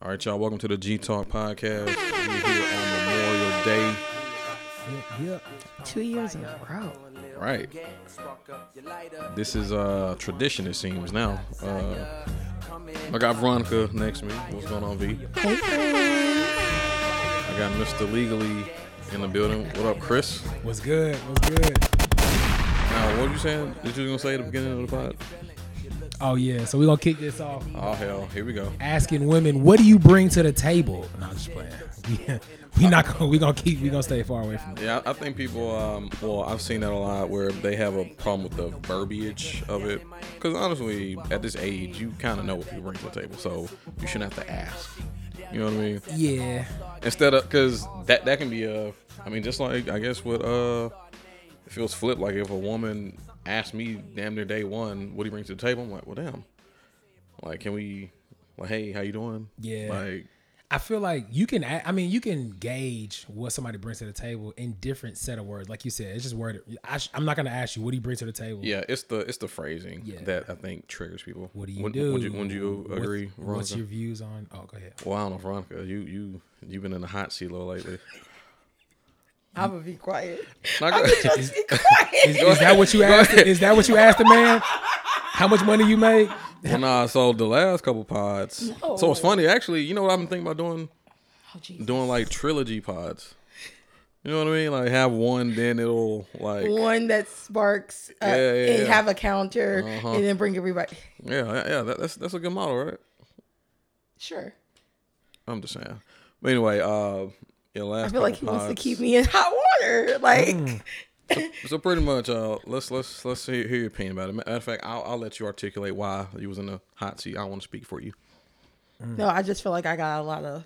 All right, y'all. Welcome to the G Talk podcast. We're here on Memorial Day. Yeah. Two years in a row. Right. This is a tradition, it seems now. Uh, I got Veronica next to me. What's going on, V? Hey, friends. I got Mr. Legally in the building. What up, Chris? What's good? What's good? Now, what were you saying? Did you gonna say at the beginning of the pod? Oh yeah. So we're gonna kick this off Oh hell, here we go. asking women, what do you bring to the table? No, I'm just playing. We, we not gonna we gonna keep we gonna stay far away from that. Yeah, I I think people. Um, well, I've seen that a lot where they have a problem with the verbiage of it. Because honestly, at this age, you kind of know what you bring to the table, so you shouldn't have to ask. You know what I mean? Yeah. Instead of because that that can be a. I mean, just like I guess what uh, it feels flipped. Like if a woman asked me damn near day one, what do you bring to the table? I'm like, well, damn. Like, can we? Like, hey, how you doing? Yeah. Like, I feel like you can a- I mean you can gauge what somebody brings to the table in different set of words. Like you said, it's just word I sh- I'm not gonna ask you what do you bring to the table. yeah, it's the it's the phrasing Yeah. that I think triggers people. What do you would, do? Would you, would you What- agree? what's Veronica? your views on oh go ahead. Well, I don't know, Veronica. You you you've been in the hot seat low lately. I'm gonna be quiet. Not good. Is, Quiet. is, is that what you asked is that what you asked the man? How much money you make? well, nah. So the last couple pods. So it's funny, actually. You know what I've been thinking about doing? Oh, Jesus. Doing like trilogy pods. You know what I mean? Like have one, then it'll like One that sparks uh, Yeah, yeah, and yeah. Uh-huh. have a counter and then bring everybody. yeah yeah. yeah, That, that's that's a good model, right? Sure. I'm just saying. But anyway, uh, yeah, last. I feel like he couple wants to pods. keep me in hot water. Like, Mm, So pretty much, uh, let's let's let's hear, hear your opinion about it. Matter of fact, I'll, I'll let you articulate why you was in the hot seat. I want to speak for you. mm. no, I just feel like I got a lot of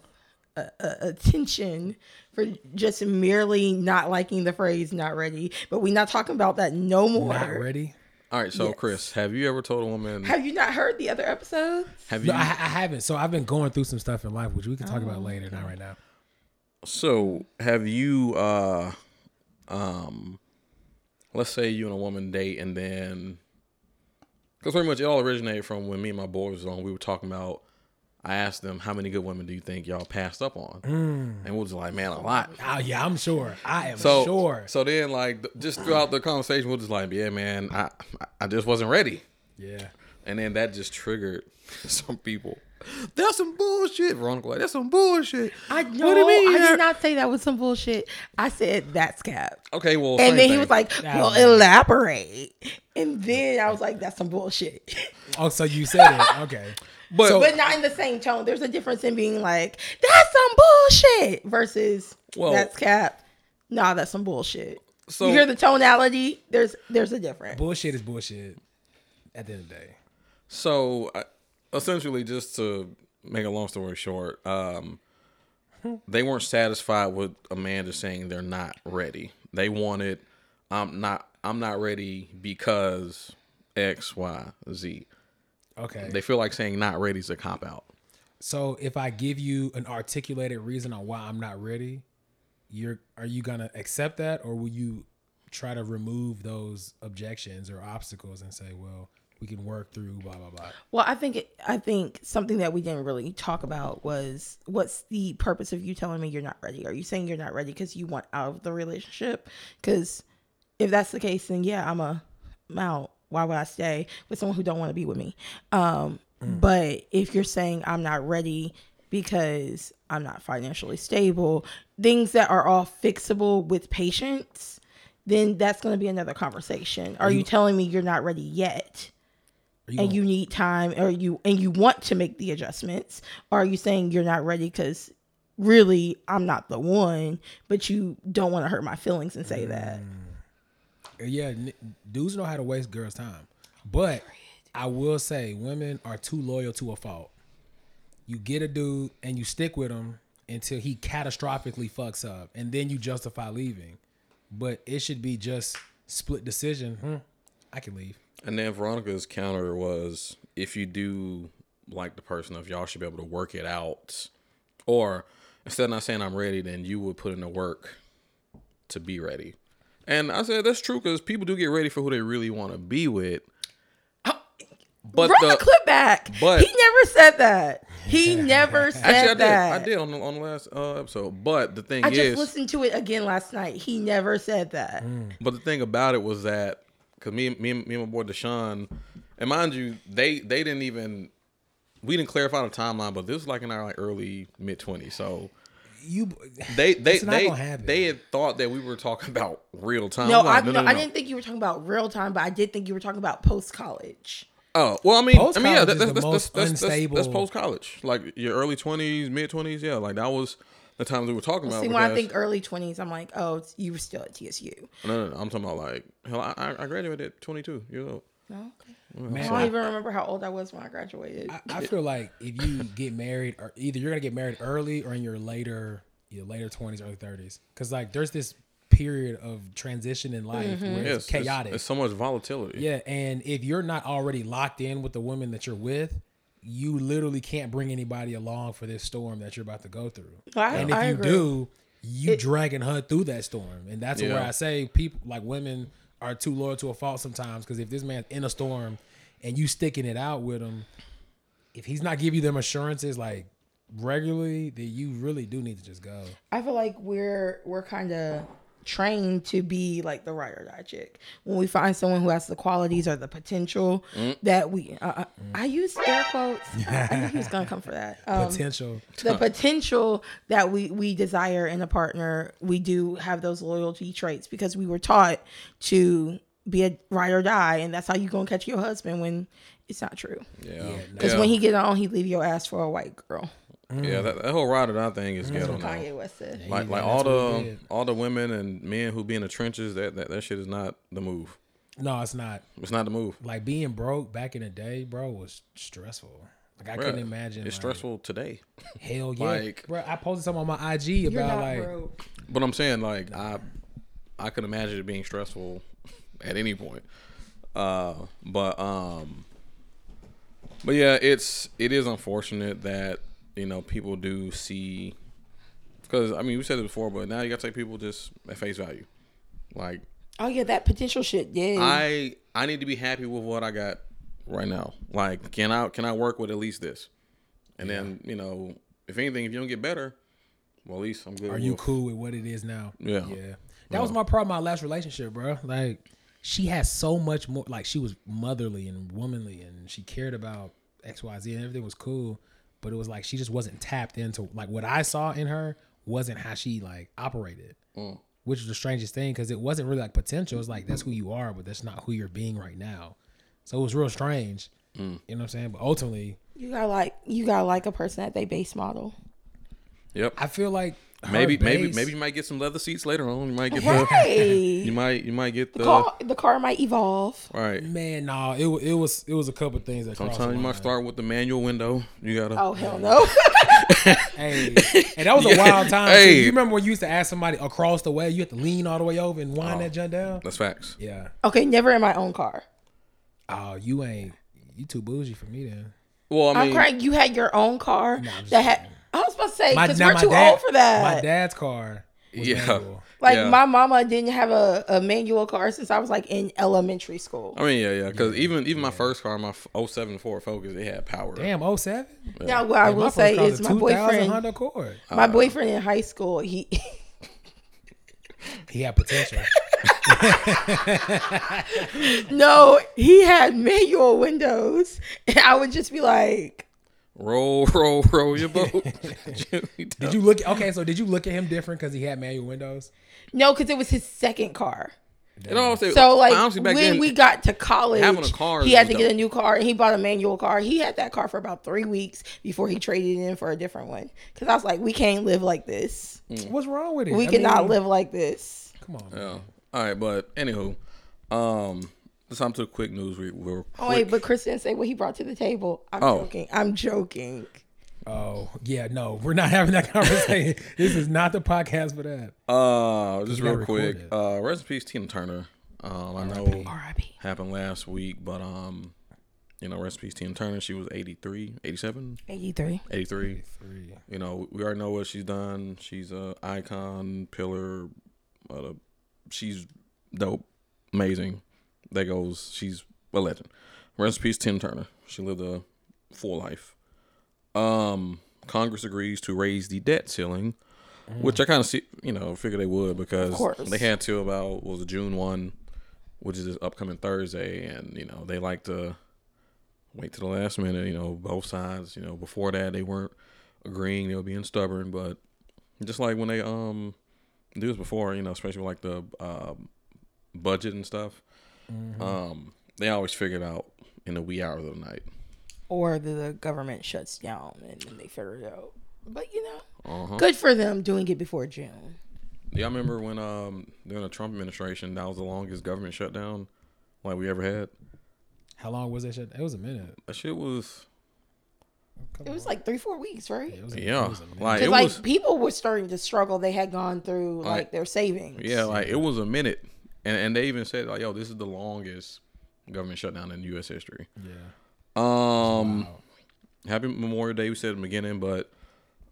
uh, uh, attention for just merely not liking the phrase "not ready." But we're not talking about that no more. Not ready? All right, so Chris, have you ever told a woman? Have you not heard the other episodes? Have you? No, I, I haven't. So I've been going through some stuff in life, which we can talk about later, not right now. So, have you, uh, um, let's say you and a woman date, and then, because pretty much it all originated from when me and my boys was on, we were talking about, I asked them, how many good women do you think y'all passed up on? And we was like, man, a lot. Oh yeah, I'm sure. I am So, sure. so then, like, th- just throughout the conversation, we are just like, yeah, man, I, I- I just wasn't ready. yeah. And then that just triggered some people. That's some bullshit, Veronica. Like, that's some bullshit. I know. do you mean? I did not say that was some bullshit. I said that's cap. Okay, well, same And then he thing. was like, "Well, man. elaborate." And then I was like, "That's some bullshit," Oh, so you said it. Okay. But- so, but not in the same tone. There's a difference in being like, "That's some bullshit" versus Well- "That's cap." Nah, that's some bullshit. So- you hear the tonality? There's there's a difference. bullshit is bullshit. At the end of the day, So I- essentially, just to make a long story short, um, they weren't satisfied with Amanda saying they're not ready. They wanted, I'm not, I'm not ready because X, Y, Z. okay. They feel like saying not ready is a cop out. so if I give you an articulated reason on why I'm not ready, you're are you gonna accept that, or will you try to remove those objections or obstacles and say, well, we can work through blah blah blah. Well, I think it, I think something that we didn't really talk about was what's the purpose of you telling me you're not ready? Are you saying you're not ready because you want out of the relationship? Because if that's the case, then yeah, I'm a I'm out. Why would I stay with someone who don't want to be with me? Um, But if you're saying I'm not ready because I'm not financially stable, things that are all fixable with patience, then that's going to be another conversation. Are you telling me you're not ready yet? Are you and gonna- you need time or you and you want to make the adjustments or are you saying you're not ready because really i'm not the one but you don't want to hurt my feelings and Mm. say that yeah, n- dudes know how to waste girls' time, but I will say women are too loyal to a fault. You get a dude and you stick with him until he catastrophically fucks up, and then you justify leaving. But it should be just split decision. Hmm, I can leave. And then Veronica's counter was if you do like the person, if y'all should be able to work it out, or instead of not saying I'm ready, then you would put in the work to be ready. Oh, And I said that's true because people do get ready for who they really want to be with. But Run the the- clip back. but- he never said that. He never said Actually, I did. that. I did on the, on the last uh, episode. But the thing I is, just listened to it again last night. He never said that. But the thing about it was that because me, me, and- me and my boy Deshaun, and mind you, they they didn't even we didn't clarify the timeline, but this was like in our like early mid twenties, so You they they It's not they gonna happen. they had thought that we were talking about real time. No, I'm like, I, no, I didn't think you were talking about real time, but I did think you were talking about post college. Oh well, I mean, I mean, yeah, Post-college that, is that's, the that's, that's, most that's, that's, that's unstable- post college, like your early twenties, mid twenties, yeah, like that was the times we were talking about. See, when I because- think early twenties, I'm like, oh, it's- you were still at TSU. no, no, no, I'm talking about like hell, I- I, I graduated at 22 years old. No, okay. I man, don't even remember how old I was when I graduated. I, I feel like if you get married, or either you're gonna get married early or in your later your later twenties, early thirties, because like there's this period of transition in life where Yes, it's chaotic. It's, so much volatility. yeah, and if you're not already locked in with the woman that you're with, you literally can't bring anybody along for this storm that you're about to go through. I- and if I you agree. do, you dragging her through that storm, and that's where Yeah. I say people like women are too loyal to a fault sometimes. Because if this man's in a storm and you sticking it out with him, if he's not giving you them assurances like regularly, then you really do need to just go. I feel like we're we're kind of trained to be like the right or die chick. When we find someone who has the qualities or the potential Mm. that we, uh, uh, I use scare quotes. I, I knew he was gonna come for that. Um, Potential. the potential that we we desire in a partner, we do have those loyalty traits because we were taught to be a ride or die, and that's how you gonna catch your husband when it's not true. Yeah. Because Yeah. when he get on, he leave your ass for a white girl. Yeah, Mm. that, that whole ride or die thing is ghetto Mm-hmm. now. Kanye West said. Like, like all the all the women and men who be in the trenches, that, that that shit is not the move. No, it's not. It's not the move. Like being broke back in the day, bro, was stressful. Like I Bruh, couldn't imagine. It's like, stressful today, Hell yeah, Like- bro. I posted something on my IG You're about not like broke. but I'm saying like I I can imagine it being stressful at any point. Uh, but um, but yeah, it's it is unfortunate that you know people do see because I mean we said it before, but now you gotta take people just at face value. Like Oh yeah, that potential shit did. I I need to be happy with what I got right now. Like, can I can I work with at least this? And then you know, if anything, if you don't get better, well, at least I'm good. Are with you what- cool with what it is now? Yeah. Yeah. That was my problem, my last relationship, bro. Like, she had so much more, like, she was motherly and womanly and she cared about XYZ and everything was cool. But it was like she just wasn't tapped into, like, what I saw in her wasn't how she, like, operated, Mm. which was the strangest thing because it wasn't really like potential. It's like, that's who you are, but that's not who you're being right now. So it was real strange. Mm. You know what I'm saying? But ultimately, you got to like you got to like a person at they base model. Yep. I feel like. her maybe maybe base- maybe you might get some leather seats later on. You might get the Hey, you might you might get the car, the car might evolve. right. Man, no, it, wa- it was it was a couple things that crossed Sometimes you my might start with the manual window. You gotta. Oh hell no! Hey, and that was a wild time. too. Hey. You remember when you used to ask somebody across the way, you had to lean all the way over and Oh. wind that junk down? That's facts. Yeah. okay, never in my own car. Oh, you ain't you too bougie for me then. Well, I I'm mean, crying. You had your own car just that had. I was about to say because now we're too dad- old for that. My dad's car. Was yeah, manual. like yeah. my mama didn't have a, a manual car since I was like in elementary school. I mean, yeah, yeah. Because even even my first car, my f- 07 Ford Focus, it had power. Damn, 07? Now what I My will first say car was is a my 2000 boyfriend, Honda Accord. Uh. my boyfriend in high school, he He had potential. no, he had manual windows, and I would just be like, Roll, roll, roll your boat. did you look okay, so did you look at him different because he had manual windows? no, because it was his second car. And honestly, So like honestly, when back then, we got to college, having a car he had to was get a dope. new car, and he bought a manual car. He had that car for about three weeks before he traded in for a different one. Because I was like, we can't live like this. Mm. What's wrong with it? We I cannot mean, live like this. Come on. Yeah. All right, but anywho, um, let's hop to a quick news. We we're Oh wait, but Chris didn't say what he brought to the table. I'm Oh. joking. I'm joking. Oh, yeah, no, we're not having that conversation. this is not the podcast for that. uh just we gotta real quick. record it. Uh, rest in peace, Tina Turner. Um, I know R.I.P. happened last week, but um, you know, rest in peace, Tina Turner. She was 83, 87, 83. 83. Three. You know, we already know what she's done. She's a icon, pillar. Uh, she's dope, amazing. That goes. She's a legend. Rest in peace, Tim Turner. She lived a full life. Um, Congress agrees to raise the debt ceiling, which I kind of see, you know, figure they would because course. they had to about what was it, June one, which is this upcoming Thursday, and you know they like to wait to the last minute. You know, both sides. You know, before that they weren't agreeing; they were being stubborn. But just like when they um do this before, you know, especially with, like the um budget and stuff, Mm-hmm. um, they always figure it out in the wee hours of the night. or the, the government shuts down and then they figure it out. But you know, Uh Uh-huh. huh. good for them doing it before June. Yeah, I remember when um during the Trump administration, that was the longest government shutdown like we ever had. How long was that shit? It was a minute. That shit was Come It was on. like three, four weeks, right? It was a- it yeah, was a minute. like Because it like was people were starting to struggle. They had gone through like, Like- their savings. yeah, like it was a minute, and and they even said like, yo, this is the longest government shutdown in U.S. history. yeah. Um, Wow. happy Memorial Day. We said it in the beginning, but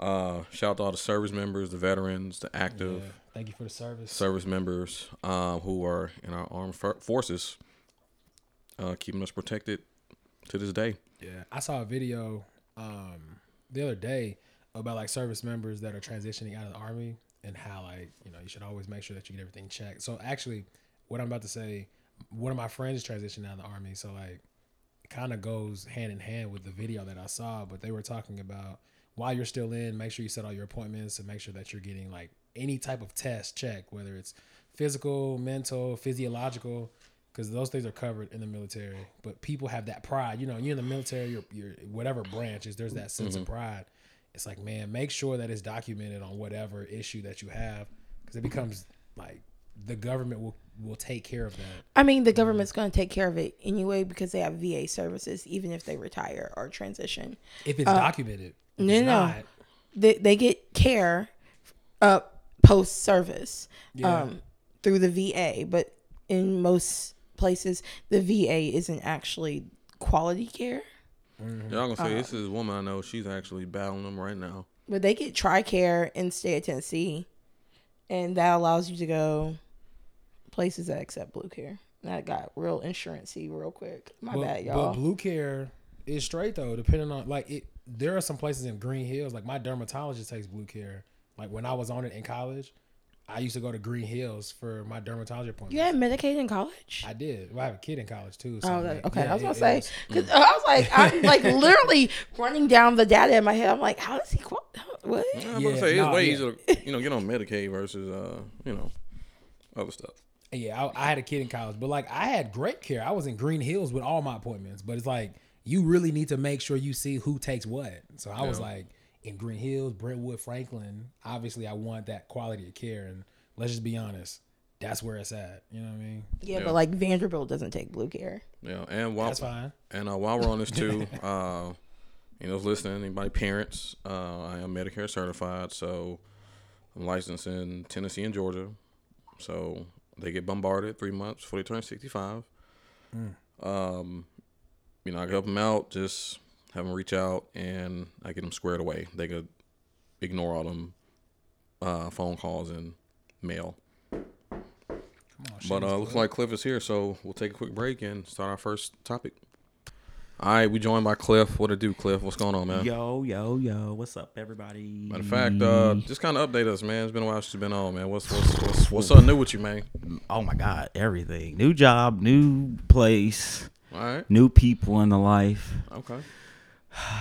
uh, shout out to all the service members, the veterans, the Yeah. active Thank you for the service. service members uh, who are in our armed for- forces, uh, keeping us protected to this day. Yeah, I saw a video um the other day about like service members that are transitioning out of the army and how like you know you should always make sure that you get everything checked. So actually, what I'm about to say, one of my friends transitioned out of the army, so like it kind of goes hand in hand with the video that I saw. But they were talking about while you're still in, make sure you set all your appointments and make sure that you're getting like any type of test checked, whether it's physical, mental, physiological because those things are covered in the military. But people have that pride, you know. You're in the military, you're, you're whatever branch is. There's that sense of pride. It's like, man, make sure that it's documented on whatever issue that you have, because it becomes like the government will will take care of that. I mean, the government's going to take care of it anyway because they have VA services, even if they retire or transition. If it's documented, If Uh, no, it's no. not, They, they get care uh, post service um, through the VA, but in most places, the VA isn't actually quality care. Mm-hmm. Y'all gonna Uh, say this is a woman I know. She's actually battling them right now. But they get TRICARE in the state of Tennessee, and that allows you to go places that accept blue care. And I got real insurancey real quick. My but, bad, but y'all. blue care is straight though. Depending on like it, there are some places in Green Hills. Like my dermatologist takes blue care. Like when I was on it in college, I used to go to Green Hills for my dermatology appointment. you had Medicaid in college? I did. Well, I have a kid in college too. So Oh, like, that- okay. yeah, I was gonna it- it say was- because I was like, I'm like literally running down the data in my head. I'm like, how does he qual- how- what? Yeah, I'm about to Yeah, say it's nah, way yeah. easier to you know get on Medicaid versus uh you know other stuff. yeah, I, I had a kid in college, but like I had great care. I was in Green Hills with all my appointments, but it's like you really need to make sure you see who takes what. So I was like in Green Hills, Brentwood, Franklin. Obviously, I want that quality of care, and let's just be honest, that's where it's at. You know what I mean? Yeah, but like Vanderbilt doesn't take blue care. Yeah, and while That's fine. and uh, while we're on this too, uh, you know, listening, anybody parents, uh, I am Medicare certified, so I'm licensed in Tennessee and Georgia, so they get bombarded three months before they turn 65. Um, you know, I can help them out, just have them reach out, and I get them squared away. They could ignore all them uh, phone calls and mail. Come on, But shit. uh, looks like Cliff is here, so we'll take a quick break and start our first topic. All right, we joined by Cliff. What to do, Cliff? What's going on, man? Yo, yo, yo! What's up, everybody? Matter of fact, uh, just kind of update us, man. It's been a while since you've been on, man. What's what's what's, what's up new with you, man? oh my God, everything. New job, new place, All right, new people in the life. okay.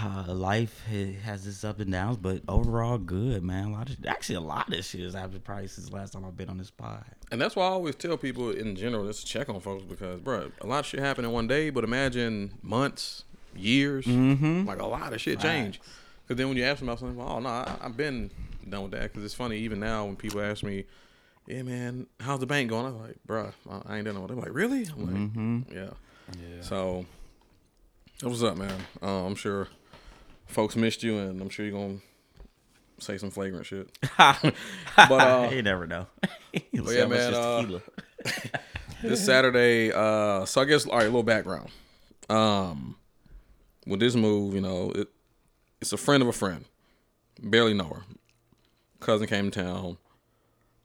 Uh, life ha- has its ups and downs, but overall good, man. A lot of actually a lot of shit has happened probably since the last time I've been on this pod. And that's why I always tell people in general, just to check on folks because, bruh, a lot of shit happened in one day, but imagine months, years, like a lot of shit change. Because then when you ask them about something, well, oh no, I, I've been done with that. Because it's funny, even now when people ask me, "Yeah, man, how's the bank going?" I'm like, bruh, I, I ain't done with it. They're like, really? I'm like, yeah. Yeah. So, what's up, man? Uh, I'm sure folks missed you, and I'm sure you're gonna say some flagrant shit. But uh, you never know. but yeah, man, uh, this Saturday. Uh, so I guess all right, a little background. Um, with this move, you know, it, it's a friend of a friend, barely know her. Cousin came to town,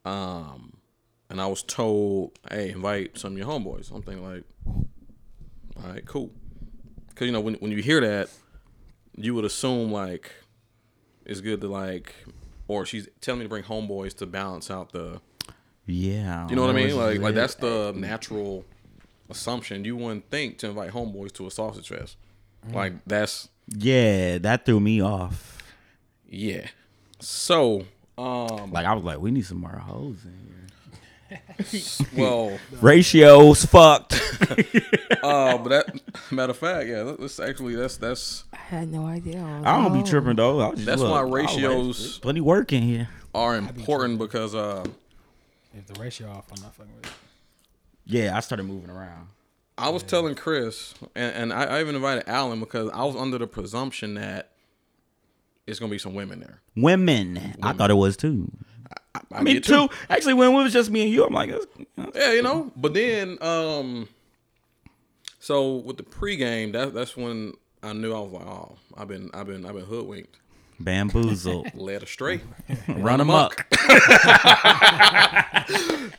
um, and I was told, "Hey, invite some of your homeboys." I'm thinking like, "All right, cool." because you know when when you hear that, you would assume like it's good to like, or she's telling me to bring homeboys to balance out the. Yeah. You know what I that mean? was Like like it. that's the natural assumption. You wouldn't think to invite homeboys to a sausage fest. Like that's Yeah, that threw me off. yeah. So um Like I was like, we need some more hoes in here. well Ratios fucked. uh but that matter of fact yeah that- that's actually that's that's I had no idea. I don't be tripping though. I was just, That's look, why I was like, ratios- there's plenty work in here. are important because uh If the ratio off, I'm not fucking with it. Yeah, I started moving around. I was telling Chris, and, and I, I even invited Alan because I was under the presumption that it's gonna be some women there. Women, I thought it was too. I, mean, did two. Actually, when it was just me and you, I'm like, that's, that's- Yeah, you know. But then, um, so with the pregame, that that's when I knew I was like, oh, I've been, I've been, I've been hoodwinked, bamboozled, led astray. run amok.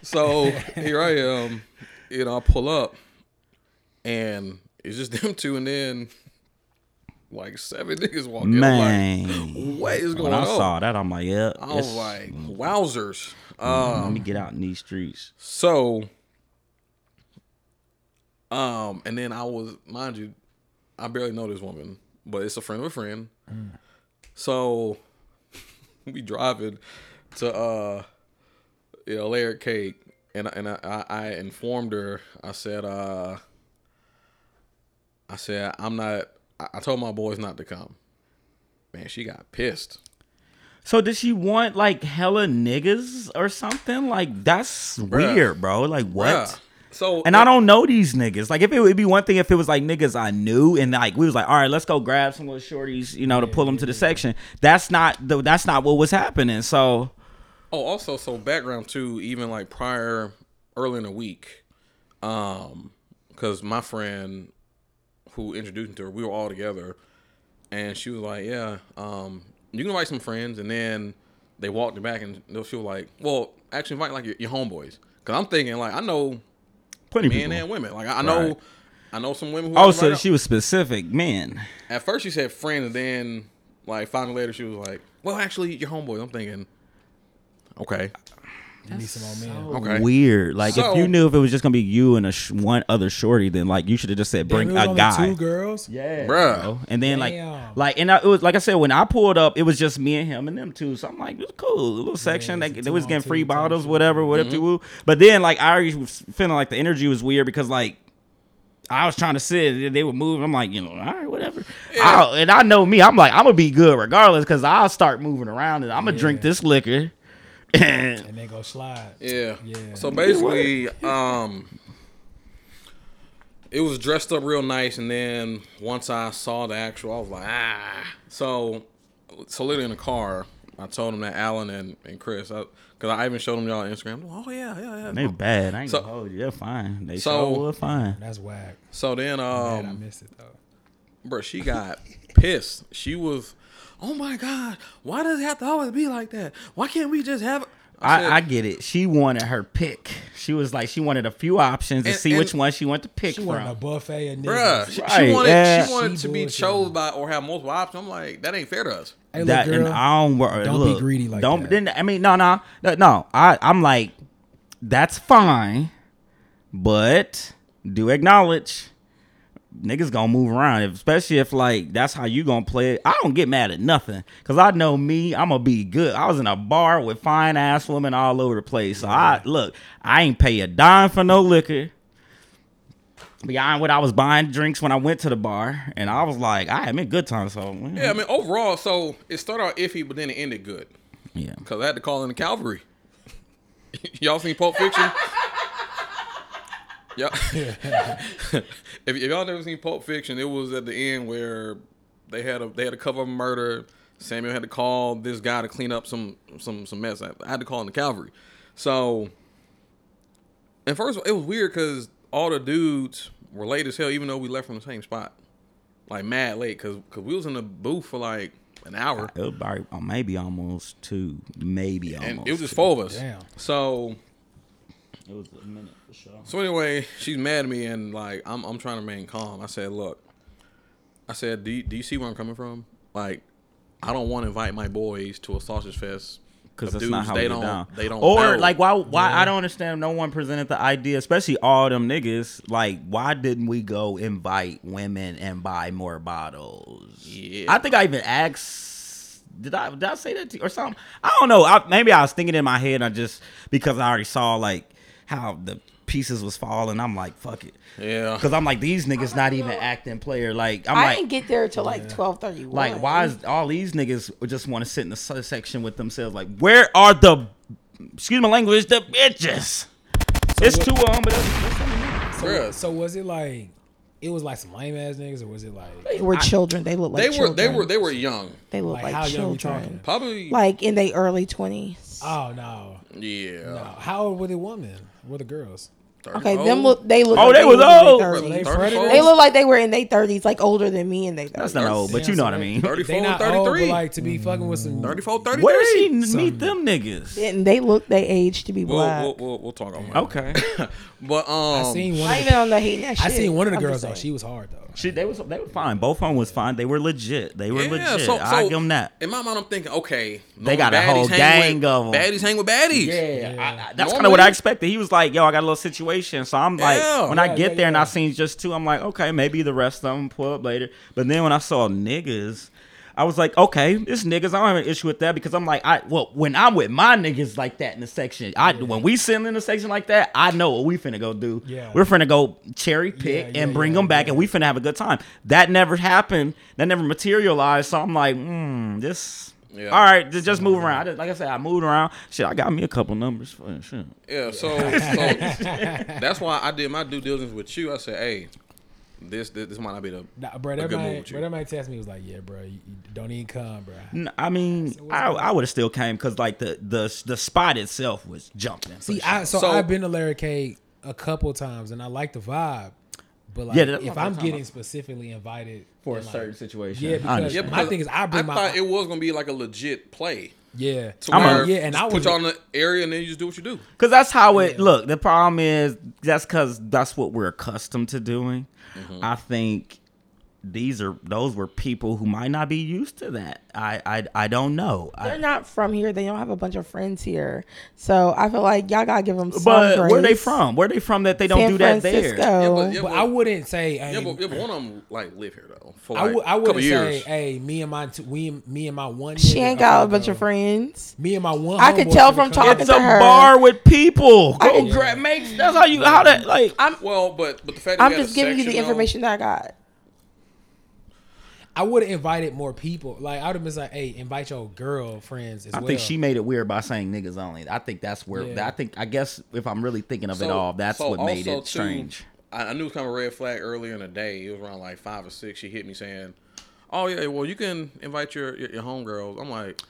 so here I am, you know, I pull up, and it's just them two, and then like seven niggas walk in. I'm Man, like, what is going when I on? Oh saw that, I'm like, yeah. I was like, wowzers. Uh, let me get out in these streets. so, um, and then I was, mind you, I barely know this woman, but it's a friend of a friend. Mm. So, we driving to, uh, you know, Laird Cake, and and I, I I informed her. I said, uh, I said I'm not. I I told my boys not to come. Man, she got pissed. So did she want like hella niggas or something? Like that's weird, bro. Like what? Bruh. So And I don't know these niggas. Like, if it would be one thing if it was like niggas I knew, and like we was like, all right, let's go grab some little shorties, you know, to pull them to the section. That's not the, that's not what was happening. So Oh, also, so background too, even like prior, early in the week, um, because my friend who introduced me to her, we were all together, and she was like, "Yeah, um, you can invite some friends," and then they walked her back, and they- she was like, "Well, actually, invite like your, your homeboys," because I'm thinking like I know plenty of men people. and women, like I, I know, Right. I know some women. Who Oh, was so right she was specific, man. at first she said friend, and then like five minutes later she was like, "Well, actually, your homeboys." I'm thinking, okay, You need some more men. okay, Weird. Like So- if you knew if it was just gonna be you and a sh- one other shorty, then like you should have just said Damn, bring it was a only guy. Two girls. Yeah, Bruh. bro. And then Damn. like, like, and I, it was like I said when I pulled up, it was just me and him and them two. So I'm like, it was cool, a little section. it's they, a they was two-on, getting free two-on bottles, shit. whatever, whatever. Mm-hmm. woo. But then like I already was feeling like the energy was weird because like. I was trying to sit, and they were moving. I'm like, you know, all right, whatever. I'll, and I know me, I'm like, I'm gonna be good regardless, because I'll start moving around, and I'm gonna drink this liquor. And And they go slide. Yeah. Yeah. So basically, um, it was dressed up real nice, and then once I saw the actual, I was like, ah. So, so literally in the car, I told him that Alan and, and Chris, because I, even showed them y'all on Instagram. Oh yeah, yeah, yeah. they bad. I ain't So- gonna hold you. They're fine. They So- sure were fine. That's whack. So then, Man, I um, missed it though. bro, she got pissed. She was, oh my god, why does it have to always be like that? Why can't we just have? said- I, I get it. She wanted her pick. She was like, she wanted a few options to And- see and- which one she wanted to pick She wanted a from. buffet of Bruh, niggas. she, she Right, wanted yeah. she wanted to She be bullshitting. chose by or have multiple options. I'm like, that ain't fair to us. Hey, little That and girl, I don't worry. don't be look, greedy like don't, that. Then I mean, no, no, no, no. I I'm like, that's fine, but do acknowledge. Niggas gonna move around, if- especially if like that's how you gonna play it. I don't get mad at nothing, cause I know me. I'm gonna be good. I was in a bar with fine ass women all over the place. So I look, I ain't pay a dime for no liquor. beyond what I was buying drinks when I went to the bar, and I was like, I am in good time. So mm, Yeah, I mean overall, so it started out iffy, but then it ended good yeah. because I had to call in the cavalry. y'all seen Pulp Fiction? yeah. if, if y'all never seen Pulp Fiction, it was at the end where they had a they had a cover of a murder. Samuel had to call this guy to clean up some some some mess. I, I had to call in the cavalry. So, and first of all, it was weird because all the dudes were late as hell, even though we left from the same spot, like mad late because because we was in the booth for like an hour. It was about- uh, maybe almost two, maybe almost. and it was just two. four of us. Damn. So It was a minute for sure. so anyway, she's mad at me and like I'm I'm trying to remain calm. I said, look, I said, do you, do you see where I'm coming from? Like, I don't want to invite my boys to a sausage fest because of that's dudes not how they we don't get down. they don't Or know. like why why I don't understand. No one presented the idea, especially all them niggas. Like why didn't we go invite women and buy more bottles? Yeah. I think I even asked. Did I did I say that to you or something? I don't know. I, maybe I was thinking in my head. I just because I already saw like how the pieces was falling. I'm like fuck it. yeah. Because I'm like these niggas not even acting player. Like I'm I like didn't get there till like twelve thirty one. like, why is all these niggas just want to sit in the se- section with themselves? Like, where are the, excuse my language, the bitches? it's two of them, but that's- Bruh, So was it like it was like some lame ass niggas or was it like they were children? They look like they were they children. were they were young. They look Like, like, how young we children. talking? Probably Like in their early twenties. oh no. yeah. no. How old were the women? Were the girls? 30 Okay, old. them look. They look. Oh, like they was were in their old. 30s. So they 34? predators? They look like they were in their thirties, like older than me in their that's thirties. not old, but Damn, you know so what I they- mean. They 34, not old, but 33. like to be fucking with some 34, 33. Where did she n- Some- meet them niggas? And they look their age to be We'll, black. we'll, we'll, we'll talk on that. Okay, But um I seen one I of the, ain't even on the hate that shit. I seen one of the I'm girls just though. saying. She was hard though. she, they was they were fine. Both of them was fine. They were legit. They were legit. so- I so give them that. In my mind, I'm thinking, okay, They normal got a baddies whole hang with- gang of 'em. Baddies hang with baddies. I- I- that's Normally- kind of what I expected. He was like, "Yo, I got a little situation," so I'm like, Yeah. when Yeah, I get yeah, there and yeah. I seen just two, I'm like, "Okay, maybe the rest of them pull up later." But then when I saw niggas, I was like, "Okay, it's niggas. I don't have an issue with that because I'm like, I well, when I'm with my niggas like that in the section, I when we sitting in the section like that, I know what we finna go do. Yeah. we're finna go cherry pick yeah, and bring yeah, them back, yeah. and we finna have a good time. That never happened. That never materialized. So I'm like, mm, this." Yeah. All right, just, just move around. I just, like I said, I moved around. Shit, I got me a couple numbers. For, shit. Yeah, so, so that's why I did my due diligence with you. I said, hey, this this, this might not be the Nah, bro, a that good move man, with you. bro, that man texted me was like, "Yeah, bro, you, you don't even come, bro." N- I mean, I, I would have still came because like the the the spot itself was jumping. See, I so, So- I've been to Larry K a couple times, and I like the vibe, but like Yeah, that's if what I'm I'm talking getting about. specifically invited for a and, like, certain situation. yeah, because Yeah, my thing is I bring I my thought it was gonna be like a legit play. yeah, To I'm a- where yeah, and just I put was y'all in the area and then you just do what you do. because that's how it look. The problem is that's because that's what we're accustomed to doing. Mm-hmm. I think these are those were people who might not be used to that. I I, I don't know. They're I, not from here. They don't have a bunch of friends here. So I feel like y'all gotta give them some but where they grace. from? Where they from that they don't San do that Francisco. there? but, yeah, but I wouldn't say. Hey, yeah, but, yeah, but one of them like live here though for I like would. I a couple wouldn't say. years. Hey, me and my t- we me and my one. She nigga, ain't got a okay, bunch bro. of friends. Me and my one. I could homeboy tell finna from come. talking It's to a her. bar with people. Go grab makes. That's how you how that like. well, but but the fact that I'm we had a just giving you the section, though, information that I got. I would have invited more people. Like I would have been like, "Hey, invite your girlfriends as I well." think she made it weird by saying niggas only. I think that's where Yeah. I think I guess if I'm really thinking of it so- all, that's so what made also, it strange. Too, I I knew it was kind of a red flag earlier in the day. It was around like five or six. She hit me saying, "Oh yeah, well you can invite your your, your homegirls." I'm like,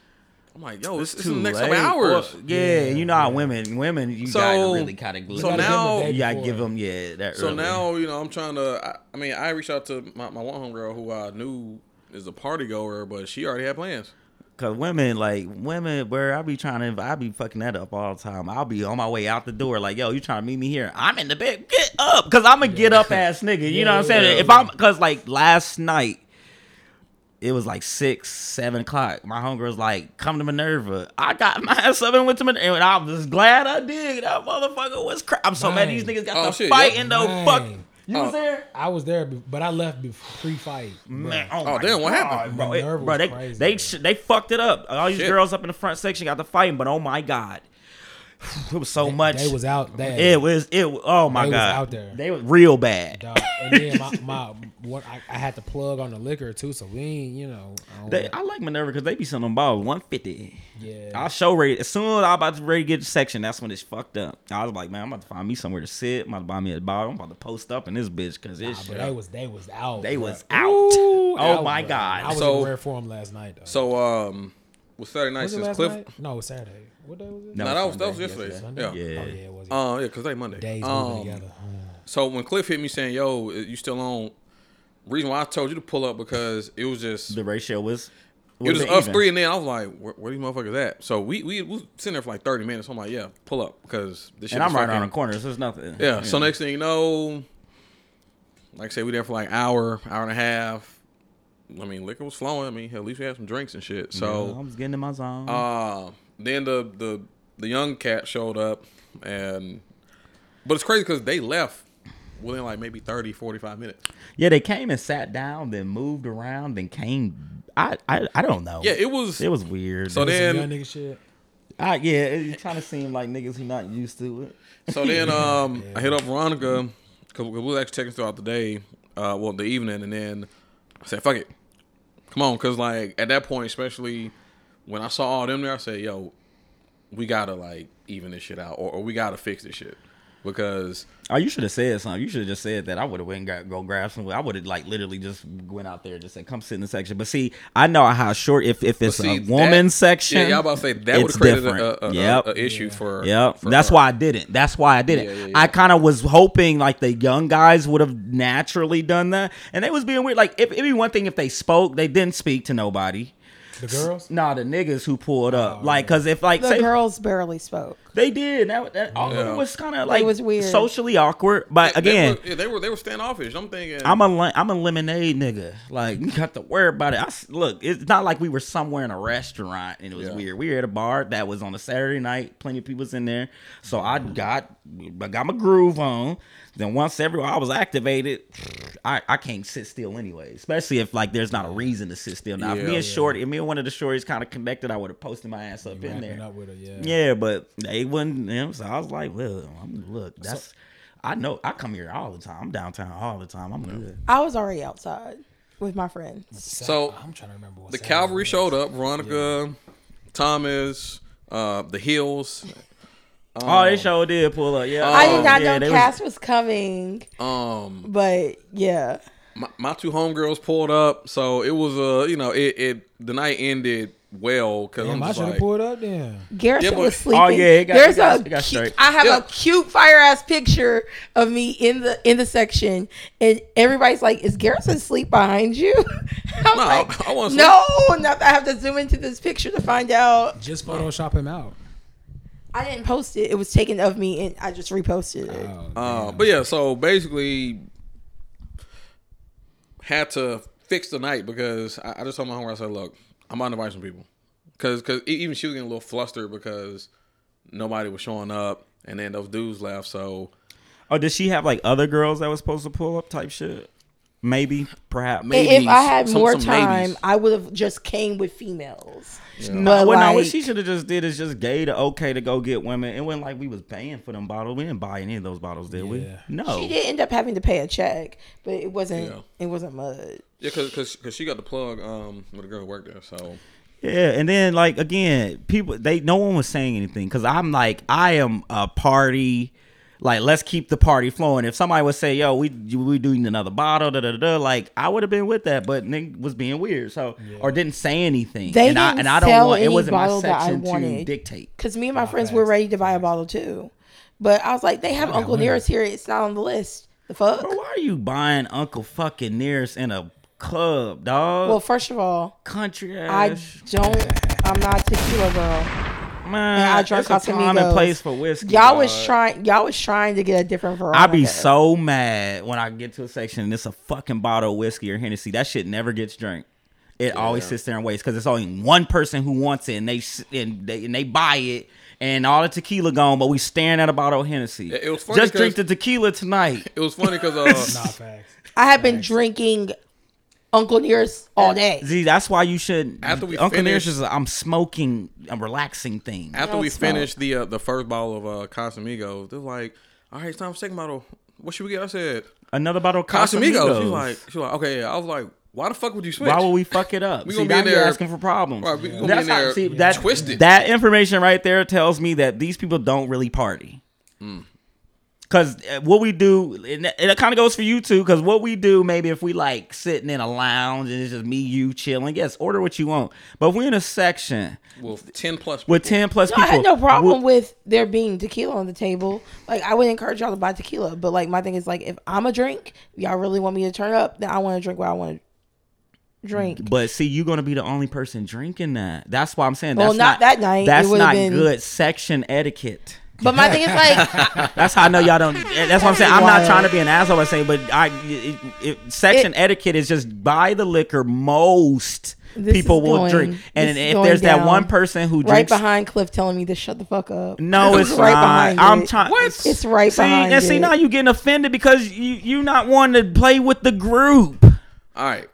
I'm like, yo, this, this is the next couple late. hours. Or- yeah, you know how women women you So- gotta really kind of so gotta give 'em now- the day you gotta before. give them yeah that So early. now, you know, I'm trying to. I, I mean, I reached out to my, my one homegirl who I knew is a party goer, but she already had plans. Cause women like women, where I be trying to, I be fucking that up all the time. I'll be on my way out the door, like, yo, you trying to meet me here? I'm in the bed, get up, cause I'm a get up ass nigga. You know what I'm Yeah, yeah, saying? if I'm, cause like last night, it was like six, seven o'clock. My homegirl's like, come to Minerva. I got my ass up and went to Minerva, and I was glad I did. That motherfucker was crap. I'm so mad Dang. these niggas got Oh, the shit, fight yep. and no Dang. fuck. You Oh. was there? I was there, be- but I left before pre-fight. bro. Man, oh, Oh, my damn, what God, happened? bro? Minerva It, bro, was they crazy, they bro. sh- they fucked it up. All these Shit. girls up in the front section got the fighting, but oh my god, it was so much. They was out there. it was it. was- Oh my They was god, out there. They was real bad. Dog. And then my, my what I, I had to plug on the liquor too, so we ain't, you know. I don't- They, I like Minerva because they be selling them balls one fifty. yeah. I show ready as soon as I about to ready to get the section. That's when it's fucked up. I was like, man, I'm about to find me somewhere to sit. I'm about to buy me a bottle. I'm about to post up in this bitch because Nah, this but shit. they was they was out. They bruh. was out. Out, oh my bruh. god. I was So- in rare form last night. Though. So, um, was Saturday night was it since last Cliff? night? No, it was Saturday. What day was it? No, it that was Sunday. that was yesterday. Yesterday. Yeah. Yeah. Oh Um, yeah, it was. Uh, yeah, cause they Monday. Days Um, moving together. So when Cliff hit me saying, "Yo, eh, you still on?" Reason why I told you to pull up because it was just The ratio was. it was an us even. three, and then I was like, "Where, where these motherfuckers at?" So we we we was sitting there for like thirty minutes. I'm like, "Yeah, pull up," because this shit. and I'm is right fucking- around the corner, so there's nothing. Yeah. So next thing you know, like I said, we there for like hour, hour and a half. I mean, liquor was flowing. I mean, at least we had some drinks and shit. So So I was getting in my zone. Uh, then the, the the young cat showed up, and but it's crazy because they left within like maybe 30, 45 minutes. yeah, they came and sat down, then moved around, then came. I I, I don't know. Yeah, it was. it was weird. So Some So then, young nigga shit. I, yeah, it kind of seemed like niggas who not used to it. so then, um, I hit up Veronica because we was actually texting throughout the day, uh, well, the evening, and then I said, "Fuck it, come on," because like at that point, especially when I saw all them there, I said, "Yo, we gotta like even this shit out, or, or we gotta fix this shit," because Oh, you should have said something. You should have just said that. I would have went and got, go grab some. I would have like literally just went out there and just said, "Come sit in the section." But see, I know how short. If if it's see, a that- woman's section, Yeah, y'all about to say that would it's have created different. a, a, a- Yep. a issue for. Yep. for That's her. why I didn't. That's why I didn't. Yeah, yeah, yeah. I kind of was hoping like the young guys would have naturally done that, and they was being weird. Like if, it'd be one thing if they spoke, they didn't speak to nobody. The girls. Nah, the niggas who pulled up, Oh, like, cause if like The say- girls barely spoke. they did, that, that all of Yeah. it was kind of like was weird. socially awkward. But They- again, they were, yeah, they were they were standoffish. I'm thinking. I'm a li- I'm a lemonade nigga. Like you got to worry about it. I s look, it's not like we were somewhere in a restaurant and it was Yeah. weird. We were at a bar that was on a Saturday night. Plenty of people was in there, so I got I got my groove on. Then once everyone I was activated, I, I can't sit still anyway. Especially if like there's not a reason to sit still. Now if Yeah. me and Yeah. Shorty, if me and one of the Shorties kind of connected, I would have posted my ass up in Wrapping there. up with her, yeah. Yeah, but they wouldn't. You know, so I was like, well, I'm look. That's I know. I come here all the time. I'm downtown all the time. I'm good. I was already outside with my friends. so I'm trying to remember what the Saturday cavalry was. showed up. Veronica, Thomas, uh, the Hills. Oh, they sure did pull up. Yeah, Um, I did not Oh, yeah, know they Cass was coming, Um, but yeah. my, my two homegirls pulled up. So it was uh, you know it, it the night ended well because I'm Damn, I just should have like pulled up then. Garrison Yeah, but- was sleeping. Oh, yeah, it got- it There's got- a it got cute, straight. I have Yeah. a cute fire ass picture of me in the in the section, and everybody's like, "Is Garrison sleep behind you?" I'm No, I- like, I wasn't no, not I have to zoom into this picture to find out. Just Photoshop him out. I didn't post it; it was taken of me, and I just reposted it. Oh, Uh, but yeah, so basically had to fix the night because I, I just told my homegirl, I said, look, I'm about to invite some people. Because cause e- even she was getting a little flustered because nobody was showing up and then those dudes left. So Oh, did she have like other girls that was supposed to pull up type shit? Maybe, perhaps. Maybe. if I Ladies. had Some- more some time, ladies. I would have just came with females. Well, But no, what like, she should have just did is just gay to okay to go get women. It wasn't like we was paying for them bottles. We didn't buy any of those bottles, did we? Yeah. No. she did end up having to pay a check, but it wasn't. Yeah. It wasn't much. yeah, because cause she got the plug um, with a girl who worked there. So Yeah, and then like again, people they no one was saying anything because I'm like I am a party, like let's keep the party flowing. If somebody would say, "Yo, we we doing another bottle," da da da, da like I would have been with that, but nigga was being weird, so or didn't say anything. They and I didn't and I don't sell want it any wasn't my bottle that I section to wanted. dictate. Because me and my friends were ready to buy a bottle too. But I was like, they have Uncle Nearest here. It's not on the list. The fuck? Bro, why are you buying Uncle fucking Nearest in a club, dog? Well, first of all, country I ass don't. I'm not a tequila girl. man. I drank it's a time Casamigos. and place for whiskey. Y'all was dog. trying. Y'all was trying to get a different variety. I be so mad when I get to a section and it's a fucking bottle of whiskey or Hennessy. That shit never gets drank. It always sits there and waits because it's only one person who wants it and they s- and they and they buy it and all the tequila gone, but we staring at a bottle of Hennessy. It- it was funny Just drink the 'cause- tequila tonight. it was funny because uh, Nah, facts. I have been drinking Uncle Nearest all day. See, that's why you should. After we Uncle finish- Nearest is a, I'm smoking a relaxing thing. after don't we smoke. finished the uh, the first bottle of uh, Casamigos, they're like, all right, it's time for second bottle. What should we get? I said, Another bottle of Casamigos. Casamigos. She's like, she's like, okay, yeah. I was like, why the fuck would you switch? Why would we fuck it up? We see, gonna be now in you're there- asking for problems. Right, we gonna be That's in how- there see, that, twisted. That information right there tells me that these people don't really party. Mm. Because what we do, and it, kind of goes for you too, because what we do, maybe if we like sitting in a lounge and it's just me, you chilling, yes, order what you want. But if we're in a section With 10 plus with people. 10 plus No, people. I had no problem we- with there being tequila on the table. Like I would encourage y'all to buy tequila, but like my thing is like if I'm a drink, y'all really want me to turn up, then I want to drink what I want to drink. But see, you're gonna be the only person drinking that. That's why I'm saying Well, that's not that night. It That's would've not been- good section etiquette. But my thing is like, That's how I know y'all don't. eh, That's what I'm saying. I'm not trying to be an asshole. I say, but I it, it, section It- etiquette is just buy the liquor. Most This people is will going- drink, this and is if going there's that down. one person who right drinks, behind Cliff telling me to shut the fuck up. no, it's right not. behind. I'm it. trying. What? It's right See, behind. and see it. now you getting offended because you you not wanting to play with the group. Oh All right.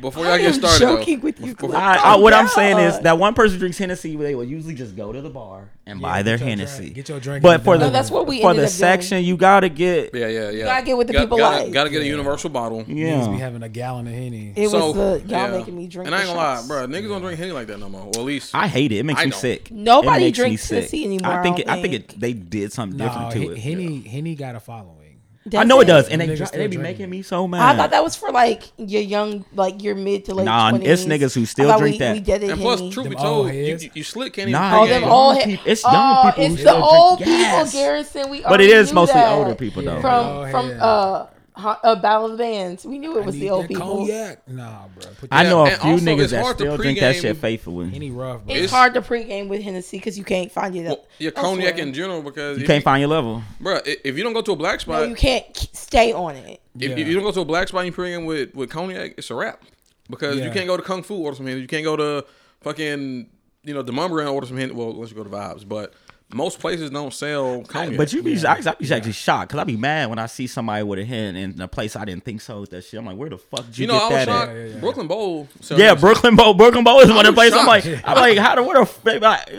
Before I y'all get am started, joking though, with you, before- Glenn. I, I, Oh, what I'm saying is God. that one person drinks Hennessy, they will usually just go to the bar and buy get their your drink- Hennessy. get your drink But and for go. the No, Oh, that's what we for ended the up doing. section, you gotta get yeah, yeah, yeah. You gotta get what the people gotta, like. Gotta get a universal bottle. Niggas be yeah. having a gallon of henny. It so, was the y'all yeah. making me drink. And I the ain't gonna lie, shots. bro. Niggas don't drink Henny like that no more. Well, at least I hate it. It makes I me don't. sick. Nobody It makes me drinks sick. Tennessee anymore, I I think don't it, I think think. it, they did something No, different to Hen- it. henny henny got a following. I Does know it it? does, and they, Niggas dri- still they be drinking. making me so mad. I thought that was for like your young, like your mid to late. Nah, 20s. it's niggas who still I thought drink we, that. We did it. and plus, Henny. truth be Them old told, you, heads. you- you slick can't even Oh, Nah, Oh, drink them Henny. old Young he- peop- it's young oh, people who It's the still drink- old Yes. people, Garrison. We but it already is knew mostly that. older people though. Yeah. from Oh, from yeah. uh Hon- uh Battle of the Bands. We knew it I was need the old that people. Cognac. Nah, bro. Put I that know a and few also, niggas it's that hard to still drink that pregame- shit faithfully. henny rough, bro. It's, hard to pregame with Hennessy because you can't find it. Well, up- your elsewhere. cognac in general because You if can't find your level. Bro, i- if you don't go to a black No, spot, you can't k- stay on it. if, if Yeah. uh, you don't go to a black spot and you bring in with, with cognac, it's a wrap. Because you Yeah. can't go to Kung Fu order some Henny. You can't go to fucking, you know, the Mumbra and order some Henny. Well, unless you go to Vibes. But most places don't sell cognac. But you be, I, I be actually shocked because I be mad when I see somebody with a hen in a place I didn't think so with that shit. I'm like, where the fuck did you, you know, I get was that at? shocked. Brooklyn Bowl. sells Yeah, that shit. Brooklyn Bowl. Brooklyn Bowl is one of the I'm places. I'm like, shocked. I'm like, how the where the f-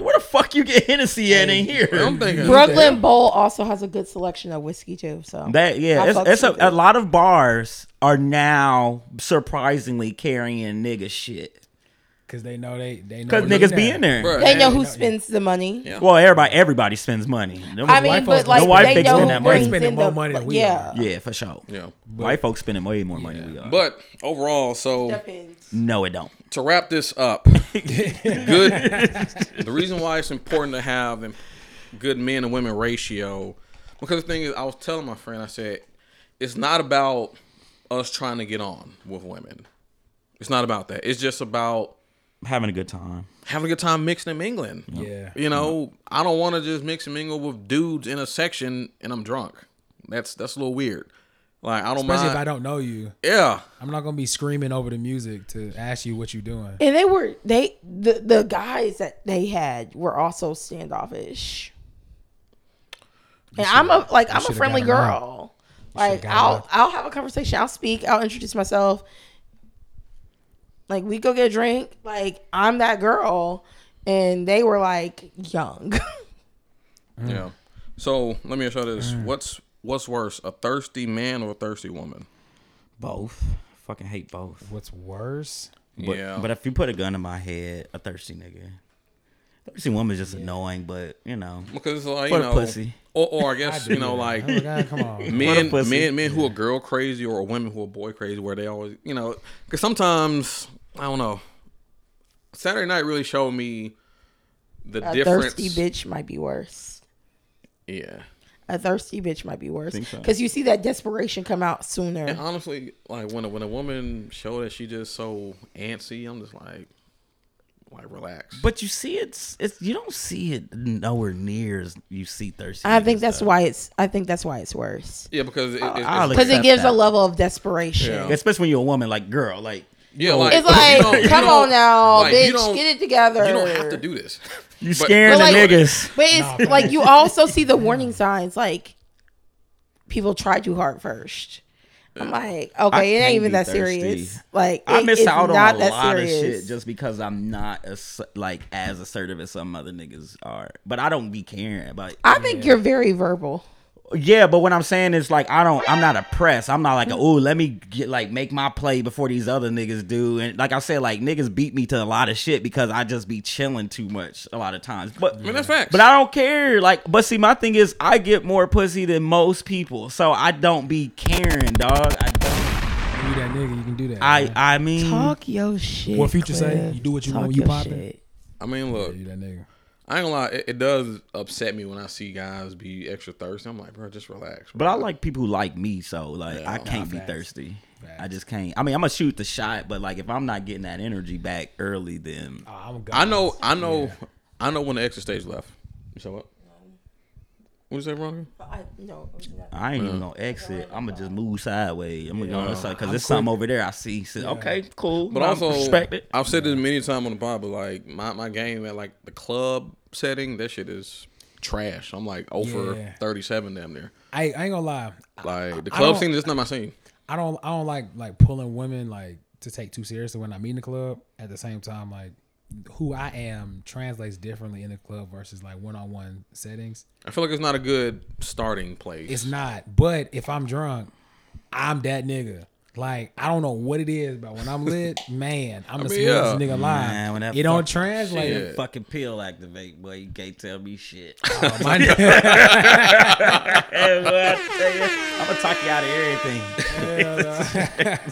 where the fuck you get Hennessy at in I'm here? thinking. Brooklyn Bowl also has a good selection of whiskey too. So That yeah, I it's, fucks it's a, with a it. lot of bars are now surprisingly carrying nigga shit Cause they know they they know because they niggas know. be in there. Bruh, They know and- who spends the money. Yeah. Well, everybody everybody spends money. Them I white mean, White but folks- like the white they folks know spend who that money. brings Spending in more the money than we yeah. folks- yeah, for sure. Yeah. white folks spending way more money than we are. But overall, so Depends. no, it don't. to wrap this up, good. The reason why it's important to have a good men and women ratio, because the thing is, I was telling my friend, I said, it's not about us trying to get on with women. It's not about that. It's just about Having a good time. having a good time mixing and mingling. Yeah. Mm-hmm. You know, I don't want to just mix and mingle with dudes in a section and I'm drunk. That's that's a little weird. Like I don't Especially if I mind. don't know you, yeah. I'm not gonna be screaming over the music to ask you what you doing. And they were they the the guys that they had were also standoffish. And I'm a like I'm a should've friendly got 'em out. girl. Like got 'em I'll out. I'll have a conversation. I'll speak. I'll introduce myself. Like we go get a drink. Like I'm that girl. And they were like young. Mm. Yeah. So let me ask you this: What's what's worse, a thirsty man or a thirsty woman? Both. Fucking hate both. What's worse? But, Yeah. but if you put a gun in my head, a thirsty nigga. Thirsty woman's just annoying, but you know. Because it's like For you the know, pussy. or or I guess you know like Oh my God, come on. men pussy. men men who are girl crazy or women who are boy crazy, where they always you know because sometimes I don't know. Saturday night really showed me the a difference. thirsty bitch might be worse. Yeah. A thirsty bitch might be worse Think so. because you see that desperation come out sooner. And honestly, like when a, when a woman show that she just so antsy, I'm just like, like relax. But you see it's it's you don't see it nowhere near as you see thirsty. I niggas, think that's though. why it's. I think that's why it's worse yeah, because it, it, it's, I'll because it Accept gives that. a level of desperation. Yeah. Oh. especially when you're a woman like girl, like yeah, like, It's like, you don't- you come don't- on now, like, you bitch, don't- get it together. You don't have to do this. you But- scaring But, the like- niggas. But it's like you also see the warning signs, like people try too hard first. I'm like, okay, it can't ain't even be that thirsty. serious. Like I it- miss it's out not on a that lot of serious. shit just because I'm not as like as assertive as some other niggas are. But I don't be caring about. I think you're very verbal. yeah, but what I'm saying is like I don't. I'm not oppressed. I'm not like oh let me get like make my play before these other niggas do. And like I said, like niggas beat me to a lot of shit because I just be chilling too much a lot of times. But I mean, that's facts. But I don't care. Like, but see, my thing is, I get more pussy than most people, so I don't be caring, dog. I don't. You that nigga, you can do that. I man. I mean, Talk your shit. What Future say? Cliff. You do what you Talk want, you your poppin'? shit. I mean, look, you that nigga. I ain't gonna lie, it, it does upset me when I see guys be extra thirsty. I'm like, bro, just relax. but Bro. I like people who like me, so like I can't be thirsty. I just can't. I mean, I'm gonna shoot the shot, but like if I'm not getting that energy back early, then Oh, I'm I know, I know, I know when the extra stage left. You said what? What you say, Veronica? I, no, it was not. I ain't even gonna exit. I'm gonna just move sideways. I'm gonna go on this side because there's something over there I see. So, Okay, cool. But I also, respect it. I've said this many times on the pod, but like my, my game at like the club setting, that shit is trash. I'm like over Yeah. 37 damn near. I, I ain't gonna lie. Like the I club don't- scene, that's not my scene. I don't I don't like like pulling women like to take too seriously when I meet in the club. At the same time, like who I am translates differently in the club versus like one on one settings. I feel like it's not a good starting place. It's not. But if I'm drunk, I'm that nigga. Like I don't know what it is, but when I'm lit, man, I'm the mean, yeah. smartest nigga alive. Man, when that it don't fuck- translate. shit. Yeah. Fucking pill activate, boy. You can't tell me shit. Oh, my- Hey, boy, I tell you, I'm gonna talk you out of everything.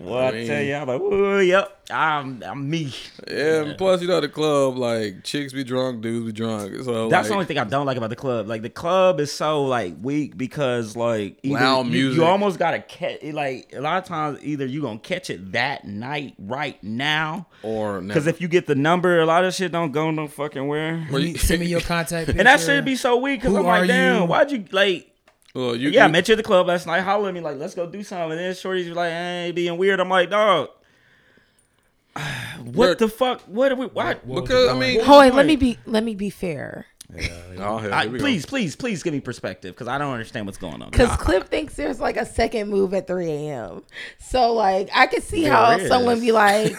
Well, I, mean- tell you, I'm like, ooh, yep, I'm, I'm me. Yeah, and plus you know the club, like chicks be drunk, dudes be drunk. So That's like, the only thing I don't like about the club. Like the club is so like weak because like either Loud you- You, music. almost gotta catch. Like a lot of times, either you gonna catch it that night, right now, or because if you get the number, a lot of shit don't go no fucking where. Or you- Send me your contact. And that picture. should be so weak because Who I'm like, are damn, you? why'd you like? Well, you, Yeah, I you- met you at the club last night. Holler at me like, let's go do something. And then Shorty's like, hey, being weird. I'm like, dog, what Look. the fuck? What are we? Why? because I mean, Hold on, let me be let me be fair. Oh, hell, I, here we go. please, please, please give me perspective because I don't understand what's going on. Because Cliff thinks there's like a second move at 3 a.m. So like I could see There how is. someone be like,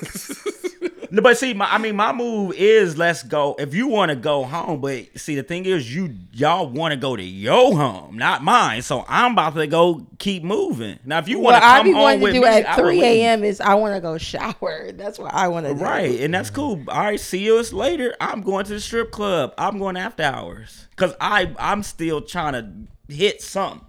No, but see, my, I mean, my move is let's go. If you want to go home, but see, the thing is, you y'all want to go to your home, not mine. So I'm about to go keep moving. Now, if you what want to I come be home wanting to with do me, I at will 3 leave. a.m. is I want to go shower. That's what I want to do. Right, and that's cool. All right, see you later. I'm going to the strip club. I'm going after hours because I I'm still trying to hit something.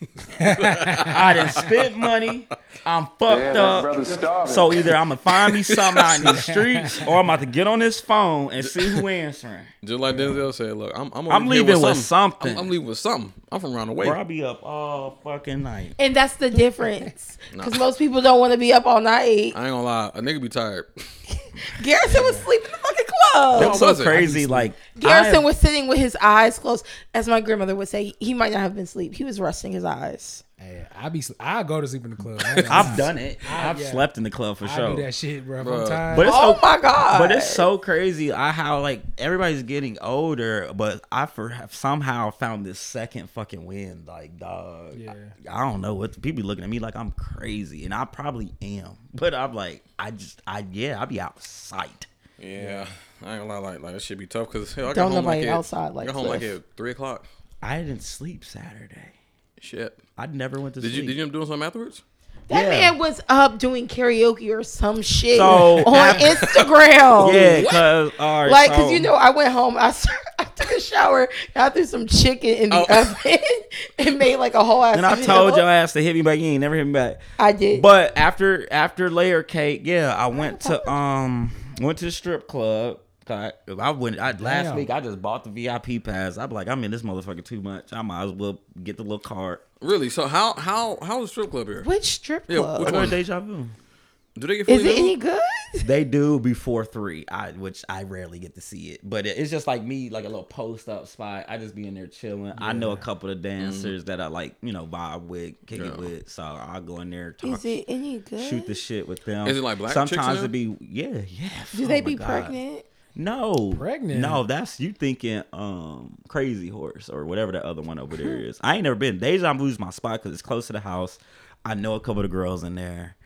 I done spent money. I'm fucked up. So either I'm gonna find me something out in these streets, or I'm about to get on this phone and see who answering. just like Denzel said, look, I'm I'm, gonna I'm leave here leaving with something. I'm, I'm leaving with something. I'm from around the way. Or I'll be up all fucking night. And that's the difference. Because most people don't want to be up all night. Uh, I ain't gonna lie, a nigga be tired. Garrison was sleeping in the fucking club. That's It's so was it? crazy. Like Garrison I- was sitting with his eyes closed. As my grandmother would say, he might not have been asleep. He was resting his eyes. Hey, I be. I go to sleep in the club. I've done it. I've Ah, yeah. slept in the club for I sure. do that shit, bro. If I'm Bruh. tired. But it's oh so my god! But it's so crazy I how like everybody's getting older, but I for have somehow found this second fucking wind. Like dog, Yeah. I, I don't know what people be looking at me like I'm crazy, and I probably am. But I'm like, I just, I yeah, I be outside. Yeah, I ain't gonna lie, like like that shit be tough because hell, I got Don't home nobody like at- outside like got home like Cliff. at three o'clock. I didn't sleep Saturday. Shit. I never went to Did you sleep. did you end up doing something afterwards? that yeah. man was up doing karaoke or some shit So, on after- Instagram. Yeah, cause all Oh, right, Um, like because so- you know I went home. I, started, I took a shower. And I threw some chicken in the Oh. oven and made like a whole ass. And I meal. told your ass to hit me back. You ain't never hit me back. I did. But after after layer cake, yeah, I went to um went to the strip club. I, I went I, last Damn. week. I just bought the VIP pass. I'm like, I'm in this motherfucker too much. I might as well get the little card. Really? So how how how is strip club here? which strip Yeah, club I which go to one? deja vu. Do they get fully is it nude? any good? They do before three, I which I rarely get to see it. But it- it's just like me, like a little post up spot. I just be in there chilling. I know a couple of Mm-hmm. dancers that I like, you know, vibe with, kick Yeah. it with. So I'll go in there. Talk Is it any good? shoot the shit with them. Is it like black chicks in Sometimes there? it be yeah, yeah. Do Oh they my be God. pregnant? No, Pregnant? No, that's you thinking um crazy horse or whatever the other one over there is. I ain't never been. Deja Vu's my spot because it's close to the house. I know a couple of the girls in there.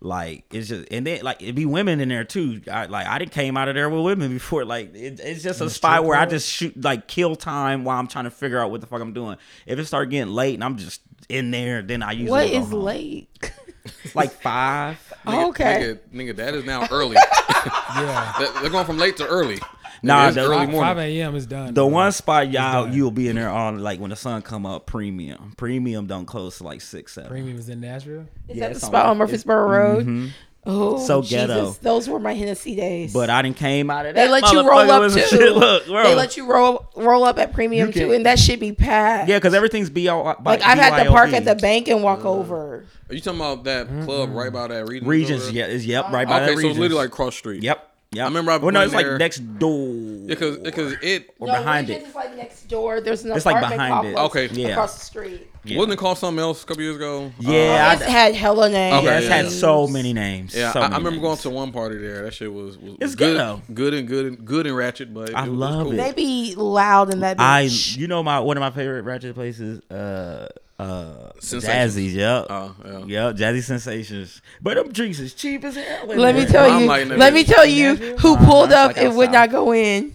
Like it's just and then like it'd be women in there too. I, like I didn't came out of there with women before. Like it, it's just a spot where I just shoot like kill time while I'm trying to figure out what the fuck I'm doing. If it start getting late and I'm just in there, then I usually What go is home. late? Like five. Nigga- Oh, okay. Nigga, nigga, that is now early. yeah. That- They're going from late to early. Nah, Nigga, it's the- early Five- Five morning. a.m. is done. The bro. one spot y'all you'll be in there on like when the sun come up premium. Premium don't close to like six seven. premium is in Nashville. Is Yeah, that the it's spot on- Mm-hmm. on Murfreesboro Road? Oh, So Jesus. ghetto. Those were my Hennessy days. But I didn't came out of that. they let you roll motherfucker up with too. some Shit, look, bro. They let you roll roll up at premium You too, can- and that should be packed. yeah, because everything's B O. like I've had to park at the bank and walk over. Are you talking about that club right by that region? Regions, yeah, is yep, right by Okay, that so Regions. it's literally like cross street. yep, yep. I remember I well, no, went it's like there- next door. Because because it or behind it. like next door. There's an It's like apartment behind it. complex Okay. Yeah. across the street. Yeah. Wasn't it called something else a couple years ago? Yeah, it's had hella names. Okay, yeah, it's had yeah. so many names. uh, Yeah, so I, I many remember names. going to one party there. That shit was, was It's good good, though. good and good and good and ratchet. But I it was love cool. it. They be loud in that I, bitch. you know, my one of my favorite ratchet places, uh, uh, Sensations. Jazzy's. Yep, Oh, yeah. yep, Jazzy Sensations. But them drinks is cheap as hell. in let me there. I'm tell you. lighting that Let me bitch. tell you who Uh-huh, pulled it's up like and would outside. not go in.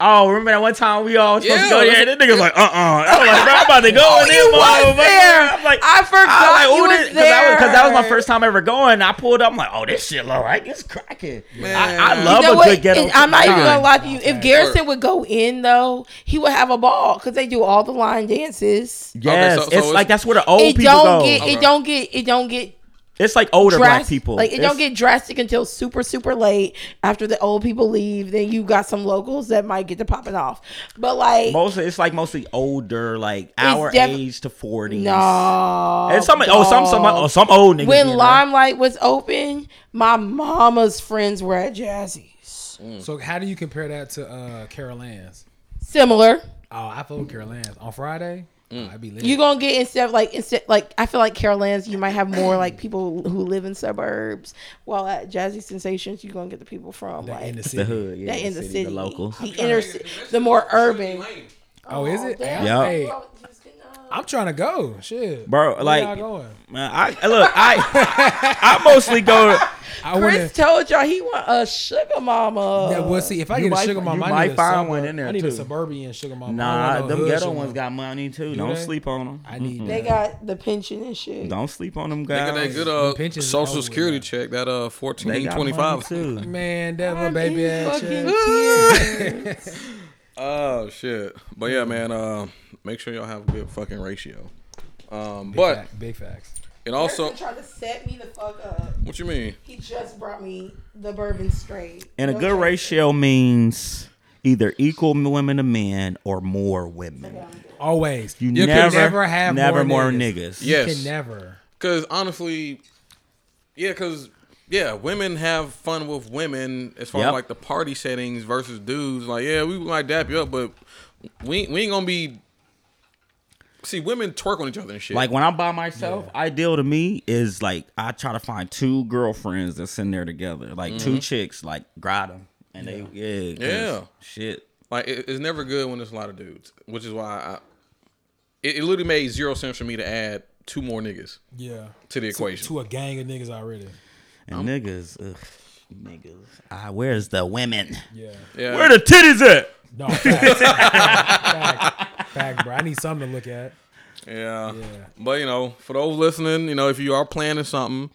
Oh, remember that one time we all supposed to go Yeah. there? That nigga's like, uh, uh I was like, bro, I'm about to go. Oh, in you this was motherfucker. there. I'm like, I forgot I you was was like, because that, was- 'cause that was my there. first time ever going. I pulled up. I'm like, oh, this shit low, right? It's cracking. I, I Man. love you know a what? good ghetto. And I'm not even gonna time. lie to you. If Garrison would go in though, he would have a ball because they do all the line dances. Yes, so- so it's it's- like that's where the old it people don't go. get. It don't get. It don't get. it's like older black Drastic, people. like it It's- don't get drastic until super super late after the old people leave. Then you got some locals that might get to popping off, but like Mostly, it's like mostly older, like our def- age to forties. no, and some oh some some oh, some old niggas. when in there. Limelight was open, my mama's friends were at Jazzy's. So how do you compare that to uh, Carol Ann's? Similar. Oh, I fuck with Carol Ann's on Friday. oh, I'd be lit. You gonna get instead of like instead like I feel like Carolines you might have more like people who live in suburbs, while at Jazzy Sensations you gonna get the people from They're like in the the city. hood, yeah, they're in the city, the locals. the inner, ci- the more urban. Oh, is it? damn. Yeah. Hey, I'm trying to go. Shit, Bro, Where like- y'all going? Man, I look, I I mostly go. I Chris want to. told y'all he want a sugar mama. Yeah, well, see, if I you get might- a sugar mama, you I might need a find suburb- one in there, I need too. a suburban sugar mama. I Nah, don't want no them hood ghetto sugar ones mama. got money too. don't they? sleep on them. I need. they that. got the pension and shit. Don't sleep on them They got that guys. good uh, Pensions is over social with security now. check. That uh They fourteen got twenty money, five. too. Man, that my I'm baby in ass. fucking shit. tears. Oh shit! But yeah, man. Uh, make sure y'all have a good fucking ratio. Um, but Fact- big facts. it also. Chris tried to set me the fuck up. What you mean? He just brought me the bourbon straight. And a No good joke. ratio means either equal women to men or more women. Always. You, can never, never have never more, more niggas. niggas. Yeah. You Yes. can never. Because honestly, yeah, because yeah, women have fun with women as far Yep. as like the party settings versus dudes. Like, yeah, we might dap you up, but we we ain't gonna be. See, women twerk on each other and shit. Like when I'm by myself, ideal to me is like I try to find two girlfriends that's in there together, like two chicks, like grab them, and they yeah 'cause Mm-hmm. Yeah. shit. Like it, it's never good when there's a lot of dudes, which is why I, it, it literally made zero sense for me to add two more niggas Yeah. to the equation. To a gang of niggas already. And niggas, ugh, niggas. Ah, where's the women? Yeah. yeah, Where the titties at? No. Fact. fact. Fact, bro. I need something to look at. yeah. Yeah. But you know, for those listening, you know, if you are planning something,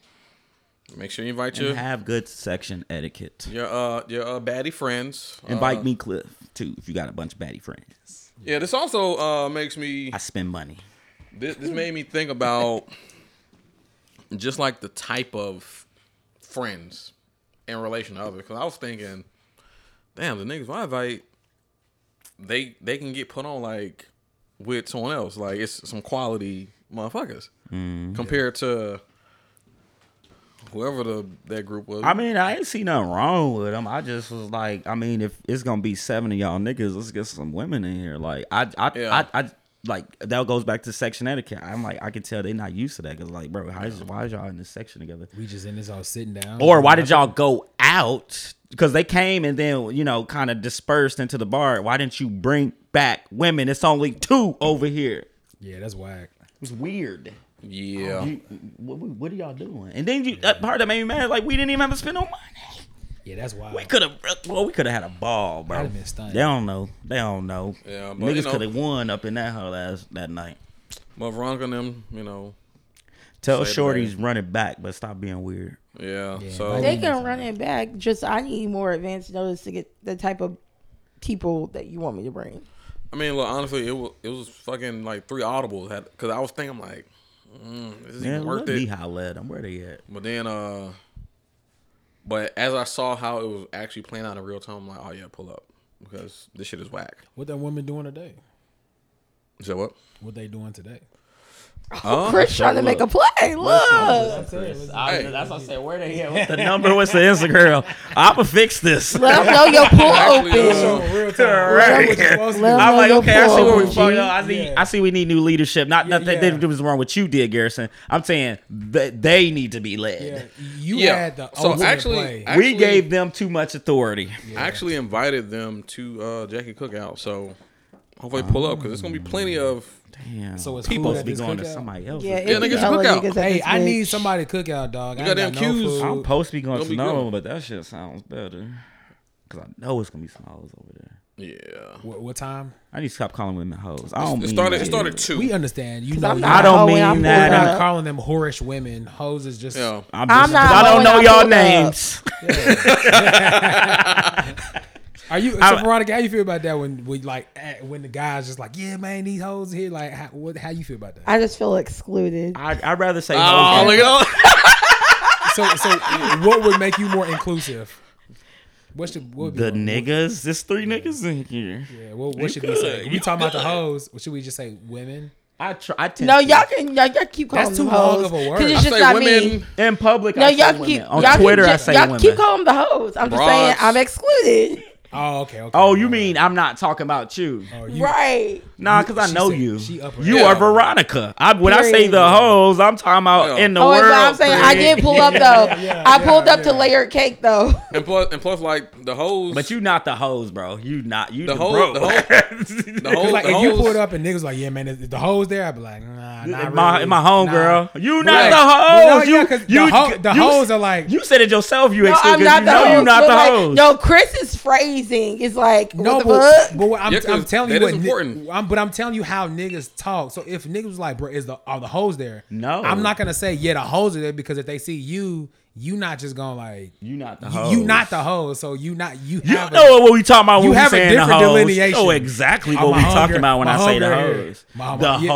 make sure you invite And your have good section etiquette. your uh your uh, baddie friends. Invite Uh, me, Cliff, too, if you got a bunch of baddie friends. Yeah, this also uh makes me I spend money. this, this made me think about just like the type of friends in relation to others. Because I was thinking, damn, the niggas I invite, they they can get put on like with someone else. Like it's some quality motherfuckers Mm. compared to whoever the that group was. I mean, I ain't see nothing wrong with them. I just was like, I mean, if it's gonna be seven of y'all niggas, let's get some women in here. Like, I, I, Yeah. I, I, like that goes back to section etiquette. I'm like, I can tell they not used to that because, like, bro, how is, why is y'all in this section together? We just in this all sitting down. Or why did y'all go out? Because they came and then you know kind of dispersed into the bar. Why didn't you bring back women? It's only two over here. Yeah, that's whack. It's weird. yeah, You, what, what are y'all doing? And then you that part that made me mad. Like we didn't even have to spend no money. Yeah, that's wild. We could have, well, we could have had a ball, bro. I'd have been stunned. They don't know. They don't know. Yeah, but, you niggas know- could have won up in that hole last that night. but Veronica and them, you know, Tell Say it, shorties run it back, but stop being weird. yeah. Yeah, so but They can run it back. Just I need more advance notice to get the type of people that you want me to bring. I mean, look, honestly, it was it was fucking like three audibles because I was thinking like, mm, is this Man, even let worth me it? holler at them. Where they at? But then, uh, but as I saw how it was actually playing out in real time, I'm like, oh yeah, pull up because this shit is whack. What that woman doing today? So what? What they doing today? Huh? Chris trying to make a play. Look. Chris, I, Hey. That's what I said. Where they at? What's the number? What's the Instagram? I'ma fix this. Let him know your pool Actually, open. uh, So real time. Right. That's what you're supposed to Let do. him I'm know like, your okay, I pool see where we open, fucked G. up. I see, Yeah. I see, we need new leadership. Not Yeah, nothing yeah. that was wrong with you did, Garrison. I'm saying that they need to be Yeah, led. you Yeah. had the So ultimate actually- play. I- we gave them too much authority. I actually invited them to uh, Jackie Cookout, so hopefully they pull up because there's gonna be Um, plenty of. Damn, So it's people food at be this going to cookout? somebody else. Yeah, Yeah, it be niggas, hella look out. niggas at Hey, this I need bitch. somebody cookout, dog. You got them cues. I'm supposed to be going Don't to be Sonoma, good. but that shit sounds better. Cause I know it's gonna be some hoes over there. Yeah, What, what time? I need to stop calling women hoes. I don't it mean started. It that. started two. We understand. You know, I'm you- not I don't a hoe when mean I'm that. uh, We're I'm pulled not up. calling them whorish women. Hoes is just. yeah. I'm, just, not I don't hoeing, know I'm y'all pulled up. names. Are you, so I'm- Veronica? How you feel about that when, when like, eh, when the guys just like, yeah, man, these hoes here. Like, how, what, how you feel about that? I just feel excluded. I, I'd rather say Oh, hoes. look at So, so what would make you more inclusive? What should what would be the more- niggas. There's three niggas in here. Yeah, what, what should we say? We talking about the hoes. What should we just say? Women. I try. I tend No, to- y'all can y'all, y'all keep calling That's them too long hoes of a word. 'cause I it's I just say not women. me. In public, No, I y'all say keep women. On y'all Twitter, keep, I say y'all women. keep calling them the hoes. I'm just saying Broads. I'm excluded. Oh, okay. okay oh, you mean I'm not talking about you? Oh, you- right. Nah, because I she know said you. she up her- You Yeah. are Veronica. I, when I say Period. the hoes, I'm talking about Yeah. in the oh, world. that's what I'm saying. I period. did pull up though. yeah, I yeah, pulled up to yeah. layer cake though. and plus, and plus, like the hoes. But you not the hoes, bro. You not you the, The hoe- bro. the hoe- the Cause hoe- like the if you hoes- pulled up and niggas like, yeah, man, is, is the hoes there? I'd be like, nah, nah. In my, really. in my home, girl. You not Right. the But hoes. no, yeah, you, 'cause the you, ho- the you- hoes are like- you said it yourself. You No, exclude. I'm you not the know hoes. you not but the like, hoes. No, Chris's phrasing is like No, what the but, fuck? but what I'm, Yeah, 'cause I'm telling that you, what is ni- important. I'm, but I'm telling you how niggas talk. So if niggas was like, bro, is the are the hoes there? No. I'm not gonna say yeah, the hoes are there because if they see you, you not just gonna like You not the you, hoes. you not the hoes. So you not you. You have a- know what we talking about when you we have a saying the different hoes. delineation. You know exactly Oh, what my we hunger- talking about when my I say the hunger here. hoes. My- the yeah, yeah.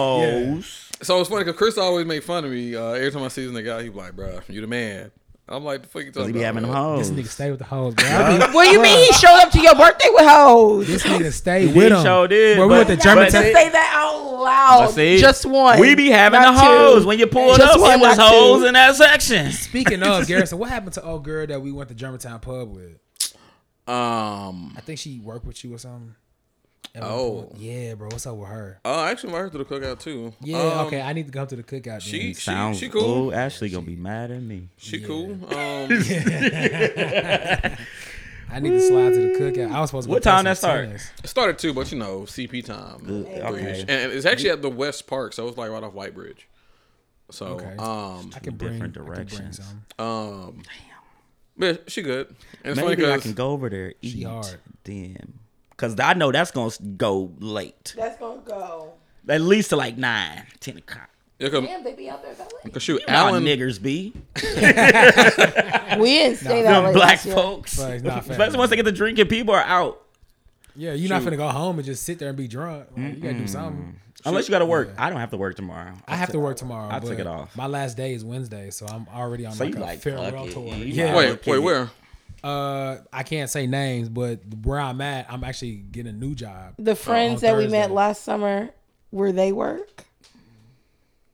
hoes. so it's funny because Chris always made fun of me uh, every time I see this nigga out. He be like, "Bruh, you the man." I'm like, "The fuck you talking They be about?" having bruh?" hoes. this nigga stay with the hoes. Bro. I be- What do you mean he showed up to your birthday with hoes? this nigga stay He with them. sure did, Bro, we but- went to but- Y'all German just it- say that out loud. That's it. Just one. We be having not the two. hoes when you pulled Just up. one, It was not two. hoes in that section. Speaking of Garrison, what happened to old girl that we went to Germantown pub with? Um. I think she worked with you or something. At one Oh. point. yeah, bro. What's up with her? Uh, actually, I heard to the cookout too. Yeah, Um, okay. I need to come to the cookout. She, Mm, then. she, she cool. Oh, Ashley gonna be mad at me. She cool. Um, I need to slide to the cookout. I was supposed to. What go time play that some start? tennis. It started too, but you know, CP time. okay. okay. And and it's actually at the West Park, so it's like right off White Bridge. So, um, I can bring Different I can bring directions. some. um, but she good. And it's funny Maybe I 'cause can go over there eat hard. then, cause I know that's gonna s- go late. That's gonna go. At least to like nine, ten o'clock. yeah, 'cause- Damn, they be out there that late. 'cause shoot, Alan Alan, niggers be We didn't stay that them late. black last year. folks. But it's not fair. Especially once they get to drinking, people are out. Yeah, you're not finna go home and just sit there and be drunk. Like, you gotta do something. Unless you gotta work. I don't have to work tomorrow. I have to work tomorrow. I took but it off. My last day is Wednesday, so I'm already on So like you a like, farewell fuck it, tour. you Yeah, might- wait, Okay. wait, where? uh, I can't say names, but where I'm at, I'm actually getting a new job. The friends on that we met Thursday. last summer, where they work,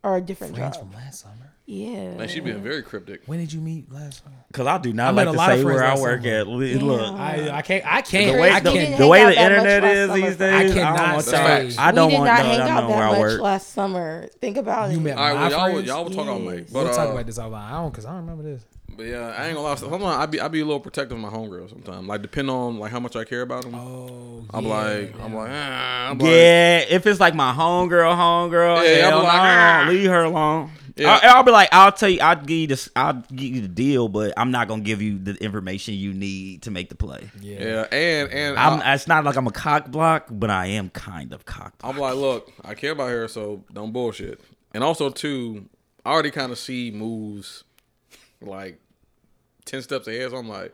or a different Friends job. from last summer. Yeah. Man, she being very cryptic. When did you meet last summer? Cause I do not I met like a to lot of say friends where I last work summer. at. Look, look, I I can't I the can't way I we the, can't. hang the way out the that much internet last is summer. these days, I I, cannot don't want say- y'all. I we don't did want not y'all hang to out know where that I much work. last summer. Think about You it. met All right, my well, y'all, friends? y'all will talk all night. Yes. But, we'll uh, talk about this offline. I don't because I don't remember this. but yeah, I ain't gonna lie. Sometimes I be, I be a little protective of my homegirl sometimes. Like, depend on like how much I care about them. Oh, I'm yeah, like, man. I'm like, ah, I'm like, Yeah, if it's like my homegirl, homegirl, Yeah, yeah, I'll hell be like, no, "Ah." leave her alone. Yeah. I, I'll be like, I'll tell you, I'll give you this, I'll give you the deal, but I'm not gonna give you the information you need to make the play. yeah. Uh, yeah, and and I'm, I, it's not like I'm a cock block, but I am kind of cock block. I'm like, look, I care about her, so don't bullshit. And also, too, I already kind of see moves like ten steps ahead. So I'm like,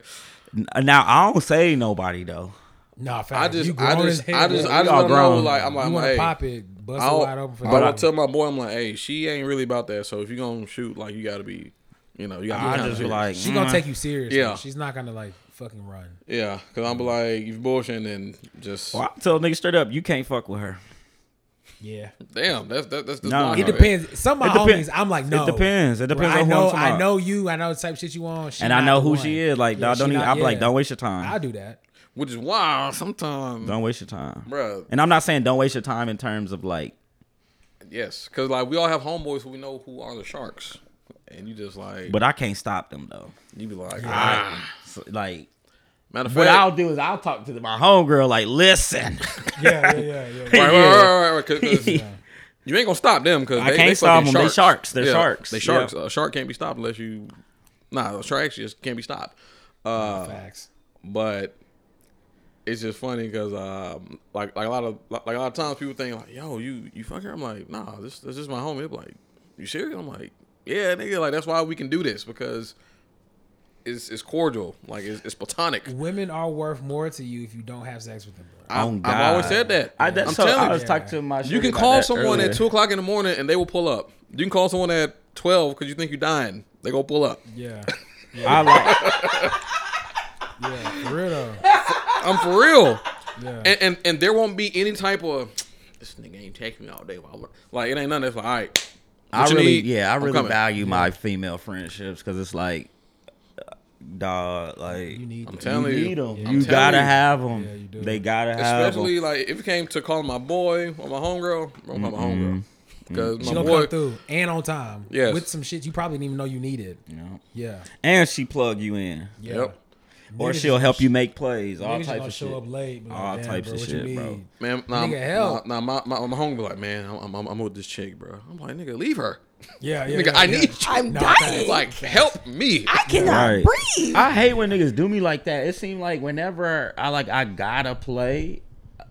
N- Now I don't say nobody though. Nah, fam, I you just, I grown just, as hell. I just, I We just all want to know. grown. Like, I'm like, you I'm want to like, hey, pop it, bust it I'll, wide open for but I you. tell my boy, I'm like, hey, she ain't really about that. So if you gonna shoot, like, you gotta be, you know, you gotta. Be I kinda just be serious. like, She gonna take you serious. Yeah. she's not gonna like fucking run. yeah, because I'm be like, you bullshitting and just. Well, I tell niggas straight up, you can't fuck with her. Yeah. Damn, that's that, that's that's No. wild. It depends. Some of my It depen- homies, I'm like, no. depends. It depends I on who I'm know, talking I about. know you. I know the type of shit you want. She and I not know the who one. she is. Like, Yeah, nah, she don't even. not- I'm like, yeah. don't waste your time. I do that. Which is wild. Sometimes, Don't waste your time, Bruh. And I'm not saying don't waste your time in terms of like, yes, because like we all have homeboys who we know who are the sharks, and you just like, but I can't stop them though. you be like, ah. So, like, Matter of what fact, I'll do is I'll talk to my homegirl. Like, listen, Yeah, yeah, yeah. yeah. Right, right, Yeah. right, right, right, 'cause- 'cause You ain't gonna stop them because I they, can't they stop fucking 'em. They Sharks. sharks. They're sharks. They sharks. Yeah. A shark can't be stopped unless you. Nah, a shark actually just can't be stopped. Uh, Facts. but it's just funny because um, like like a lot of like a lot of times people think like, yo, you you fuck her. I'm like, nah, this this is my homie. They're like, you serious? I'm like, yeah, nigga. Like that's why we can do this because it's it's cordial. Like it's, it's platonic. Women are worth more to you if you don't have sex with them. Bro. I, Oh, I've God. always said that. I, that, am so telling I you. was talking to my. You shorty can about call that someone earlier. at two o'clock in the morning and they will pull up. You can call someone at twelve because you think you're dying. They gonna pull up. Yeah. I like. Yeah. For real though. I'm for real. Yeah. And, and and there won't be any type of this nigga ain't text me all day while I work. Like it ain't nothing. That's like all right. I what you really, need? yeah, I I'm really coming. value my female friendships because it's like, uh, dog, like you need I'm that. telling you, need them. I'm you telling gotta you. have them. Yeah, you do. They gotta have Especially like if it came to calling my boy or my homegirl, bro, I'm my mm. homegirl because She my gonna boy. come through and on time. Yes. With some shit you probably didn't even know you needed. them. Yeah. And she plug you in, Yeah. Yep, or Niggas she'll is- help you make plays, all Niggas just types gonna of show shit. up late. but All like, damn, types bro, of what you shit, bro. need? man. Nah, Nigga, help. nah, nah, my my, my homegirl be like, man, I'm, I'm I'm with this chick, bro. I'm like, nigga, leave her. Yeah, yeah. Nigga, yeah, I yeah. need you. I'm No, dying. Like, help me. I cannot Right. breathe. I hate when niggas do me like that. It seemed like whenever I like I gotta play,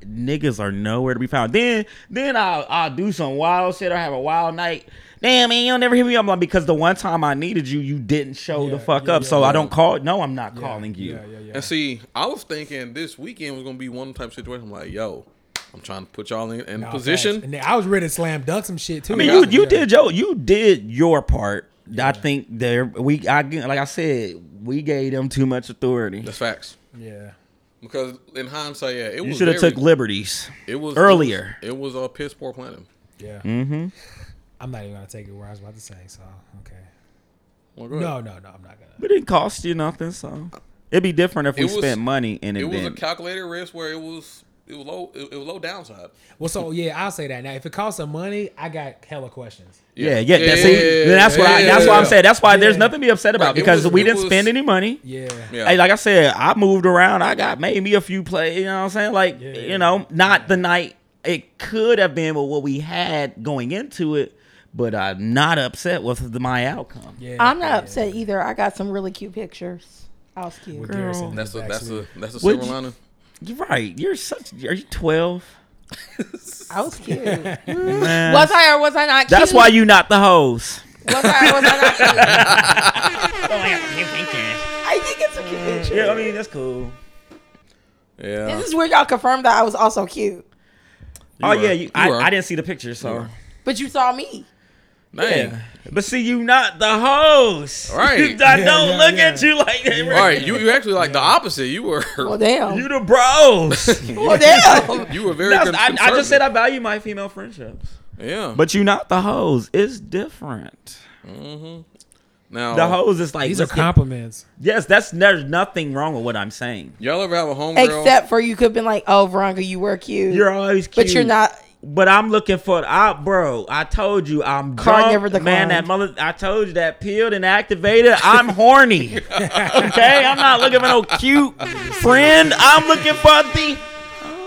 niggas are nowhere to be found. Then then I'll I'll do some wild shit or have a wild night. Damn man, you don't never hear me. I'm like because the one time I needed you, you didn't show Yeah, the fuck yeah, up. yeah, so yeah. I don't call. No, I'm not Yeah, calling you. Yeah, yeah, yeah. And see, I was thinking this weekend was gonna be one type of situation. I'm like, yo, I'm trying to put y'all in, in Nah, position. facts. And then I was ready to slam dunk some shit too. I mean, you you did your you did your part. I think there we I g- like I said we gave them too much authority. That's facts. Yeah. Because in hindsight, yeah, it You was should have very- took liberties. it was earlier. It was, it was a piss poor planning. Yeah. Mm-hmm. I'm not even gonna take it where I was about to say. So okay. Well, go ahead. No, no, no. I'm not gonna. But it didn't cost you nothing, so it'd be different if we It was- spent money and it, it was a didn't. calculated risk where it was it was low it, it was low downside. Well, so yeah, I'll say that. Now, if it costs some money, I got hella questions. yeah, yeah. that's, see, then that's what I, yeah, that's why why I'm saying. That's why there's Yeah. nothing to be upset about Right, it because was- we it didn't was- spend any money. Yeah. Yeah. Hey, like I said, I moved around. I got made me a few plays. You know what I'm saying? Like Yeah, yeah, you know, not the night it could have been with what we had going into it, but I'm not upset with the, my outcome. Yeah. I'm not upset either. I got some really cute pictures. I was cute. With Garrison in that's the a back that's seat. a that's a Would silver you- lining. You're right. You're such. Are you 12? I was cute. was Man, I or was I not? that's cute? why you not the hoes. Was I or was I not? Cute? I think it's a cute picture. Yeah, I mean that's cool. Yeah. This is where y'all confirmed that I was also cute, oh are. yeah, you, I, are. I didn't see the picture, so. but you saw me. Dang. Yeah. But see, you not the host. Right. I don't yeah, look yeah. at you like that. All right, you you actually like the opposite. You were Well, damn. You the bros. well, damn. you were very. That's- con- I, I just conservative. said I value my female friendships. yeah. But But you not the hoes. It's different. now The hoes is like These are let's get- compliments. yes. That's there's nothing wrong with what I'm saying. y'all ever have a homegirl? Except for you could have been like, oh, Veronica, you were cute. You're always cute, but you're not. But I'm looking for I bro. I told you I'm Car drunk, never man. declined. That mother. I told you that peeled and activated. I'm horny. okay, I'm not looking for no cute friend. I'm looking for the.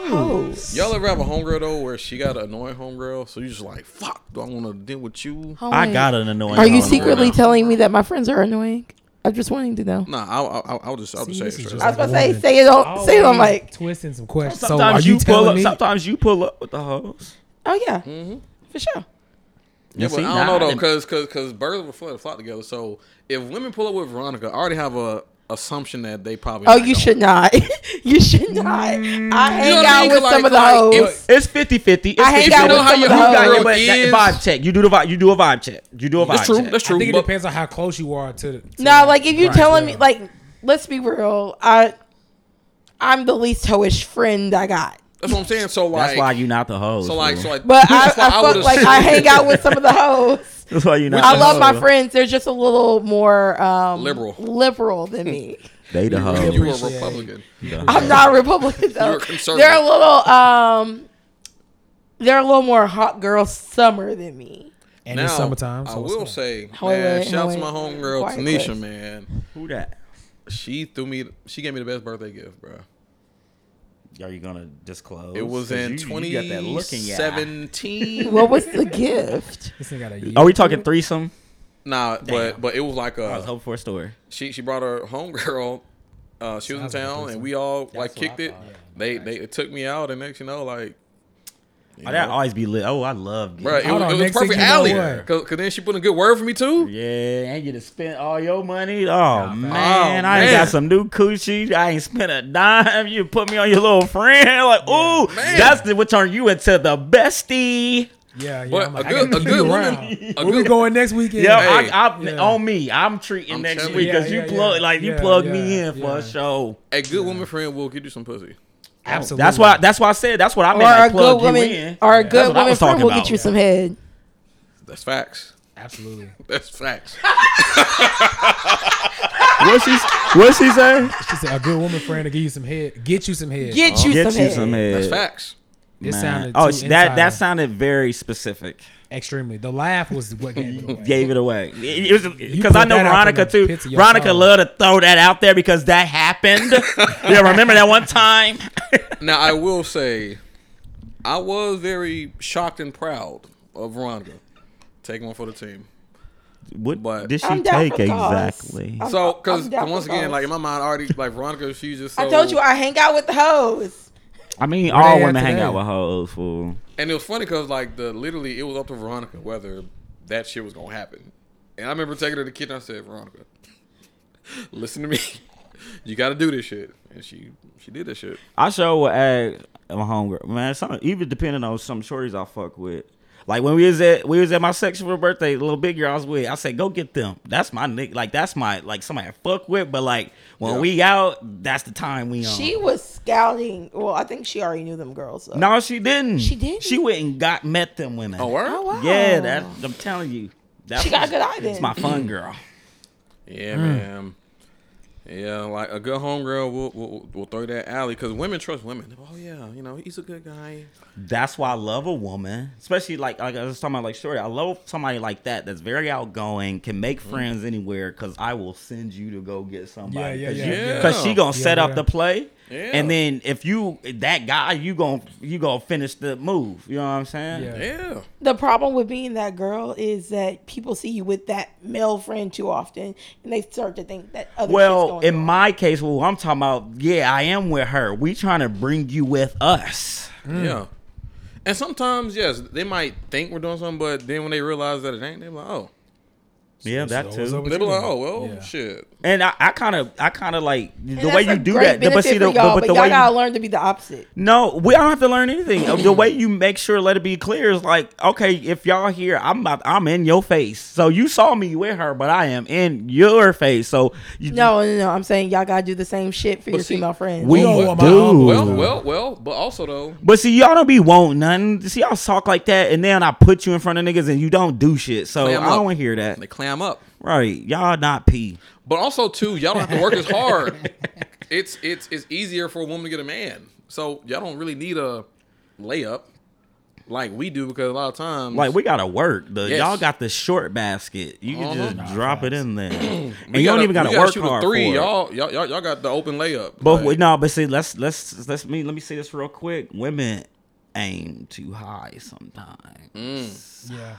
Oh. Y'all ever have a homegirl though where she got an annoying homegirl, so you just like, fuck, do I want to deal with you? I got an annoying. Oh, Are you homegirl. secretly telling me that my friends are annoying? I'm just wanting to know. Nah, I'll, I'll, I'll just I'll just say it this is straight. up. just I was about to Like a say, woman. say it on, say it on Always like, twisting some questions. So are Sometimes you, you, pull telling up. me? Sometimes you pull up with the hoes. oh yeah, Mm-hmm. for sure. Yeah, You but I see, don't nah, know though, them- because because because birds of a feather flock together. So if women pull up with Veronica, I already have a assumption that they probably. Oh, not you gonna- should not. you should not. I hang what I out mean? with Like- some of the like, hoes. if- It's 50 50. I hang out You know with how some your of the homegirl hoes. girl is- vibe check. You do the vibe. You do a vibe check. You do a vibe That's true. check. That's I true. think it but- depends on how close you are to. to No, like if you Right, telling yeah. me, like, let's be real. I, I'm the least hoish friend I got. That's what I'm saying. So like, That's why you not the hoes. so like, fool. so like, But I, I that's why fuck would've like said- I hang out with some of the hoes. that's why you not. I the love my hoes. friends. They're just a little more um, Liberal. liberal than me. They the Um, You were hoes. a Appreciate it. Republican. I'm not a Republican though. You're a conservative. They're a little um, they're a little more hot girl summer than me. And it's summertime. So I what's will up? say, Hold man, it, shout out to hold my it. homegirl Quiet Tanisha, place. man. Who that? She threw me. She gave me the best birthday gift, bro. Are you gonna disclose? It was 'Cause in you- you got that look in your eye. 2017. What was the gift? This thing got a year. Are we talking threesome? nah, but but it was like I was a hoping for a story. she she brought her homegirl. Uh, she was in Sounds like a town, and threesome. we all like what I kicked it. thought. They they it took me out, and next you know like. you Oh, that know. always be lit. Oh, I love. Bruh, Getting, it, Hold was, on, it was next thing perfect you know alley. what? Cause, 'cause then she put in good word for me too. yeah, and you to spend all your money. Oh Oh, man, man. I ain't got some new coochie. I ain't spent a dime. You put me on your little friend. Like, ooh, man. that's the, what turned you into the bestie. Yeah, yeah. But I'm a like, I good- gotta a keep good you woman- around. a Where we good- going next weekend? Yeah, Hey. I, I, Yeah. on me. I'm treating I'm next telling week you. because Yeah, you yeah, plug yeah. like you Yeah, plug me yeah, in for yeah. a show. A good woman friend will get you some pussy. Absolutely. That's why. That's why I said. That's what I meant. Or like, a good plug you woman in. or a That's good what I woman was friend talking will get about. you some head. That's facts. Absolutely. That's facts. What she What she say? She said a good woman friend to give you some head, get you some head. Get you Get some you head. some head. That's facts. It Man. sounded oh, too sh- that that inside. sounded very specific. extremely. The laugh was what gave it away. Gave it away. It- it was- because put I know that out from the Veronica too. pits of your Veronica soul. loved to throw that out there because that happened. yeah, remember that one time? Now I will say, I was very shocked and proud of Rhonda taking one for the team. what But- did she I'm down take for cause. exactly? I'm- So, I'm because down once for again, both. like in my mind, already like Veronica, she's just. So, I told you I hang out with the hoes. I mean, all they at women hang today? out with hoes. Fool. and it was funny because like the literally it was up to Veronica whether that shit was gonna happen. And I remember taking her to the kitchen. I said, Veronica, listen to me. You got to do this shit, and she she did this shit. I sure would ask my homegirl, man. Some even depending on some shorties I fuck with. Like when we was at we was at my section for birthday, little big girl I was with. I said, "Go get them." That's my nick. Like that's my like somebody I fuck with. But like when Yeah. we out, that's the time we on. She was scouting. Well, I think she already knew them girls. though. no, she didn't. She didn't? She went and got met them women. Oh, word? Oh, wow. yeah. That I'm telling you. That She got was- a good eye then. It's my fun girl. Yeah, man. Yeah, like a good homegirl will will, will throw that alley because women trust women. Oh yeah, you know he's a good guy. That's why I love a woman, especially like like I was talking about like shorty. I love somebody like that that's very outgoing, can make Mm. friends anywhere. Because I will send you to go get somebody. yeah, Cause yeah, you- yeah. Cause she gonna Yeah, set up yeah. the play, Yeah. and then if you that guy, you gonna you gonna finish the move. You know what I'm saying? Yeah. Yeah, The problem with being that girl is that people see you with that male friend too often, and they start to think that other. shit's Well, going in on. my case, well, I'm talking about. Yeah, I am with her. We trying to bring you with us. yeah. And sometimes yes, they might think we're doing something, but then when they realize that it ain't, they're like, oh, yeah, that so it's too. over- they're like, oh well, Yeah. shit. And I kind of, I kind of like the way that's a you do great that. But benefit see, the, for y'all, but, but the y'all way you gotta learn to be the opposite. No, we don't have to learn anything. Uh, the way you make sure, let it be clear, is like, okay, if y'all here, I'm about, I'm in your face. So you saw me with her, but I am in your face. So you, No, no, no. I'm saying y'all gotta do the same shit for your see, female friends. we don't do. want my homeboy. Well, well, well. But also though, But see, y'all don't be want nothing. See, y'all talk like that, and then I put you in front of niggas, and you don't do shit. So Clam I up. don't want to hear that. they clam up. Right? Y'all not pee. But also too, y'all don't have to work as hard. It's it's it's easier for a woman to get a man. So y'all don't really need a layup like we do because a lot of times Like we gotta work. The, Yes. Y'all got the short basket. You can Uh-huh. just drop it in there, and We you don't gotta- even gotta, we work shoot a hard three. for it. y'all, y'all, y'all, y'all got the open layup. But Like, wait, no, but see, let's let's let's me let me say this real quick. Women aim too high sometimes. Yeah.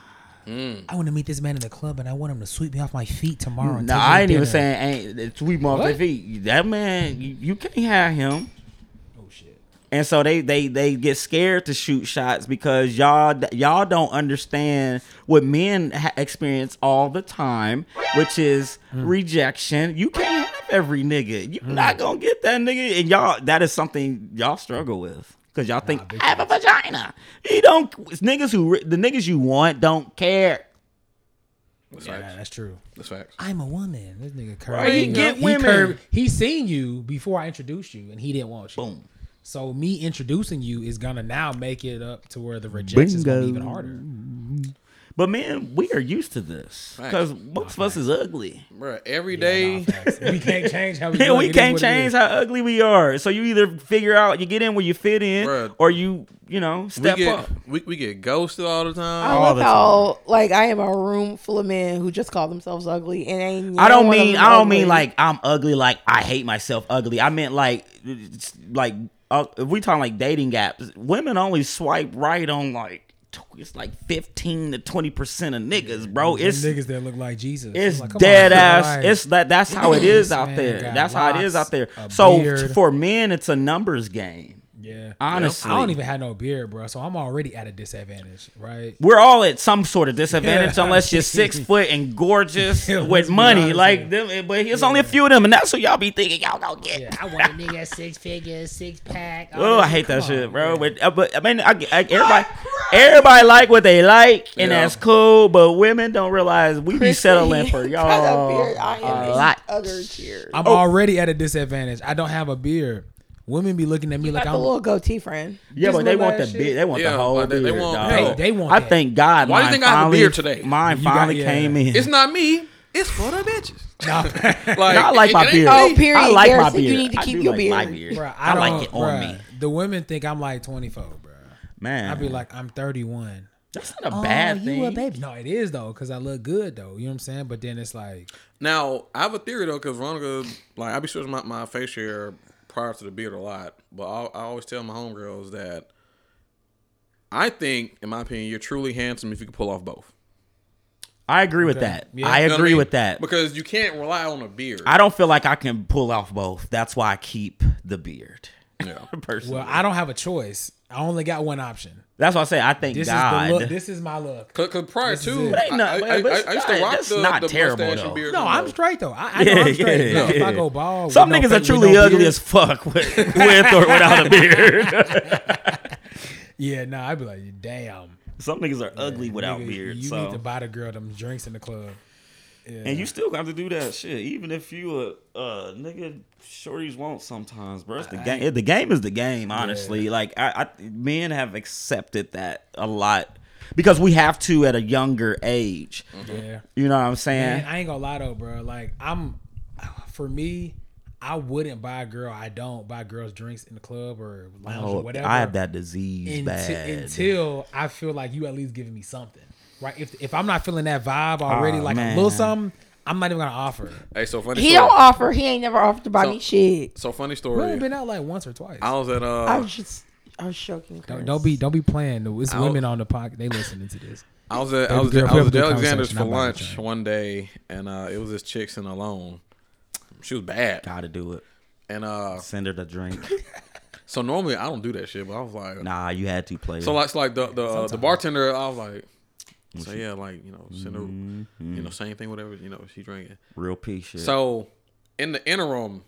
Mm. I want to meet this man in the club, and I want him to sweep me off my feet tomorrow. and No, take me I to ain't even dinner. saying ain't it's we off their feet. That man, you, you can't have him. Oh shit. And so they they they get scared to shoot shots because y'all y'all don't understand what men ha- experience all the time, which is Hmm. rejection. You can't have every nigga. You're not gonna get that nigga, and y'all that is something y'all struggle with because y'all think I have a vagina. You don't it's niggas who re- the niggas you want don't care. That's Yeah, facts. that's true. That's facts. I'm a woman. This nigga curved. Right, you He get curved- he women. curved- He seen you before I introduced you, and he didn't want you. Boom. So me introducing you is gonna now make it up to where the rejection is gonna be even Bingo. harder. But man, we are used to this because most of us is ugly. Bruh, every day. Nah, facts. we can't change how we. Man, look. we It is can't what it change is. how ugly we are. So you either figure out you get in where you fit in, Bruh. or you you know we step up. get we, we get ghosted all the I time. All love the how like I am a room full of men who just call themselves ugly and ain't. I don't one of mean them I don't ugly. mean like I'm ugly. Like I hate myself ugly. I meant like it's- like uh, if we talking like dating apps, women only swipe right on like tw- it's like fifteen to twenty percent of niggas, bro. Them It's niggas that look like Jesus. It's like, come on, dead man, ass. like, It's that. That's how it is out man there. got That's how it is locks, out there. a So beard. for men, it's a numbers game. yeah. Honestly, I don't even have no beard, bro. So I'm already at a disadvantage, right? We're all at some sort of disadvantage Yeah. unless you're six foot and gorgeous Yeah, let's with be money. honest Like here. them, eh, but it's only a few of them, and that's what y'all be thinking y'all gonna get. Yeah, I want a nigga six figures, six pack. all Oh, this I hate come that on, shit, bro. man. But, uh, but I mean, I, I, everybody, everybody like what they like, and Yeah. that's cool. But women don't realize we be Chrissy settling for got a y'all beard. I am a in lot. Other tier. I'm Oh. already at a disadvantage. I don't have a beard. Women be looking at me like Got I'm. the little goatee friend. Yeah, Just but they little want the ass shit. beard. They want Yeah, the whole like they- beard. they want- dog. Hey, they want I that. thank God. Why do you mine think I have a finally- beard today? Mine You got- finally yeah. came in. It's not me. It's for the bitches. like, I like it- my it ain't beard. me. Oh, period. I like my Garrison, beard. you need to I keep do your like my beard. beard. Bruh, I, like it on bruh, me, The women think I'm like 24, bro. man. I be like, "Oh, I'm 31. that's not a bad thing. No, it is though, cause I look good though. You know what I'm saying? But then it's like, Now I have a theory though, because Veronica, like I be switching my, my face hair prior to the beard a lot, but I, I always tell my homegirls that I think, in my opinion, you're truly handsome if you can pull off both. I agree with that. Yeah. I You know what agree mean? with that. because you can't rely on a beard. I don't feel like I can pull off both. That's why I keep the beard. Yeah. Personally, well, I don't have a choice. I only got one option. that's why I say I thank This God. is the look. This is my look. Cause, 'cause prior is to, it. I, Ain't no- I, I, but it's I used to not- rock that's the, not the terrible, mustache and though. beard. No, combo. I'm straight though. I, I know I'm straight. yeah, Now, If I yeah. go bald, with Some no niggas fa- are with no truly ugly beard- as fuck with, with or without a beard. Yeah, nah, I'd be like, damn. Some niggas are ugly without nigga, beard. you so. need to buy the girl them drinks in the club. And you still got to do that shit, even if you a uh, nigga. Shorties won't sometimes, bro. It's the game. The game is the game. Honestly, like I, I, men have accepted that a lot because we have to at a younger age. Yeah. You know what I'm saying? And I ain't gonna lie though, bro. Like I'm, for me, I wouldn't buy a girl. I don't buy girls drinks in the club or lounge Oh, or whatever. I have that disease unti- bad. until I feel like you at least giving me something, right? If if I'm not feeling that vibe already, Aw, like man. a little something, I'm not even gonna offer. Hey, so funny. He story. don't offer. He ain't never offered to buy So- me shit. So funny We only story. been out like once or twice. I was at uh, I was just, I was joking. don't, Chris. don't be don't be playing. It's I'll- women on the podcast. They listening to this. I was at I Baby was, girl, at, we I was have a at good Alexander's conversation, for not about lunch that. one day, and uh, it was this chick sitting alone. She was bad, Gotta do it. and uh, Send her the drink. so normally I don't do that shit, but I was like, nah, you had to play. so it. like, so like the the, uh, the bartender, I was like, so yeah, like you know, send her, you Mm-hmm. know, same thing, whatever, you know, she drinking. real piece shit. So in the interim,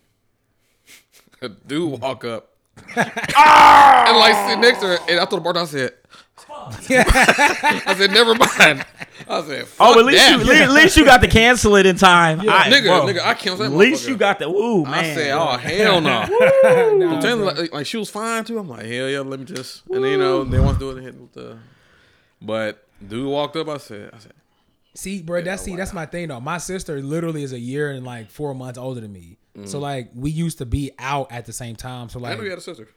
a dude walk up. Ah! and like sit next to her, and I told the bartender, I said, I said, never mind. I said, oh, "Fuck but at least that." you, at least you got to cancel it in time. I, nigga, bro, nigga, I canceled At that least motherfucker. you got the ooh man. I said, oh hell no. I'm telling you, like, like she was fine too. I'm like hell yeah, let me just. And then, you know they want to do it. they Hit with the, but dude walked up. I said, I said, See, bro, that's see, that's my thing though. My sister literally is a year and like four months older than me. Mm. So like we used to be out at the same time. So I like know you had a sister.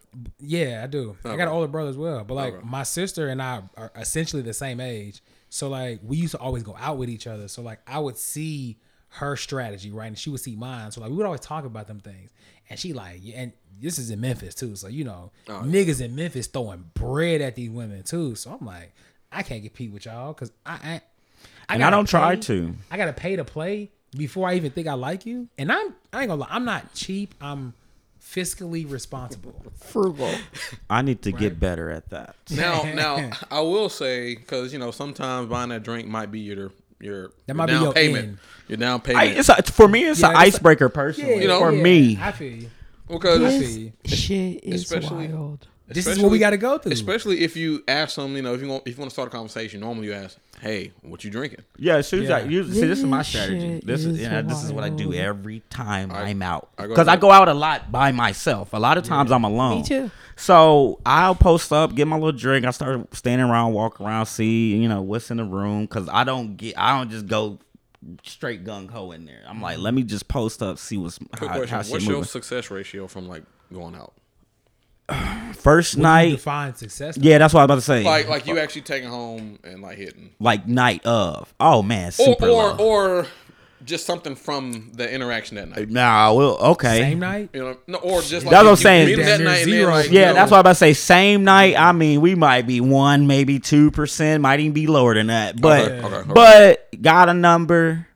yeah, I do. I got an older brother as well. But like my sister and I are essentially the same age. So like we used to always go out with each other. So like I would see her strategy, right? And she would see mine. So like we would always talk about them things. And she like, yeah, and this is in Memphis too. So you know, niggas in Memphis throwing bread at these women too. So I'm like, I can't compete with y'all because I, I I And I gotta don't try pay- to. I gotta pay to play before I even think I like you. And I'm I ain't gonna lie, I'm not cheap. I'm fiscally responsible. frugal. I need to get better at that. Now, now I will say because you know sometimes buying that drink might be your your, your might be down your payment. end. Your down I, payment. it's a, for me, it's Yeah, an it's a- icebreaker personally. You know, for me, I feel you. because I feel you. Shit is Especially- wild. This is what we Especially- got to go through. Especially if you ask them, you know, if you want, if you want to start a conversation, normally you ask, "Hey, what you drinking?" Yeah, shoes. Yeah. I usually see this is my This strategy. shit This is is yeah, this is what I do wild. every time I, am out I go because I out- go out a lot by myself. A lot of times I'm alone. Me too. So I'll post up, get my little drink. I start standing around, walk around, see you know what's in the room because I don't get. I don't just go straight gung ho in there. I'm like, let me just post up, see what's Quick how, question: how What's shit your moving. success ratio from like going out? First I night, define success. yeah, that's what I was about to say. Like, like you actually taking home and like hitting, Like night of. Oh man, or super or, low. or just something from the interaction that night. Nah, well, okay. Same night. You know, no, or just like That's what you- I'm saying. you meet Damn that near night and then, zero. like, Yeah, you know, that's what I'm about to say. Same night, I mean, we might be one, maybe two percent, might even be lower than that. But Okay, okay, okay. but got a number.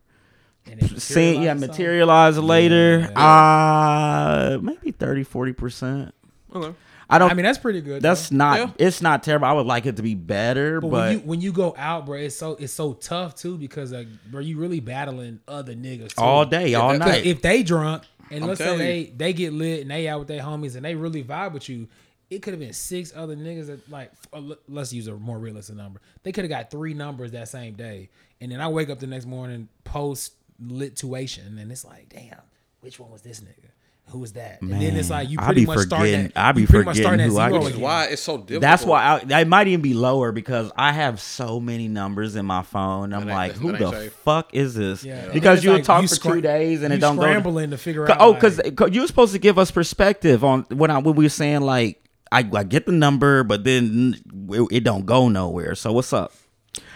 And it See, yeah, materializes something. materialize it later. Uh maybe 30, 40 percent. Okay. I don't. I mean, that's pretty good. that's not. Yeah. It's not terrible. I would like it to be better, But but, when you when you go out, bro, it's so it's so tough too because like, bro, you really battling other niggas too. all day, all that- Because night. if they drunk and let's say telling they you. they get lit and they out with their homies and they really vibe with you, it could have been six other niggas that like f- uh, le- let's use a more realistic number. They could have got three numbers that same day, and then I wake up the next morning post lituation and it's like, damn, which one was this nigga? Who was that? And then it's Man, like you I pretty be much start forgetting- that. I be you pretty much start forgetting at who I zero get. Which is again. why it's so difficult. That's why I, I might even be lower because I have so many numbers in my phone. I'm ain't- like, that who ain't the safe. fuck is this? Yeah. And then Because it's you'll like talk you for two scram- days and you it don't go. scrambling to figure Co- out. Oh, because like, you were supposed to give us perspective on when I when we were saying like I, I get the number, but then it, it don't go nowhere. So what's up?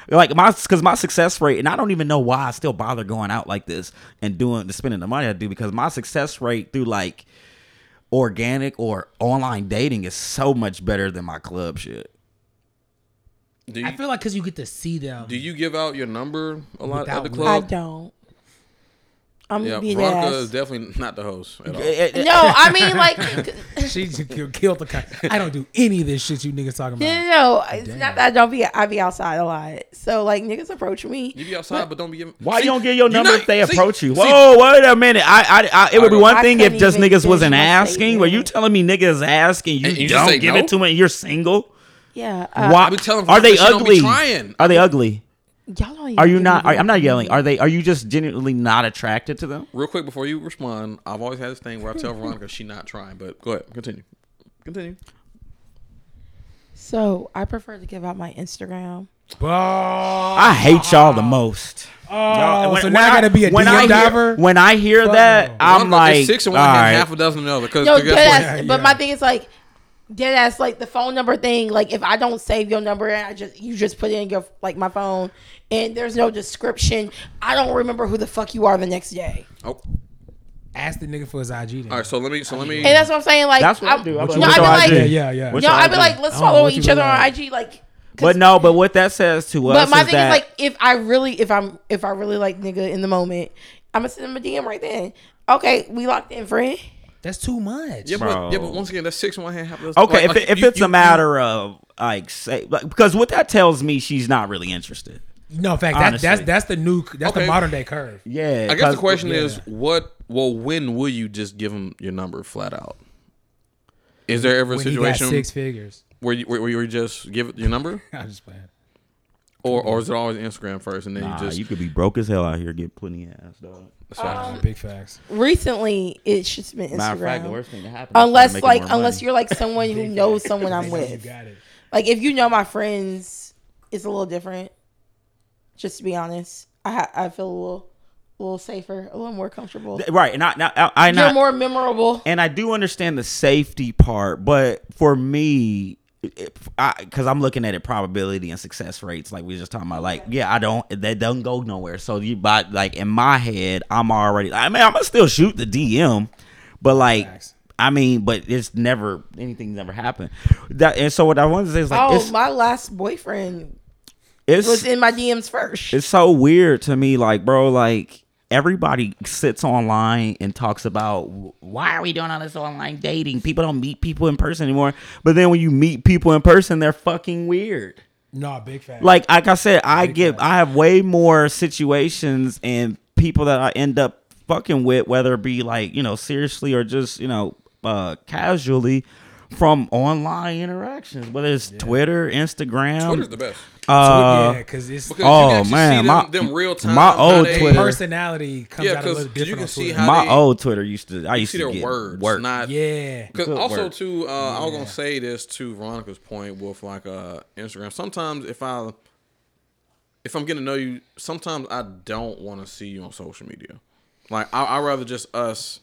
Like my because my success rate, and I don't even know why I still bother going out like this and doing spending the money I do because my success rate through like organic or online dating is so much better than my club shit. Do you, I feel like because you get to see them. do you give out your number a lot at Without the lip. I club? don't. I'm Yeah, being Veronica is ass. definitely not the host at all. Eh, eh, No, I mean like She just killed the. Con- I don't do any of this shit you niggas talking No, about. no, no. It's not that I don't be. I be outside a lot, so like niggas approach me. You be outside, but don't be giving. Why See, you don't get your you number not- if they see- approach you? see, Whoa, wait a minute. I, I, I it would be I one don't- thing I if just couldn't even niggas wasn't finish my asking. Were you statement. telling me niggas asking you, And you just don't say give no? it to me? You're single. Yeah. Uh, Why? I be telling are they Veronica she don't be ugly? trying. Are they ugly? Y'all don't even Are you give not? me Are, the- I'm not yelling. Are they? Are you just genuinely not attracted to them? Real quick before you respond, I've always had this thing where I tell Veronica she not trying, but go ahead, continue, continue. So I prefer to give out my Instagram. Bah. I hate y'all the most. Oh, so now I gotta be a when DM I hear- diver? When I hear Fuck that, no. I'm Veronica is like, six and all one, right. and half a dozen and the other. Because No, dead ass. Yeah, But yeah. my thing is like dead ass, like the phone number thing. Like if I don't save your number, and I just you just put it in your like my phone, and there's no description. I don't remember who the fuck you are the next day. Oh, Ask the nigga for his IG. Then. all right, so let me, so let me. And that's what I'm saying. Like That's what I I'm- do. I'm no, like, I'd be what like, do I yeah, do? yeah, yeah. What's no, your I'd be IG? like, I let's don't know follow what you each other on like. IG. Like, 'cause- But no, but what that says to us But my is thing that is like, if I really, if I'm, if I really like nigga in the moment, I'm gonna send him a DM right then. Okay, we locked in, friend. That's too much. yeah, Bro. but, yeah, but once again, that's six and one, and half a dozen. Okay, Like- if, it- like, if you- it's you- a matter of like say like, because what that tells me she's not really interested. No, in fact, that, Honestly. that's that's the new, that's the Okay. modern day curve. Yeah, I guess the question is, what? Well, when will you just give them your number flat out? Is there ever a When he got situation six figures. where you where, where you just give it your number, I'm just playing. or or is it always Instagram first, and then you just could be broke as hell out here, get plenty of ass dog. That's fine. Um, Big facts. Recently, it's just been Matter of fact, the Instagram. worst thing that happened. Unless, like, unless you're like someone who knows someone I'm You with. got it. Like, if you know my friends, it's a little different. Just to be honest, I ha- I feel a little, a little safer, a little more comfortable. right, and I, now, I, I You're not, more memorable. and I do understand the safety part, but for me, because I'm looking at it probability and success rates, like we were just talking about, like yeah, I don't that doesn't go nowhere. So you, but like in my head, I'm already. I mean, I'm gonna still shoot the DM, but like. Facts. I mean, but it's never anything's never happened. That and so what I wanted to say is like oh, it's my last boyfriend was it's, in my DMs first. it's so weird to me, like bro, like everybody sits online and talks about why are we doing all this online dating? People don't meet people in person anymore. But then when you meet people in person, they're fucking weird. No, big facts. Like like I said, I get I have way more situations and people that I end up fucking with, whether it be like, you know, seriously or just, you know, uh casually, from online interactions, whether it's Twitter, Instagram. Twitter's the best. uh, yeah, cause it's Because Oh, you can actually man, see them, my- them real time. my how old they- Twitter. personality comes Yeah, out a 'cause little you different. can on see Twitter. how- my they- old Twitter used to. I You used see to their get words, work. not yeah, Because Good also work. too, uh, I was gonna say this to Veronica's point with like uh, Instagram. Sometimes if I if I'm getting to know you, sometimes I don't want to see you on social media. Like I I rather just us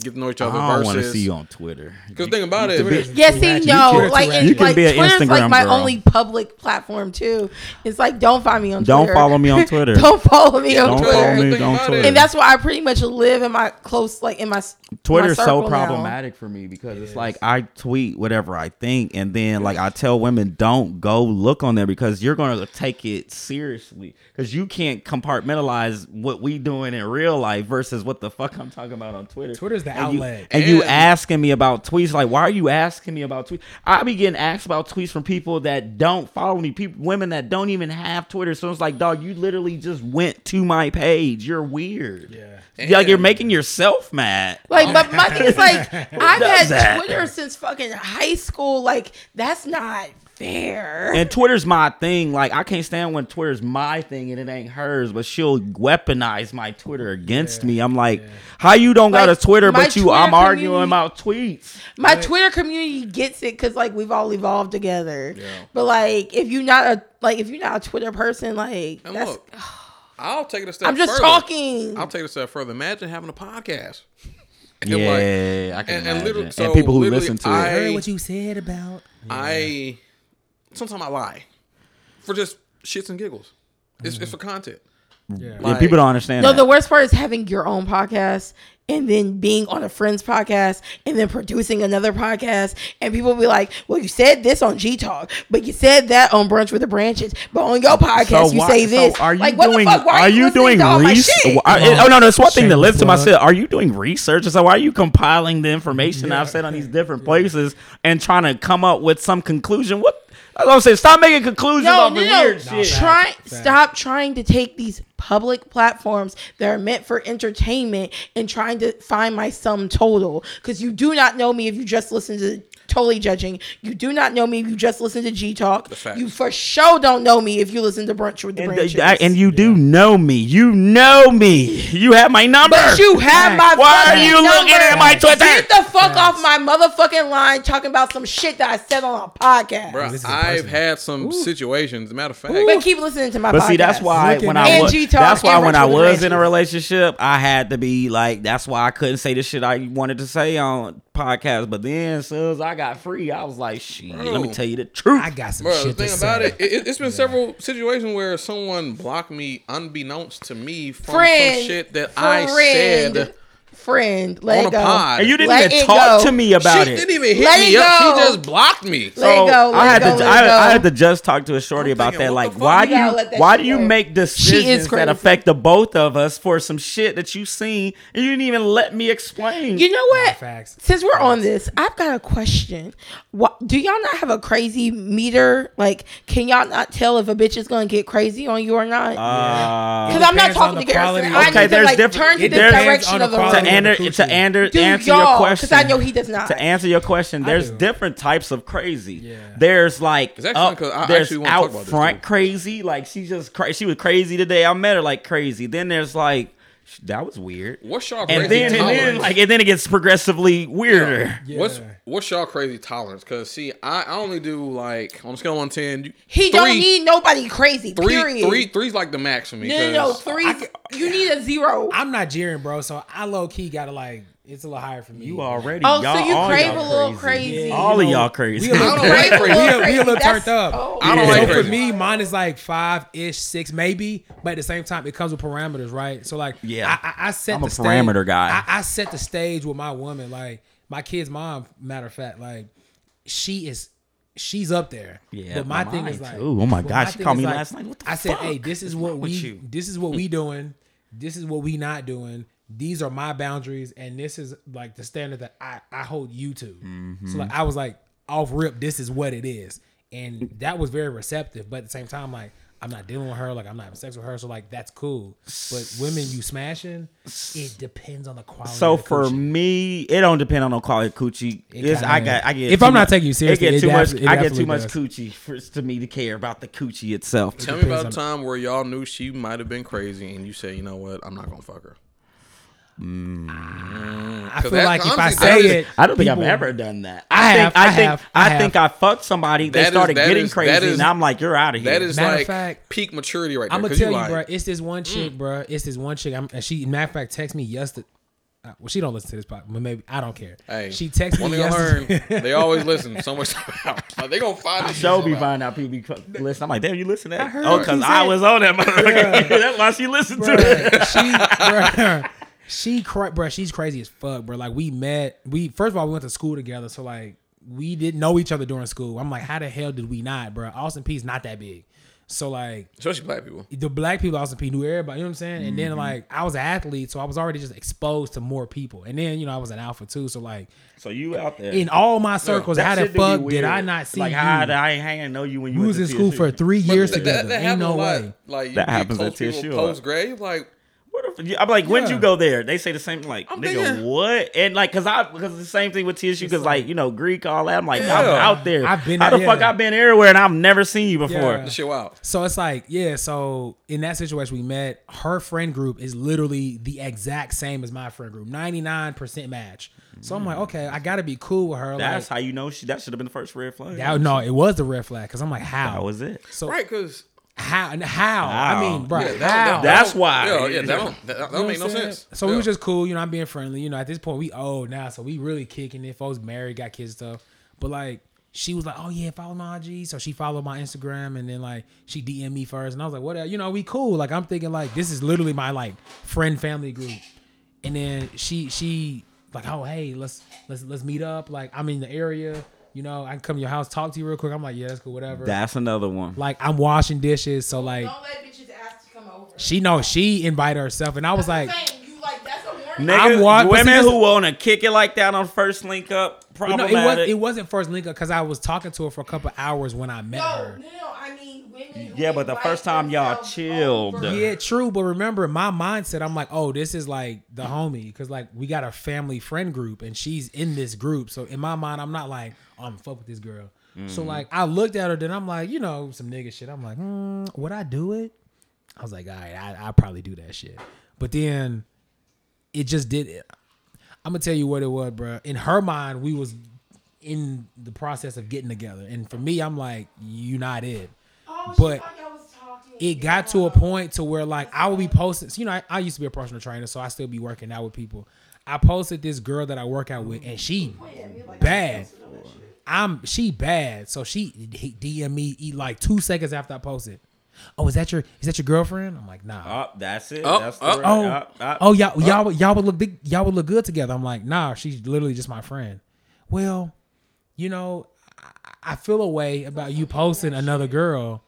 get to know each other. I don't want to versus see you on Twitter. because think about it. Yeah, see, no, can- like, You and, can like be an Twitter's Instagram like my girl. only public platform too. It's like don't find me on Don't Twitter. follow me on Twitter. don't follow me on Don't Twitter. follow me Think on about it. Twitter. And that's why I pretty much live in my close, like in my s- my Twitter's so circle now. problematic for me because it's like I tweet whatever I think, and then like I tell women don't go look on there because you're gonna take it seriously because you can't compartmentalize what we doing in real life versus what the fuck I'm talking about on Twitter. Twitter's the and you- outlet. and you And- asking me about tweets. Like, why are you asking me about tweets? I be getting asked about tweets from people that don't follow me, people, women that don't even have Twitter. So it's like, dog, you literally just went to my page. You're weird. Yeah. Yeah, like you're And- making yourself mad. Like, but my thing is like I've had does that? Twitter since fucking high school. Like, that's not fair. and Twitter's my thing. Like I can't stand when Twitter's my thing and it ain't hers, but she'll weaponize my Twitter against me. I'm like, how you don't got a Like, Twitter, my but you Twitter I'm arguing community- about tweets. my Twitter community gets it because like we've all evolved together. But like, if you're not a like if you're not a Twitter person, like And that's look, I'll take it a step. I'm just further. talking. I'll take it a step further. Imagine having a podcast. And Yeah, like- I can and, imagine. and, literally, And so people who literally listen to I, it. heard what you said about. I sometimes I lie for just shits and giggles. It's, it's for content. Yeah. Yeah, people don't understand. no, that. the worst part is having your own podcast and then being on a friend's podcast and then producing another podcast and people be like, "Well, you said this on G Talk, but you said that on Brunch with the Branches, but on your podcast you why- say this." So are you like, what doing? the fuck? Why are, you listening doing to all my research? shit? Oh no, no, it's one thing to Shameless listen to plug. myself. Are you doing research? So why are you compiling the information I've said on these different places and trying to come up with some conclusion? What I'm gonna say, stop making conclusions No, off no, of no. weird shit. Try, Facts, facts. Stop trying to take these public platforms that are meant for entertainment and trying to find my sum total. Because you do not know me if you just listen to Totally Judging. You do not know me if you just listen to G Talk. facts. You for sure don't know me if you listen to Brunch with the And, Branches. th- I- and you do know me. You know me. You have my number. but you have my Why are fucking you looking number. at my Twitter? Get the fuck off my motherfucking line talking about some shit that I said on a podcast. Bruh, this is I've personal. had some situations. Matter of fact, But keep listening to my podcast. But see, that's why Looking when at I was, Angie Talk that's why and when I Rachel was in Dimensions. a relationship, I had to be like, that's why I couldn't say the shit I wanted to say on podcast. But then, as soon as I got free, I was like, shit, let me Bro. tell you the truth. I got some Bro, the shit to thing say. about it, it, has been several situations where someone blocked me unbeknownst to me from friend, some shit that I friend, said friend, let on it a go. pod. and you didn't Let even it talk go. to me about she it. didn't even hit Let me it up. go. She just blocked me. Let it go. Let I had it go. to let it I, I go. had to just talk to a shorty about thinking, that. what Like, the fuck? why You do gotta you let that why shit do you go. make decisions that crazy. affect the both of us for some shit that you seen and you didn't even let me explain? You know what? Facts. Since we're on this, I've got a question. What, do y'all not have a crazy meter? Like, can y'all not tell if a bitch is gonna get crazy on you or not? Uh, Because I'm not Depends on talking to the Garrison. quality. I Okay, need to there's like different- turn to it the depends direction on of the the room. to quality. ander- Coochie. to ander- Do answer y'all, your 'cause question, I know he does not. To answer your question, there's do. different types of crazy. Yeah. There's like It's actually up, funny 'cause I there's actually wanna talk out about this, front too. crazy, like she just cra- she was crazy today. I met her like crazy. Then there's like sh- that was weird. What's y'all crazy And then, and tolerance? then like and then it gets progressively weirder. Yeah. What's what's y'all crazy tolerance? Cause see, I, I only do like on a scale of one to ten. you- he three, do don't need nobody crazy. three, period. three- three's like the max for me. no, no, no. 'cause Three. you need a zero. I'm Nigerian, bro, so I low key gotta like it's a little higher for me. You already Oh, so y'all, you all crave y'all a little crazy. All you of know, y'all crazy. We a little, I don't like we, crazy. a, we a little That's- turned up. oh. I don't so like for crazy. me, mine is like five ish, six maybe. But at the same time, it comes with parameters, right? So like, Yeah. I, I, I set I'm the a stage- parameter guy. I, I set the stage with my woman, like my kid's mom. Matter of fact, like she is, she's up there. Yeah, but my my thing mind is like, too. Oh my but God, my she thing called is me last night. What the I said, fuck hey, this is what we, with you?" this is what we doing. This is what we not doing. These are my boundaries, and this is like the standard that I I hold you to. So like I was like off rip. This is what it is, and that was very receptive. But at the same time, like. I'm not dealing with her. Like I'm not having sex with her. So like that's cool. But women you smashing, it depends on the quality. So of the for coochie. me, it don't depend on no quality coochie. It's, kinda I is. got I get If too I'm not much- taking you seriously, it get it too much. abso- it I get too absolutely much does. coochie for it's to me to care about the coochie itself. Tell me depends about a time where y'all knew she might have been crazy and you say, you know what, I'm not gonna fuck her. I 'cause feel that- like if I honestly, say that is- it, I don't think I've people- ever done that. I think, have, I I, think have, I, I have. think I fucked somebody. They That is- started that getting is- that crazy, is- and I'm like, you're out of here. That is Matter of like fact, peak maturity right there. I'm gonna 'cause you tell you, like, bro. It's this one chick, bro. It's this one chick. I'm, and she, matter of fact, text me yesterday. Uh, well, she don't listen to this podcast, but maybe I don't care. Hey, she texted one me thing I yesterday. learned, they always listen. So much like, they gonna find this. shit Show be somehow. finding out people be cu- listen. I'm like, damn, you listen to that? heard oh, what because you I said. was on that motherfucker. That's why she listened to it. Bruh, she, bruh, she, cra- bruh, she's crazy as fuck, bruh. Like we met, we first of all we went to school together, so like we didn't know each other during school. I'm like, how the hell did we not, bruh? Austin P's not that big, so like Especially black people. the black people at Austin P knew everybody. You know what I'm saying? And then like I was an athlete, so I was already just exposed to more people. And then you know I was an alpha too, so like So you out there? in all my circles, how the shit do be fuck did weird. I not see Like, you? how did I ain't hanging know you when you we went was to in school TSU? for three years That, together. that, that Ain't happens a no lot. way. Like you That get happens close at people TSU. Post grade, like What if, I'm like, when'd you Yeah. go there? They say the same. Like, I'm nigga, thinking- what? And like, cause I, cause the same thing with TSU, cause like, you know, Greek, all that. I'm like, I'm Yeah. out there. I've been How out- the fuck? yeah. I've been everywhere, and I've never seen you before. Yeah. this shit wild. So it's like, yeah, so in that situation we met, her friend group is literally the exact same as my friend group. 99% match. So I'm like, okay, I gotta be cool with her. Mm. That's like, how you know she. That should have been the first red flag. that- no, it was the red flag because I'm like, That how? was it. so Right, cause how and how? I mean, bro, yeah, that, how? that, That's don't- why. Yeah, yeah, that don't that, that don't make You know no what I'm saying? sense. So yeah. we was just cool, you know. I'm being friendly, you know. At this point, we old now, so we really kicking it. Folks married, got kids, and stuff. But like, she was like, "Oh yeah, follow my IG." So she followed my Instagram, and then like she DM me first, and I was like, "Whatever," you know. We cool. Like I'm thinking, like this is literally my like friend family group. And then she she like, "Oh hey, let's let's let's meet up." Like I'm in the area, you know. I can come to your house, talk to you real quick. I'm like, "Yeah, that's cool, whatever." That's another one. like I'm washing dishes, so like Don't let bitches ask to come over. she know she invited herself, and I was like. Saying, you like that's a warning. Nigga, I'm wa- but see, women that's- who wanna kick it like that on first link up, But No, it, was, problematic. it wasn't first link up because I was talking to her for a couple hours when I met no, her. no, no. I mean women. who Yeah, but the invite first time y'all themselves chilled. over. Yeah. Yeah, true. But remember, in my mindset, I'm like, oh, this is like the homie because like we got a family friend group and she's in this group. So in my mind, I'm not like, oh, I'm fuck with this girl. So like I looked at her, then I'm like, you know, some nigga shit. I'm like, mm, would I do it? I was like, all right, I, I probably do that shit. But then it just did it. I'm gonna tell you what it was, bro. In her mind, we was in the process of getting together, and for me, I'm like, you not it. Oh, she But thought y'all was talking. It got to a point to where like I would be posting. You know, I, I used to be a personal trainer, so I still be working out with people. I posted this girl that I work out with, and she bad. I'm she bad, so she he DM me e- like two seconds after I posted. Oh, is that your is that your girlfriend? I'm like, nah. Up, that's it. Up, that's the up. word. Oh, Up, up. oh, y'all, y'all, would- y'all would look big. Y'all would look good together. I'm like, nah, she's literally just my friend. Well, you know, I, I feel a way about you posting another girl.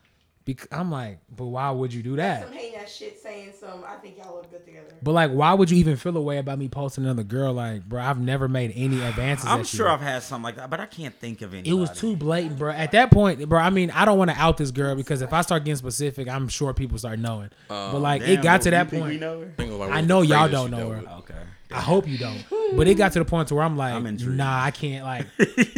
Because I'm like, but why would you do that? Some hating that shit, saying some. I think y'all look good together. But like, why would you even feel a way about me posting another girl? Like, bro, I've never made any advances. I'm at you. sure I've had something like that, but I can't think of any. It was too blatant, bro. At that point, bro, I mean, I don't want to out this girl because if I start getting specific, I'm sure people start knowing. Oh, but like, it got to that point. Think of, like, I what know the y'all craziest shit don't know that her. was. Okay. I hope you don't. But it got to the point to where I'm like, I'm intrigued. nah, I can't. Like,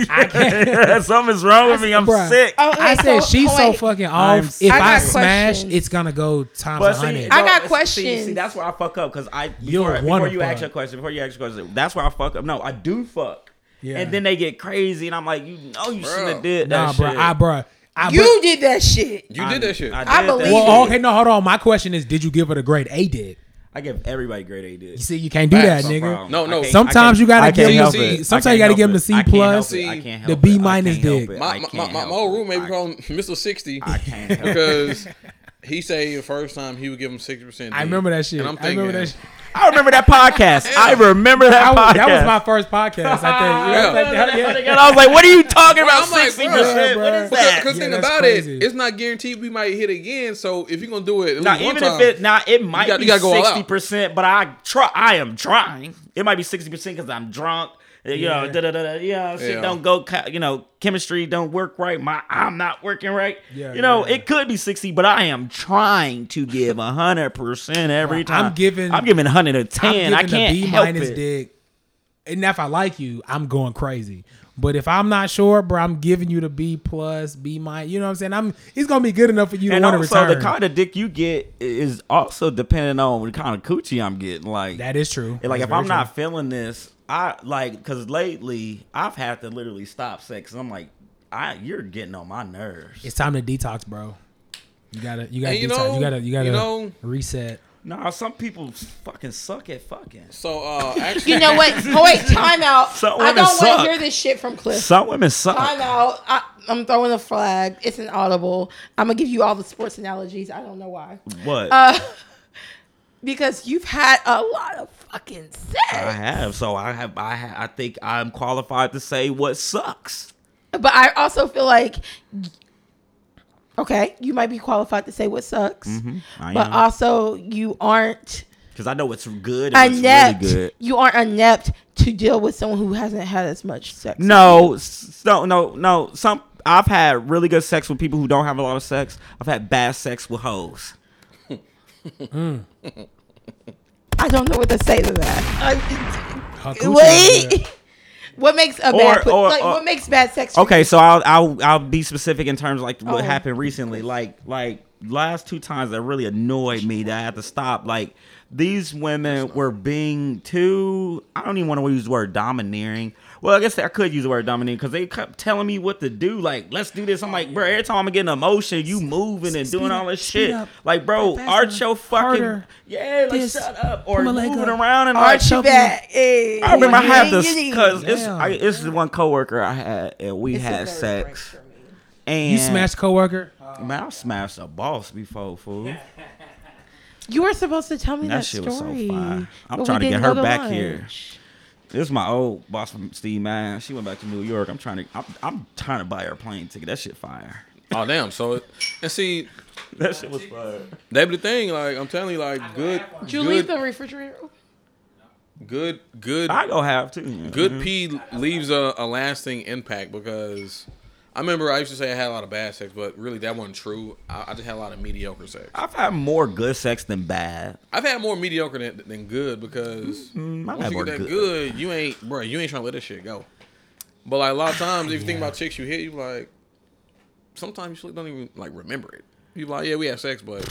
I can't. Something's wrong with me. I'm Bruh. sick. Oh, okay, I said so- she's oh, so wait. fucking I'm off. If I I, got smash, questions. it's gonna go times But a see, hundred. no, I got see- See, see, questions. that's where I fuck up because I You're before, one before of you ask fuck. your question, before you ask your question, that's where I fuck up. No, I do fuck, Yeah. and then they get crazy, and I'm like, you know, you Bruh. should have did that Nah, shit. bro. I, bro. I, You did that shit. You did that shit. I I, did that believe shit. it. well, okay, no, hold on. My question is, did you give her the grade? A did. I give everybody grade A. Did You see, you can't do Facts. No that, nigga. No, no. Sometimes you gotta give them. them- sometimes you gotta give them the C plus, the B minus dick. my my, my, my old roommate called him Mr. Sixty I can't help it. because he say the first time he would give him sixty percent. I remember that shit. And I'm I thinking, remember that shit. I remember that podcast. I remember that I podcast. was, that was my first podcast. I think. You know, like, yeah. And I was like, what are you talking Well, about? I'm like, 60%? bruh, what bruh. Because- is that? Because Yeah, thing that's about it, crazy. it's not guaranteed we might hit again. So if you're gonna do it, at Now, least one even time, if it now it might gotta- be you gotta go all out. sixty percent, but I try. I am trying. It might be sixty percent because I'm drunk. Uh, you know, da da da, you know, shit Yeah. don't go, co- you know, chemistry don't work right. My, I'm not working right. Yeah, you know, yeah. it could be sixty, but I am trying to give hundred percent every Right, time. I'm giving- I'm giving hundred and I'm ten. I giving the can't B help minus it. dick. And if I like you, I'm going crazy. But if I'm not sure, bro, I'm giving you the B plus, B minus. You know what I'm saying? I'm. It's gonna be good enough for you And to want to also, return. the kind of dick you get is also dependent on the kind of coochie I'm getting. Like that is true. And, like That's if I'm very not feeling this, I like because lately I've had to literally stop sex. I'm like, I you're getting on my nerves. true. it's time to detox, bro. You gotta, you gotta, And you detox. know- you gotta, you you gotta know- reset. nah, some people fucking suck at fucking. So uh, actually, You know what? Oh wait, time out. Some I women don't want suck. to hear this shit from Cliff. Some women suck. Time out. I, I'm throwing a flag. It's an audible. I'm gonna give you all the sports analogies. I don't know why. What Uh, because you've had a lot of fucking sex. I have, so I have, I ha I think I'm qualified to say what sucks. But I also feel like, okay, you might be qualified to say what sucks, Mm-hmm. I but am also you aren't because I know what's good. And what's inept. really good. You aren't inept to deal with someone who hasn't had as much sex. No, s- no, no, no. Some I've had really good sex with people who don't have a lot of sex. I've had bad sex with hoes. I don't know what to say to that. Her I, coochie gotta be wait, what makes a bad or- like or- what makes bad sex? for Okay, you? so I'll I'll I'll be specific in terms of like what Oh. happened recently. Like like last two times that really annoyed me that I had to stop. Like these women were being too. I don't even want to use the word domineering. Well, I guess I could use the word domineering because they kept telling me what to do. Like, let's do this. I'm like, bro, every time I'm getting emotion, you moving and doing all this speed shit. up. Like, bro, Faster. arch your fucking Harder. yeah, like This. shut up or Put my leg moving up. around and like, Archie Something- back. Hey. I remember I had this Ying, ying. because it's Damn. I, it's the one coworker I had and we It's a had nerve wreck sex for me. and You smashed coworker. man I smashed a boss before fool that, You were supposed to tell me that, shit story. was so fine but I'm we trying to get didn't her go to back lunch. here this is my old boss from Steve Man she went back to New York I'm trying to I'm, I'm trying to buy her a plane ticket that shit fire oh damn. So it, and see, that shit was fire that be the thing. Like I'm telling you, like good, Did you leave good, the refrigerator? open? good, good, I go have too Mm-hmm. good pee leaves a, a lasting impact because I remember I used to say I had a lot of bad sex, but really that wasn't true. I, I just had a lot of mediocre sex. I've had more good sex than bad I've had more mediocre than, than good because Mm-hmm. I once had you more get that good. good. you ain't, bruh, you ain't trying to let this shit go. But like a lot of times, if you think about chicks you hit, you like, sometimes you still don't even like remember it. You like, yeah, we had sex, but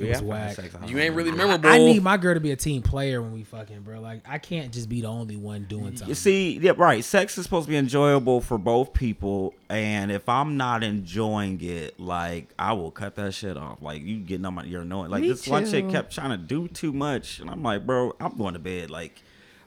It was Yeah, I've had whack. sex, I don't you ain't remember. really memorable. I need my girl to be a team player when we fucking, bro. Like I can't just be the only one doing something. You see, yeah, right. Sex is supposed to be enjoyable for both people, and if I'm not enjoying it, like I will cut that shit off. Like you getting on my, you're annoying. Like Me this one chick too. kept trying to do too much, and I'm like, bro, I'm going to bed. Like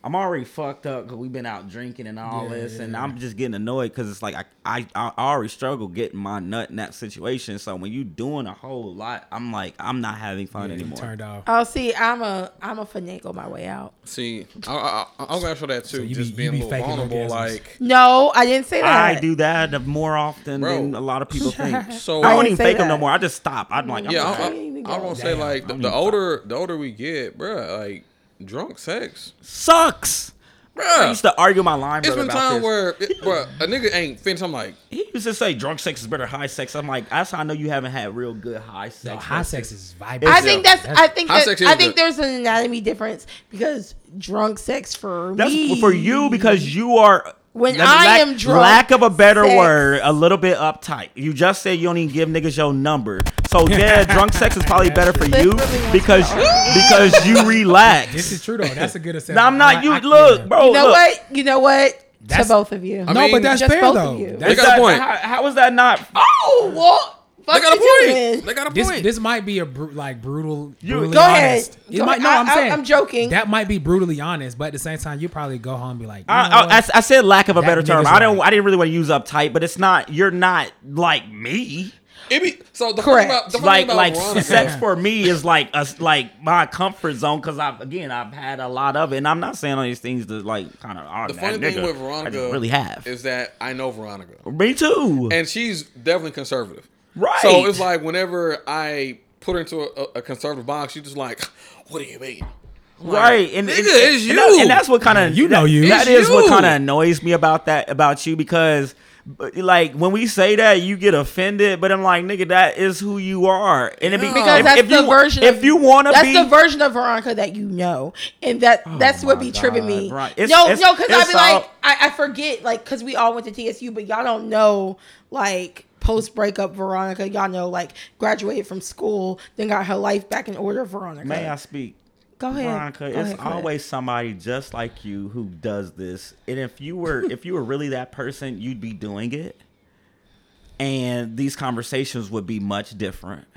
I'm already fucked up because we've been out drinking and all Yeah, this, yeah, and yeah. I'm just getting annoyed because it's like I, I I already struggle getting my nut in that situation. So when you doing a whole lot, I'm like, I'm not having fun You anymore. turned off. Oh, see, I'm a I'm a finagle my way out. See, I, I, I, I'm gonna show that too. you be- just you being be a little faking vulnerable, orgasms. like No, I didn't say that. I do that more often Bro. than a lot of people think. so. I I don't didn't even say fake them no that. more. I just stop. I'm like, I'm yeah, uh-uh. like, I, I, Damn. I'm gonna say like the, I'm the even older the older we get, bruh, like drunk sex, sucks. I bruh. used to argue my line It's brother been about time this. where, it, bruh, a nigga ain't finished. I'm like, he used to say drunk sex is better than high sex. I'm like, that's how I know you haven't had real good high sex. No, high sex is vibrant. I think that's I think High that, sex is I think good. there's an anatomy difference because drunk sex for That's me for you because you are. When let me- I lack, am drunk, lack of a better sex- word, a little bit uptight. You just said you don't even give niggas your number. So yeah, drunk sex is probably better for This you really wants because to argue. because you relax. This is true though. That's a good assessment. Now I'm I- not you. I- Look, yeah. bro. You know look. what? You know what? To That's- both of you. I No, mean, but that's just fair both of though. you. They That's- Is got a that- point. Uh, How, how is that not? oh well, fuck they got a you two point. then. They got a this point. this might be a bru- like brutal. brutally Go ahead. honest. It Go might- ahead. no, I- I'm I- saying I'm joking. That might be brutally honest, but at the same time, you probably go home and be like, you know I, what? I, I- I said lack of a That better term. nigga's I don't. right. I didn't really want to use uptight, but it's not. You're not like me. It be, so the Correct. Correct. about the funny Like about like Veronica- sex for me is like us like my comfort zone because I've again I've had a lot of it, and I'm not saying all these things to like kind of. The funny thing with Veronica, I just really have. is that I know Veronica, me too. and she's definitely conservative. Right. So it's like whenever I put her into a, a conservative box, she's just like, "What do you mean? Right, and, Nigga, and- it's and that- you. and that's what kind of You know you. That It's is what you. kind of annoys me about that about you because, but, like, when we say that, you get offended. But I'm like, nigga, that is who you are, and it be, Because if, that's if the you, version. If of- you want to that's be, Oh the version of Veronica that you know, and that that's what my be tripping God, me. right. It's- no, it's- no, because I it's be like, all- I, I forget, like, because we all went to TSU, but y'all don't know, like. Post breakup Veronica, y'all know, like graduated from school, then got her life back in order. Veronica, may I speak? go ahead. Veronica, Go it's ahead, go ahead. always somebody just like you who does this. And if you were if you were really that person, you'd be doing it. And these conversations would be much different.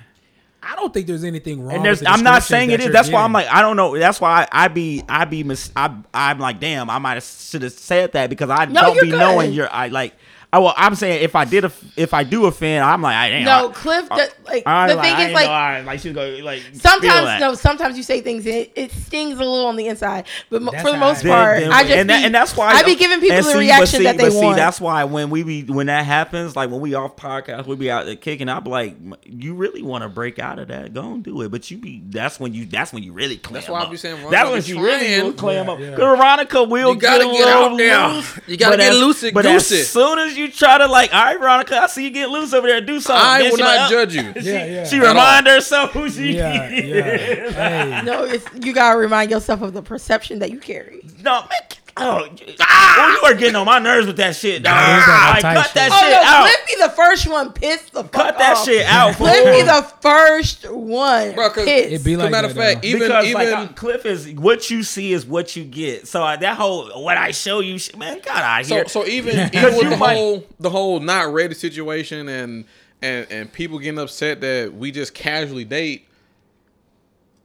I don't think there's anything wrong. And there's with the I'm not descriptions saying it that is. you're That's why I'm getting. like I don't know. That's why I, I be I be mis- I I'm like damn, I might have should have said that because I No, don't you're be good. knowing you're I like I well I'm saying if I did off- if I do offend, I'm like I damn. No, I, Cliff. that- like I, the I thing didn't is, know like I, like she's going like feel that. sometimes no, sometimes you say things and it, it stings a little on the inside, but mo- That's for the how most I Then- part, then- I just and, be, that- and that's why I be giving people and the see, but reaction see- that they but want. See, that's why when we be when that happens, like when we off podcast, we be out there kicking. I'm like, "M- you really want to break out of that? Go and do it. But you be that's when you that's when you really clam That's why I up. be saying Veronica that's be when you really trying. will clam up. Yeah, yeah. 'Cause Veronica will You gotta get, a get out little there. loose, You gotta but get as- loosey But goosey. as soon as you try to like, all right, Veronica, I see you get loose over there. Do something. I Then will she not like, oh. judge you. Yeah. She, she At all. remind herself who she yeah, is. yeah. Hey, no, it's, you gotta remind yourself of the perception that you carry. No, man. Oh, you- ah, oh, you are getting on my nerves with that shit, dog. Nah, it is that Like, type cut that shit. shit Oh no, out. Cliff be the first one pissed the fuck cut that off. shit out. Cliff fool. be the first one Bro, 'cause- pissed. it be As a like matter of that, fact, though. even because even like uh, Cliff is what you see is what you get. So uh, that whole what I show you, shit, man, got out So here. so even even Because with you the might- whole the whole not ready situation and and and people getting upset that we just casually date,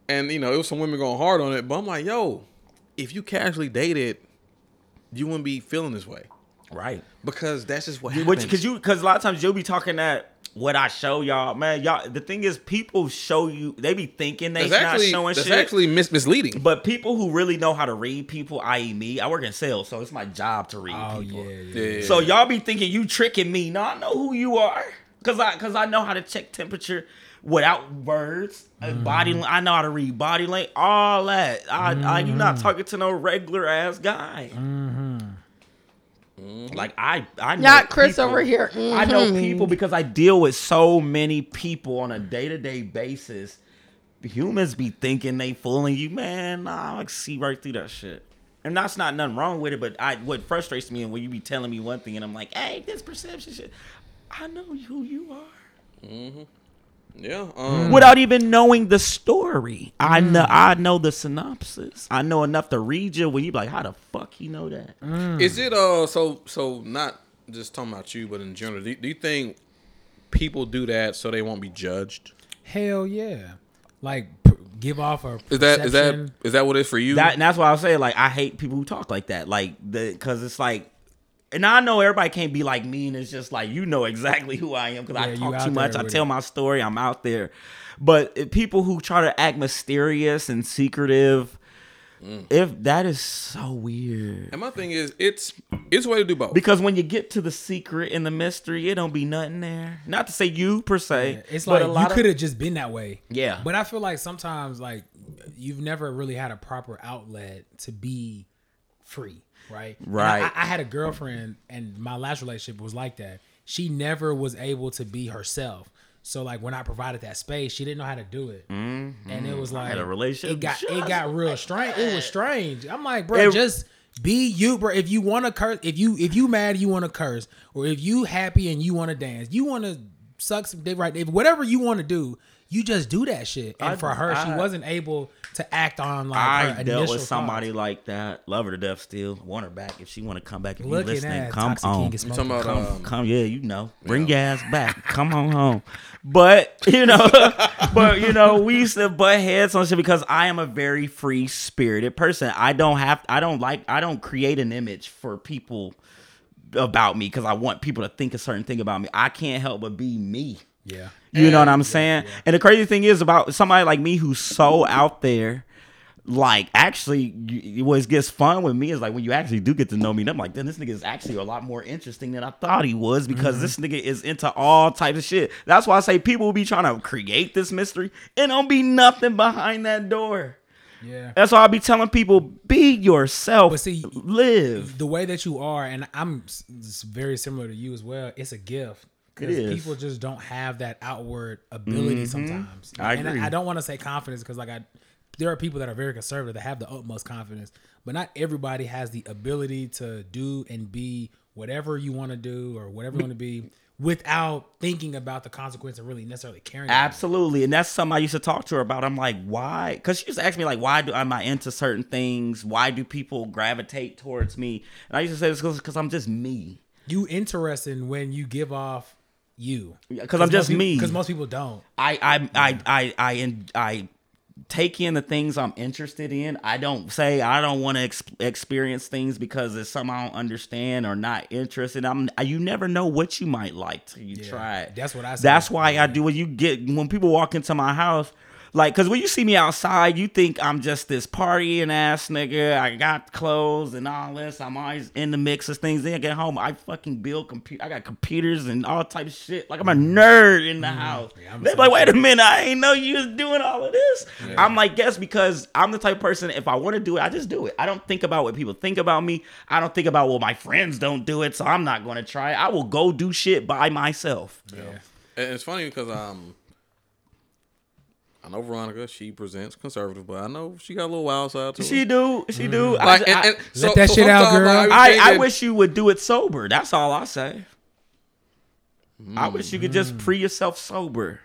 and you know it was some women going hard on it, but I'm like, yo, if you casually dated, you wouldn't be feeling this way right. because that's just what Which happens. because you because a lot of times you'll be talking that what I show y'all, man. Y'all, the thing is, people show you they be thinking they that's not actually showing that's shit. actually mis- misleading. but people who really know how to read people, i.e., me, I work in sales, so it's my job to read oh people. yeah, yeah. Yeah. So y'all be thinking you tricking me. No, I know who you are. Cause I cause I know how to check temperature without words. uh, Body lang- I know how to read body language. All that. I, I you not talking to no regular ass guy. Like I I know Not Chris people- over here. I know Mhm. people because I deal with so many people on a day to day basis. Humans be thinking they fooling you, man. Nah, I can see right through that shit. And that's not nothing wrong with it, but I what frustrates me and when you be telling me one thing and I'm like, hey, this perception shit. I know who you are. yeah, um, Without even knowing the story. I Mm. know I know the synopsis. I know enough to read you when you be like, how the fuck you know that? Is it uh so so not just talking about you, but in general, do, do you think people do that so they won't be judged? Hell yeah. Like p- give off a Is that is that perception. is that what it is for you? That and that's why I was saying like I hate people who talk like that. Like the because it's like, and I know everybody can't be like me, and it's just like you know exactly who I am because Yeah, I you talk out too there much. I with tell it. my story. I'm out there, but uh, people who try to act mysterious and secretive, if that is so weird. And my thing is, it's it's a way to do both. Because when you get to the secret and the mystery, it don't be nothing there. Not to say you per se, It's but like a lot you of- could have just been that way. Yeah. But I feel like sometimes like you've never really had a proper outlet to be free, right? And I- Right. I, I had a girlfriend and my last relationship was like that. She never was able to be herself. So like when I provided that space, she didn't know how to do it, and it was like Mm-hmm. had a relationship It got just it got real strange. It was strange. I'm like, bro, It- just be you, bro. If you want to curse, if you if you mad, you want to curse, or if you happy and you want to dance, you want to suck some dick, right? If whatever you want to do, you just do that shit. And I- for her, she I- wasn't able to act on like I her dealt initial with somebody thoughts. like that. Love her to death. Still want her back if she want to come back. If Look you at listening, that. come Toxic on, King is You smoking. talking about come, um, come, yeah, you know, bring your ass back. Come on home. But you know, but you know, we used to butt heads on shit because I am a very free spirited person. I don't have, I don't like, I don't create an image for people about me because I want people to think a certain thing about me. I can't help but be me. yeah, uh, You know what I'm saying? And the crazy thing is about somebody like me who's so out there, like actually, you, what gets fun with me is like when you actually do get to know me, and I'm like, then this nigga is actually a lot more interesting than I thought he was because this nigga is into all types of shit. That's why I say people will be trying to create this mystery and don't be nothing behind that door. Yeah. That's why I be telling people: be yourself. But see, live. the way that you are, and I'm s- s- very similar to you as well. It's a gift It is. Mm-hmm. because people just don't have that outward ability sometimes. I and agree. I, don't want to say confidence because like I, there are people that are very conservative that have the utmost confidence, but not everybody has the ability to do and be whatever you want to do or whatever you want to be without thinking about the consequence and really necessarily caring. about it. Absolutely, and that's something I used to talk to her about. I'm like, why? Because she used to ask me like, why do am I into certain things? Why do people gravitate towards me? And I used to say this because I'm just me. You interesting when you give off you Because I'm just me. Because most people don't. I I I I I in- I take in the things I'm interested in. I don't say I don't want to ex- experience things because it's something I don't understand or not interested. I'm you never know what you might like till you try it. that's what I say. That's why I do when you get when people walk into my house. Like, cause when you see me outside, you think I'm just this partying ass nigga. I got clothes and all this. I'm always in the mix of things. Then I get home, I fucking build computer. I got computers and all type of shit. Like I'm a nerd in the house. Mm-hmm. I'm they the be like, wait a minute, I ain't know you was doing all of this. I'm like, yes, because I'm the type of person. If I want to do it, I just do it. I don't think about what people think about me. I don't think about well, my friends don't do it, so I'm not going to try. it. I will go do shit by myself. And it's funny because um, I know Veronica. She presents conservative, but I know she got a little wild side to She her. do, she do. I, Mm. Like, ju- and, I, and so, that so shit out, sometimes girl. be I, I thinking- wish you would do it sober. That's all I say. Mm. I wish you could just pre yourself sober.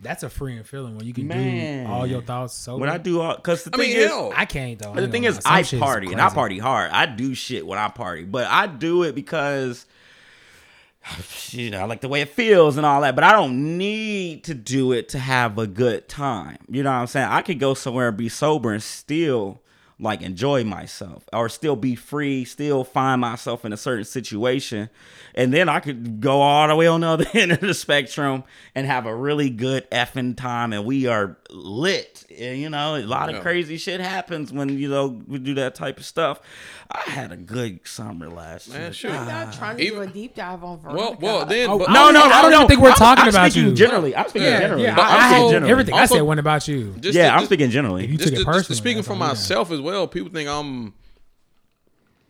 That's a freeing feeling when you can Man. do all your thoughts sober. When I do all, cause the Mm. I thing mean, is, hell, I can't though. the thing is, I party and I party hard. I do shit when I party, but I do it because you know, I like the way it feels and all that. But I don't need to do it to have a good time. You know what I'm saying? I could go somewhere and be sober and still like enjoy myself or still be free, still find myself in a certain situation. And then I could go all the way on the other end of the spectrum and have a really good effing time and we are lit. And you know, a lot of Yeah. crazy shit happens when you know we do that type of stuff. I had a good summer last year. Man, shoot. I'm Ah. not trying to Even- do a deep dive on Veronica. Well, Oh, well, then, but, I don't- I don't even think we're I'm- talking I'm about speaking you. Generally, I'm speaking Yeah, generally. Yeah, But I, I also- had everything I also- said went about you. just yeah, to- I'm just- speaking generally. You just, to- took it just to personally. speaking that's for all, yeah. myself as well, people think I'm,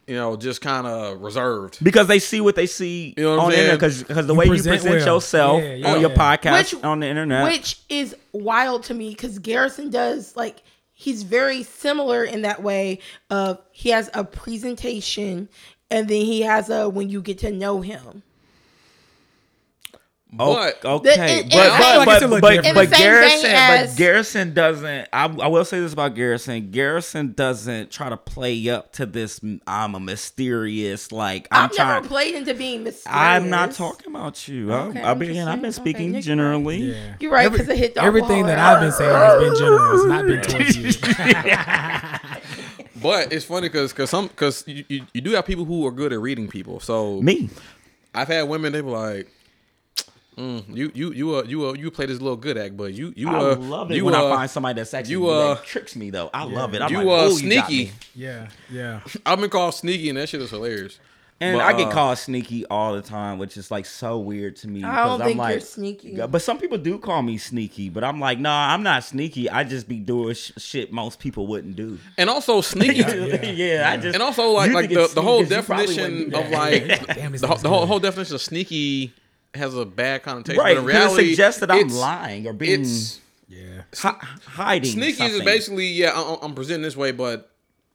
you know, just kind of reserved. Because they see what they see You know what I'm on the saying? internet. Because the You way you present present well. yourself Yeah, yeah, on your yeah. podcast Which- on the internet. which is wild to me because Garrison does like he's very similar in that way of he has a presentation and then he has a when you get to know him. O- But- The- okay, it- it- but I feel but like it's a but, little but, different. but In the same Garrison, vein but as- Garrison doesn't. I, I will say this about Garrison. Garrison doesn't try to play up to this. mm, I'm a mysterious. Like I'm I've trying. never played into being mysterious. I'm not talking about you. Okay, I'm, I've been I've been interesting. speaking Okay, Nick, generally. Yeah. You're right, 'cause it hit the everything alcohol that or- I've been saying has been general. It's not been towards you. But it's funny because because some because you, you, you do have people who are good at reading people. So Me. I've had women they were like. "Mm, you you you uh, you uh, you play this little good act, but you you I uh, love it you when uh, I find somebody that's actually you, uh, that tricks me though. I love it. I'm you like, uh "Ooh, you got sneaky. me." Yeah, yeah. I've been called sneaky, and that shit is hilarious. And But, I get uh, called sneaky all the time, which is like so weird to me. I don't because I'm think like, you're sneaky. Yeah, But some people do call me sneaky, but I'm like, nah, I'm not sneaky. I just be doing sh- shit most people wouldn't do. And also sneaky, yeah, I just and also like you like think the, it's the whole sneaky 'cause you probably definition wouldn't do of that. like Damn, this the, whole, nigga's the whole good. whole definition of sneaky has a bad connotation. right. but in because it reality, suggests that I'm it's- lying or being It's Yeah. hi- hiding. sneaky something. is basically yeah. I, I'm presenting this way, but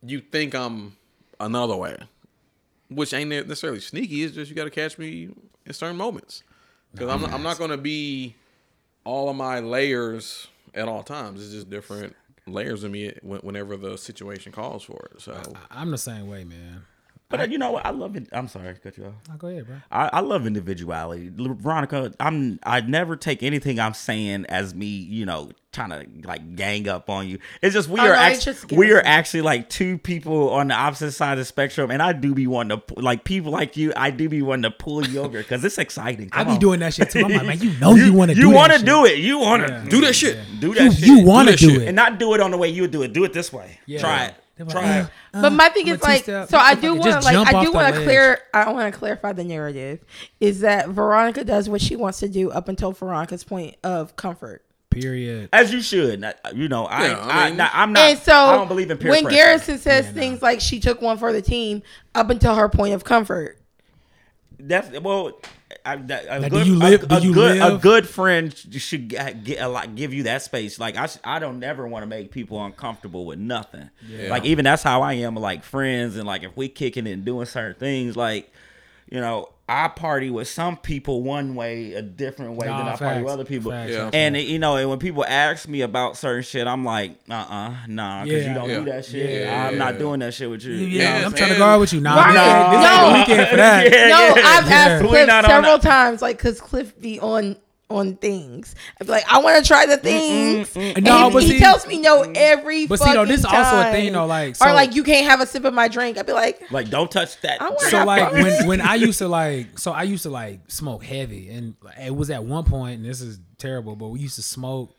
you think I'm another way, which ain't necessarily sneaky. It's just you got to catch me in certain moments because I'm not, I'm not gonna be all of my layers at all times. It's just different layers of me when- whenever the situation calls for it. So I'm the same way, man. But uh, you know what? I love it. I'm sorry, cut you off. Now go ahead, bro. I, I love individuality, L- Veronica. I'm I never take anything I'm saying as me, you know, trying to like gang up on you. It's just we Oh, are no, it's act- just we are scary. actually like two people on the opposite side of the spectrum, and I do be wanting to pu- like people like you. I do be wanting to pull you over because it's exciting. I Come be on. doing that shit too. I'm like, man, you know you, want to do you want to do it. You want to Yeah. do that shit. do You, that. shit. you want to that do shit. it. and not do it on the way you would do it. Do it this way. Yeah. Try it. They're like, Try uh, it. But my thing I'm is a like, two-step. so I Motherfucker, do want to just like, jump I off do the want to ledge. clear, I want to clarify the narrative is that Veronica does what she wants to do up until Veronica's point of comfort. Period. As you should. Not- uh, You know, I, Yeah, I I, mean- am not. And so I don't believe in peer when pressure. Garrison says things like she took one for the team up until her point of comfort. That's well. I, that, a Like, do good, you live- A, do a you good, a live? good friend should get, get a lot, give you that space. Like I, sh- I don't never want to make people uncomfortable with nothing. Like even that's how I am. Like friends and like if we kicking it and doing certain things, like you know, I party with some people one way, a different way than Nah, I party with facts. other people. Facts, Yeah. facts, And you know, and when people ask me about certain shit, I'm like, uh, uh nah, because Yeah. you don't Yeah. do that shit. Yeah. I'm not doing that shit with you. facts. You know Yeah, what I'm I'm trying to saying? guard with you. Nah, Why- this, ain't- this No. ain't the weekend for that. Yeah, no, yeah. I've asked We Cliff not on several that. times, like, cause Cliff be on on things. I be like, I want to try the things. And No, he, but he see- tells me no every. But see, fucking though, this is also a thing, time. though, like, or so- like you can't have a sip of my drink. I'd be like, Like, don't touch that. I wanna so have like fun. when when I used to like so I used to like smoke heavy and it was at one point and this is terrible but we used to smoke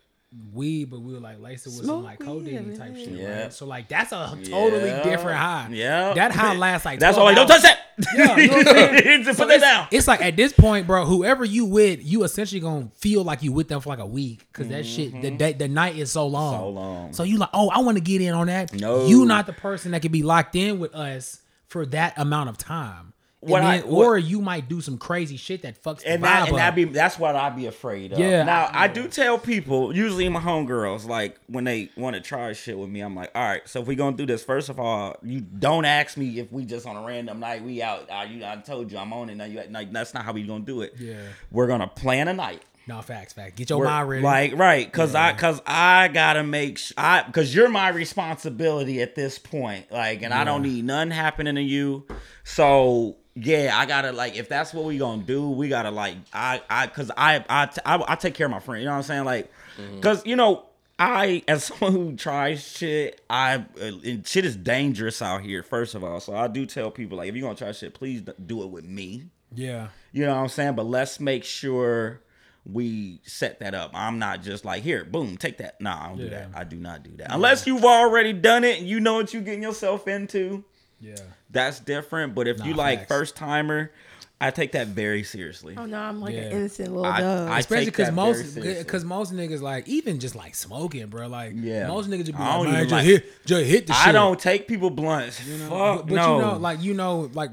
weed but we would like lace it with some Smoke like weed, codeine type shit Yeah. right? so like that's a totally Yeah. different high Yeah. that high lasts like That's all. 12 Like, don't hours. touch that. Yeah, you know what I'm saying? Just So put that it's- down. It's like at this point, bro, whoever you with, you essentially gonna feel like you with them for like a week because that shit, the, day the night is so long. Mm-hmm. So long. So you like, oh, I want to get in on that. No. you not the person that can be locked in with us for that amount of time. And What I- then- what- or you might do some crazy shit that fucks the and vibe that and up. that be that's what I'd be afraid of. Yeah. Now I do tell people, usually my homegirls, like when they want to try shit with me, I'm like, all right, so if we gonna do this, first of all, you don't ask me if we just on a random night we out. I, you, I told you I'm on it. Now you act like that's not how we gonna do it. Yeah. We're gonna plan a night. no facts, facts. Get your We're- mind ready. Like right, because I because I gotta make sh- I because you're my responsibility at this point. Like, and I don't need none happening to you. So yeah, I gotta like if that's what we gonna do, we gotta like I I because I I t- I I take care of my friend. You know what I'm saying? Like, because you know. I, as someone who tries shit, I uh, and shit is dangerous out here. First of all, so I do tell people like, if you're gonna try shit, please d- do it with me. yeah, You know what I'm saying? But let's make sure we set that up. I'm not just like, here, boom, take that. Nah, I don't do Yeah. that. I do not do that. Unless you've already done it and you know what you're getting yourself into, yeah. that's different. But if you Nah, like facts. first timer, I take that very seriously. oh no, I'm like Yeah. an innocent little I- dog. I- Especially take because that most very seriously. because most niggas like even just like smoking, bro. Like Yeah. most niggas just be I like, don't man, even just like- hit, just hit the shit. I don't take people blunts. Fuck but, but no. you know, like you know, like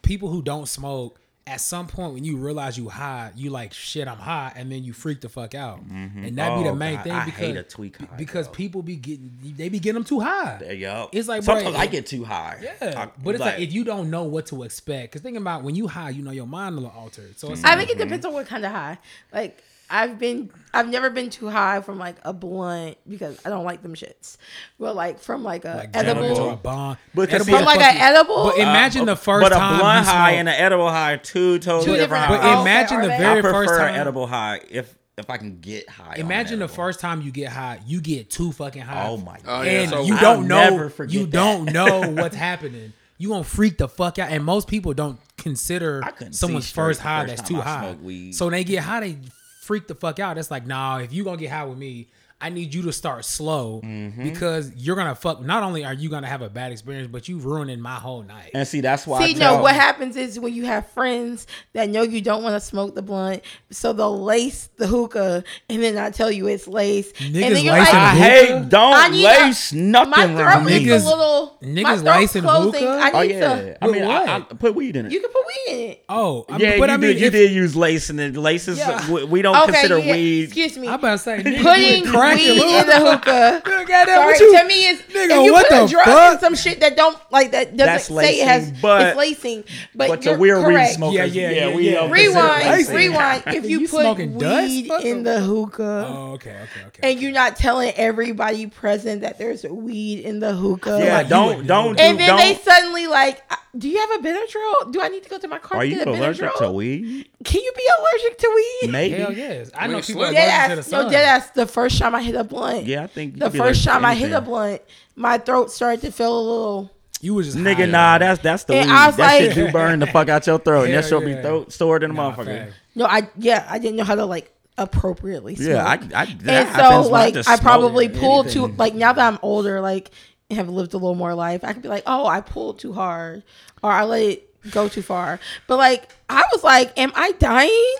people who don't smoke. At some point, when you realize you high, you like shit. I'm high, and then you freak the fuck out, and that be the Oh, main God, thing. I Because, hate a tweak high, because bro. people be getting they be getting them too high. There you go. It's like, bro, sometimes I it- get too high. yeah, I- but it's like, if you don't know what to expect, because think about when you high, you know your mind will alter. So Mm. it's I like, think it depends on what kind of high. Like I've been, I've never been too high from like a blunt because I don't like them shits. But like from like a like edible or a edible, bond, edible Because see- Uh, is from like fucking- an edible. But imagine the first but a time blunt you high smoke- and an edible high, are two totally Two different. different high. But Oh, okay, imagine the alright. very I prefer first time. edible high if if I can get high. on Imagine the edible. first time you get high, you get too fucking high. Oh my Oh, god! yeah, and so you I'll don't know never forget you that. don't know what's happening. You gonna freak the fuck out, and most people don't consider I couldn't see someone's straight first the high first that's time too I high. smoked weed. So when they get high, they freak the fuck out. It's like, nah, if you gonna get high with me, I need you to start slow Mm-hmm. because you're gonna fuck. Not only are you gonna have a bad experience, but you ruining my whole night. And see, that's why. I See, tell, no, what happens is when you have friends that know you don't want to smoke the blunt, so they'll lace the hookah, and then I tell you it's lace, and Niggas then you're lacing I like, hookah? hate don't I need lace a- my nothing throat around me. is Niggas- a little, my niggas throat's lacing closing. hookah? I need oh yeah, to, I mean, With I, I what? put weed in it. you can put weed in it. oh, I mean, yeah, but you I mean, did. you if- did use lace, and it. lace is Yeah. we, we don't Oh, consider yeah, weed. Excuse me. I'm about to say, nigga, you Putting did crack weed little- in the hookah. Look at that, Sorry, what you- to me is Nigga, if you what put a the drug fuck? in some shit that don't like that That's doesn't say it has lacing, but- it's lacing, but, but you're the weird weed correct. smokers, Yeah, yeah, yeah, we yeah. don't consider Rewind, lacing. Lacey. rewind. If you, You put smoking dust? weed Fuck in the hookah, Uh, Oh, okay, okay, okay. and you're not telling everybody present that there's weed in the hookah, Yeah, like you don't would don't know. and do- then they don't. suddenly like, "Uh, "Do you have a Benadryl? Do I need to go to my car Are to you get a allergic Benadryl? to weed? Can you be allergic to weed? Maybe. Hell yes, I When know it's people are slick. Dead allergic to the ass, sun. no, dead ass. The first time I hit a blunt, Yeah, I think you the could be allergic first to time I hit a anything. blunt, my throat started to feel a little. You was just high. Nigga, nah, that's that's the And weed. I was That shit like- do burn the fuck out your throat, and that Hell shit be yeah. throat stored in the Nah, motherfucker. fact. No, I yeah, I didn't know how to like appropriately. Smoke. Yeah, I, I, and that happens so when like just I smoke probably pulled anything. too like now that I'm older like and have lived a little more life I could be like oh I pulled too hard or I let it go too far but like I was like am I dying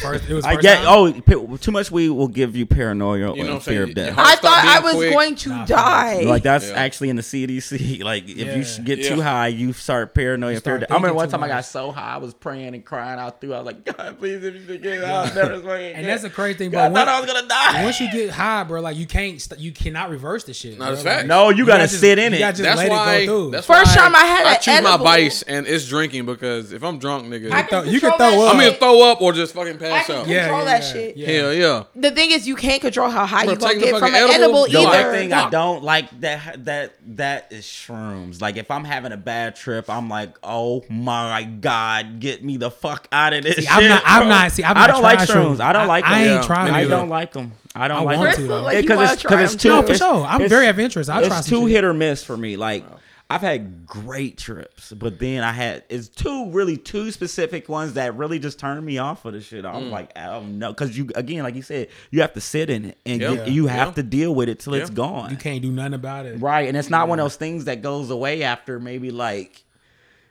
First, it was I first get time? oh pa- too much weed will give you paranoia You know what or I'm fear saying? of death. Your I heart stop thought I beating was quick. going to Nah, die. Like that's Yeah. actually in the CDC. Like if Yeah. you sh- get Yeah. too high, you start paranoia. start fear death. I remember thinking one too time I got much. so high, I was praying and crying out through. I was like, God, please, if you could get out, I'll never smoke again. And that's the crazy thing God, I about thought I when, was gonna die. once you get high, bro. Like you can't, st- you cannot reverse the No, shit. bro. that's Like, facts. No, you, gotta gotta just- sit in you it. gotta just- that's let it go why. through. that's First why time I had I an choose my edible. vice, and it's drinking because if I'm drunk, nigga, I I can throw- you can control throw that up. am shit. gonna throw up or just fucking pass I out. can- Yeah, yeah, Control yeah, that yeah, shit. Yeah. Hell yeah. The thing is, you can't control how high Bro, you gonna take the get from an fucking edible, edible. The No, either. only Either. thing I Fuck. don't like that that that is shrooms. Like if I'm having a bad trip, I'm like, oh my god, get me the fuck out of this. See, I'm shit, not- I'm bro. not- see, I'm I not don't like trying shrooms. shrooms. I don't I- like them. I ain't Yeah, trying me I neither. don't like them. I don't I like want them. to, though. Like, you Because wanna it's, try cause them it's too. too. No, for it's- sure. I'm it's- very adventurous. I'll try It's some too shit. Oh. hit or miss for me. Like I've had great trips, but then I had it's two really two specific ones that really just turned me off of the shit. Mm. I'm like, I don't know, because you again, like you said, you have to sit in it and Yeah. you, you have Yeah. to deal with it till it's Yeah. gone. You can't do nothing about it. Right, and it's not one of those things that goes away after maybe like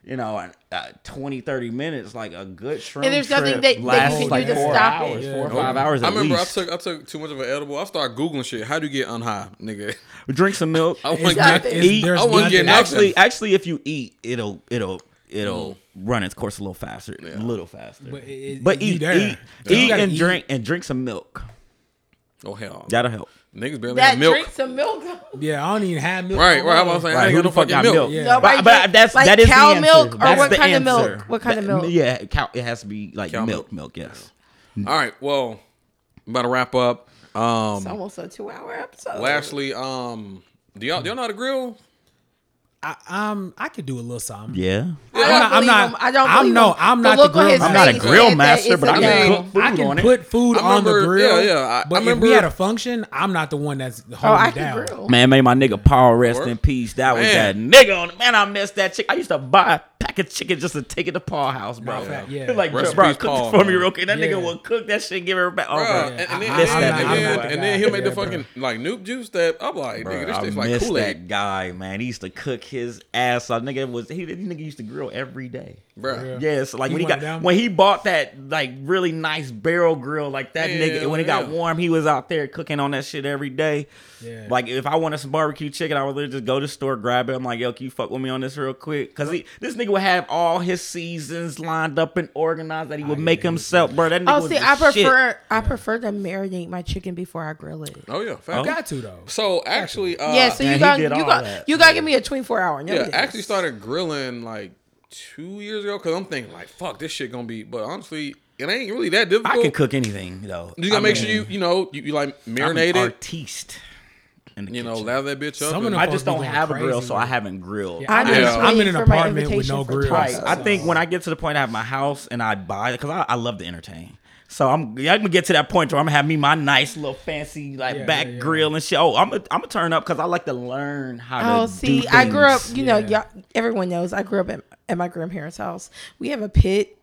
you know an- uh, 20 30 minutes like a good shrimp And there's nothing that- that you can do to four stop it. hours Yeah. four or five hours I at remember least. I took I took too much of an edible. I started googling shit. How do you get on high, nigga? drink some milk I It's want not- to Nothing. get. it's- Eat. there's I wouldn't nothing. get nothing. Mm. actually actually if you eat it'll it'll it'll run its course a little faster a little faster But but, it- it- you eat there. eat, You eat gotta and eat. drink and drink some milk Oh hell, that'll help niggas barely That have milk. drink some milk. Yeah, I don't even have milk. Right, right. I was like, I Right, ain't got who the no fuck fucking got milk. milk? Yeah. Nobody But, but drink, that's like, that is cow the answer. milk or That's what the kind of milk? answer. What kind of That- milk? Yeah, cow, it has to be like Cow milk, milk. Yes. All right, well, about to wrap up. Um, It's almost a two-hour episode. lastly, um, do y'all do y'all know how to grill? I, I'm. I could do a little something. Yeah. I don't I'm believe not- him. I don't. I'm believe no- him. I'm The not the look on grill his master. I'm not a face grill said that master, it's but a I no. can cook food I can on put it. food I on the remember- grill. yeah, yeah, I- I but if we remember- had a function, I'm not the one that's holding Oh, I it down. can grill. Man, made my nigga Paul rest Word. in peace. That was that Man. nigga on man. I missed that chick. I used to buy a pack of chicken just to take it to Paul house, bro. Nah, fact, yeah. like Rest in bro, peace, cook Paul, this for me man. real quick. That Yeah. nigga will cook that shit, and give it back. Oh, Bruh, bro. Uh, and, and then, I- and, missed then, that and, guy, then, bro. and then he'll make the Yeah, bro. fucking like noob juice that I'm like, Bro, nigga, this I tastes like missed Kool that Aid, guy, man. He used to cook his ass off. Nigga was he? This nigga used to grill every day. bro. Yeah. Yes, like You when he want got it down? when he bought that like really nice barrel grill, like that nigga. Hell When it got yeah. warm, he was out there cooking on that shit every day. Yeah. Like if I wanted some barbecue chicken, I would literally just go to the store, grab it. I'm like, yo, can you fuck with me on this real quick? Cause he, this nigga would have all his seasons lined up and organized that he would make himself, bro. That nigga Oh, was see, the I shit. prefer I prefer to marinate my chicken before I grill it. Oh yeah, fact. Got to though. So actually, uh, yeah, so yeah, you he got you did all got that. you got to give me a twenty four hour yeah, notice. actually started grilling like two years ago because I'm thinking like, fuck, this shit gonna be. But honestly, it ain't really that difficult. I can cook anything though. You gotta I make mean, sure you you know you, you like I'm an marinate it. artiste. in the You know, kitchen. lather that bitch up. Some of and- them I just folks be don't going have a grill, crazy so with I it. haven't grilled. I'm, Yeah. just- I'm in an for my apartment with invitation no for grill. Right. I think when I get to the point I have my house and I buy because I, I love to entertain. So I'm yeah, I'm gonna get to that point where I'm gonna have me my nice little fancy like Yeah, back yeah, yeah. grill and shit. Oh, I'm gonna I'm gonna turn up because I like to learn how to. Oh, see, do I grew up. things. You know, y'all, everyone knows I grew up at, at my grandparents' house. We have a pit.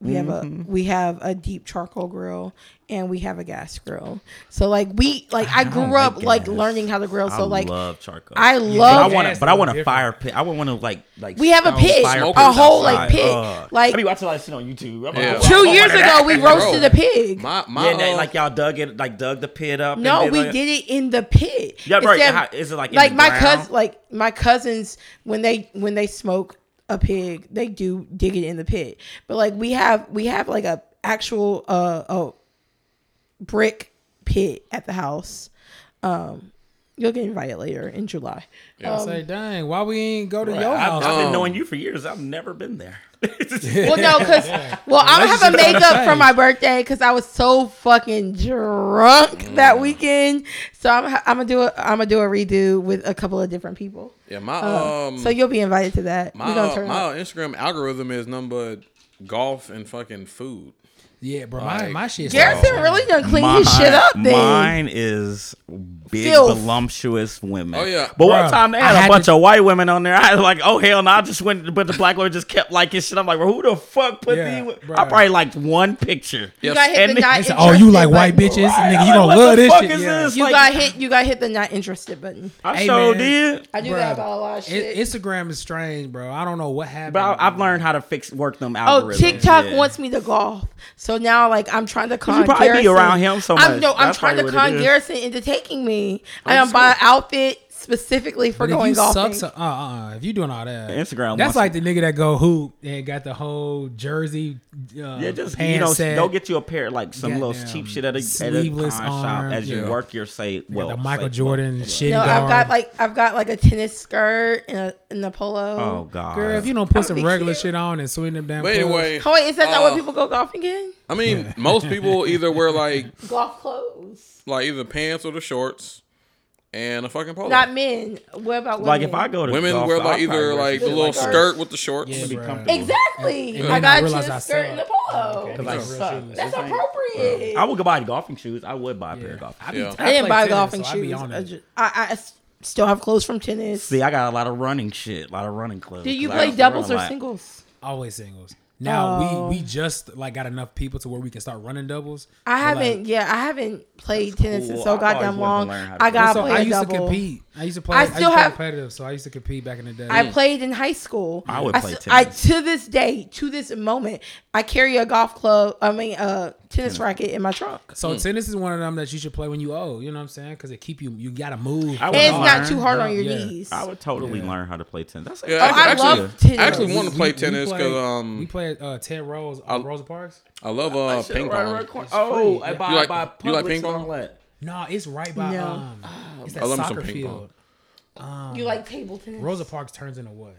We have a Mm-hmm. we have a deep charcoal grill and we have a gas grill. So like we like I don't grew like up like gas. learning how to grill. So I like love charcoal. I but I love. gas want is to, but I want a different. fire pit. I would want to like like we have a stone pit, fire Smoke a pits whole like outside. pit. Ugh. like I be watching a lot of shit on YouTube. I'm like, Yeah. oh, two I years wanted ago, that. we Bro, roasted a pig. My my Yeah, and they, uh, like y'all dug it, like dug the pit up. No, and then, we like, did it in the pit. Yeah, right. Instead of- How- is it, like, in like the my ground? cousin, like my cousins when they when they smoke a pig, they do dig it in the pit. But like we have we have like a actual uh a brick pit at the house. Um, you'll get invited later in July. Uh, I say, dang, why we ain't go to Right. your I've, house? I've been Um, knowing you for years. I've never been there. Well, no, because well, I'm gonna have a Relationships gotta makeup for change. my birthday because I was so fucking drunk Mm. that weekend. So I'm I'm gonna do a, I'm gonna do a redo with a couple of different people. yeah my Uh, um so you'll be invited to that. my We're gonna turn my up. Instagram algorithm is nothing but golf and fucking food. yeah, bro, my, Like- my shit. Garrison really done clean his Mine- shit up. Then Mine is big Filth. voluptuous women. Oh, yeah. But one Bruh, time they I had a had bunch to- of white women on there. I was like, oh hell no! I just went, but the black woman just kept liking shit. I'm like, well, who the fuck put Yeah, these? wo- I bruh. probably liked one picture. Yeah. You got hit And the not they Oh, you like white button. bitches, nigga? You I'm gonna like, what love the this fuck shit? is yeah. this? You Like, got hit. You got hit the not interested button. I Hey, sure man. did. I do Bruh, that about a lot of shit. I- Instagram is strange, bro. I don't know what happened. But I, I've learned how to fix work them Oh, algorithms. TikTok Yeah. wants me to golf, so now like I'm trying to con you probably be Garrison. around him so I'm, much. no, I'm That's trying to probably what it con is. Garrison into taking me. I am just buy an outfit specifically for But if going you golfing. suck, so, uh, uh, if you doing all that, Instagram That's wants like the nigga that go hoop and got the whole jersey. Uh, Yeah, just you pants know, set, go get you a pair like some little Goddamn cheap shit at a, at a pawn sleeveless shop arm, as you yeah. work your say got well the Michael say- Jordan shit. no, I've guard. got like I've got like a tennis skirt and a, and a polo. Oh god, Girl, if you don't put some be regular cute. shit on and swing them down. But anyway, Oh, wait, is that not what uh, people go golfing in? I mean, most people either wear like Golf clothes. like either pants or the shorts and a fucking polo. Not men. What about women? Oh. like if I go to Women golf, wear I'll like either probably wear like the some little shit like that. skirt with the shorts. Yeah, Be bruh. comfortable. Exactly. And I then I got you realized the I skirt and the suck. polo. Okay, Like, that's real Fuck, shit. That's appropriate. I would go buy golfing shoes. I would buy a pair of golfing. I, shoes. be, Yeah. I didn't play buy tennis, golfing so I be shoes. on I, it. ju- I, I s- still have clothes from tennis. See, I got a lot of running shit, a lot of running clothes. Do you 'cause I play used to run doubles a or lot. singles? Always singles. Now Oh. we we just like got enough people to where we can start running doubles. I But, like, haven't. yeah, I haven't played tennis in cool. so I've always goddamn wanted long. to learn how to I do got that. so play I used double. to compete. I used to play. I I, used still to play have- competitive, so I used to compete back in the day. I played in high school. I would play s- I- tennis. to this day, to this moment, I carry a golf club. I mean, uh, tennis racket in my trunk. so Hmm. tennis is one of them that you should play when you old. You know what I'm saying? Because it keep you. You gotta move. I would And it's not learn. too hard on your Yeah. knees. I would totally learn how to play tennis. That's Yeah, Oh, I actually, love tennis. I actually want to We- play we tennis played- because we um played uh, Ted Rose on Rosa Parks. I love uh ping pong. Oh, free. by, You like- by you like Publix ping and pong? all that. No, it's right by No. um, Oh, it's that I love me some soccer ping pong. field. you like table tennis? Rosa Parks turns into what?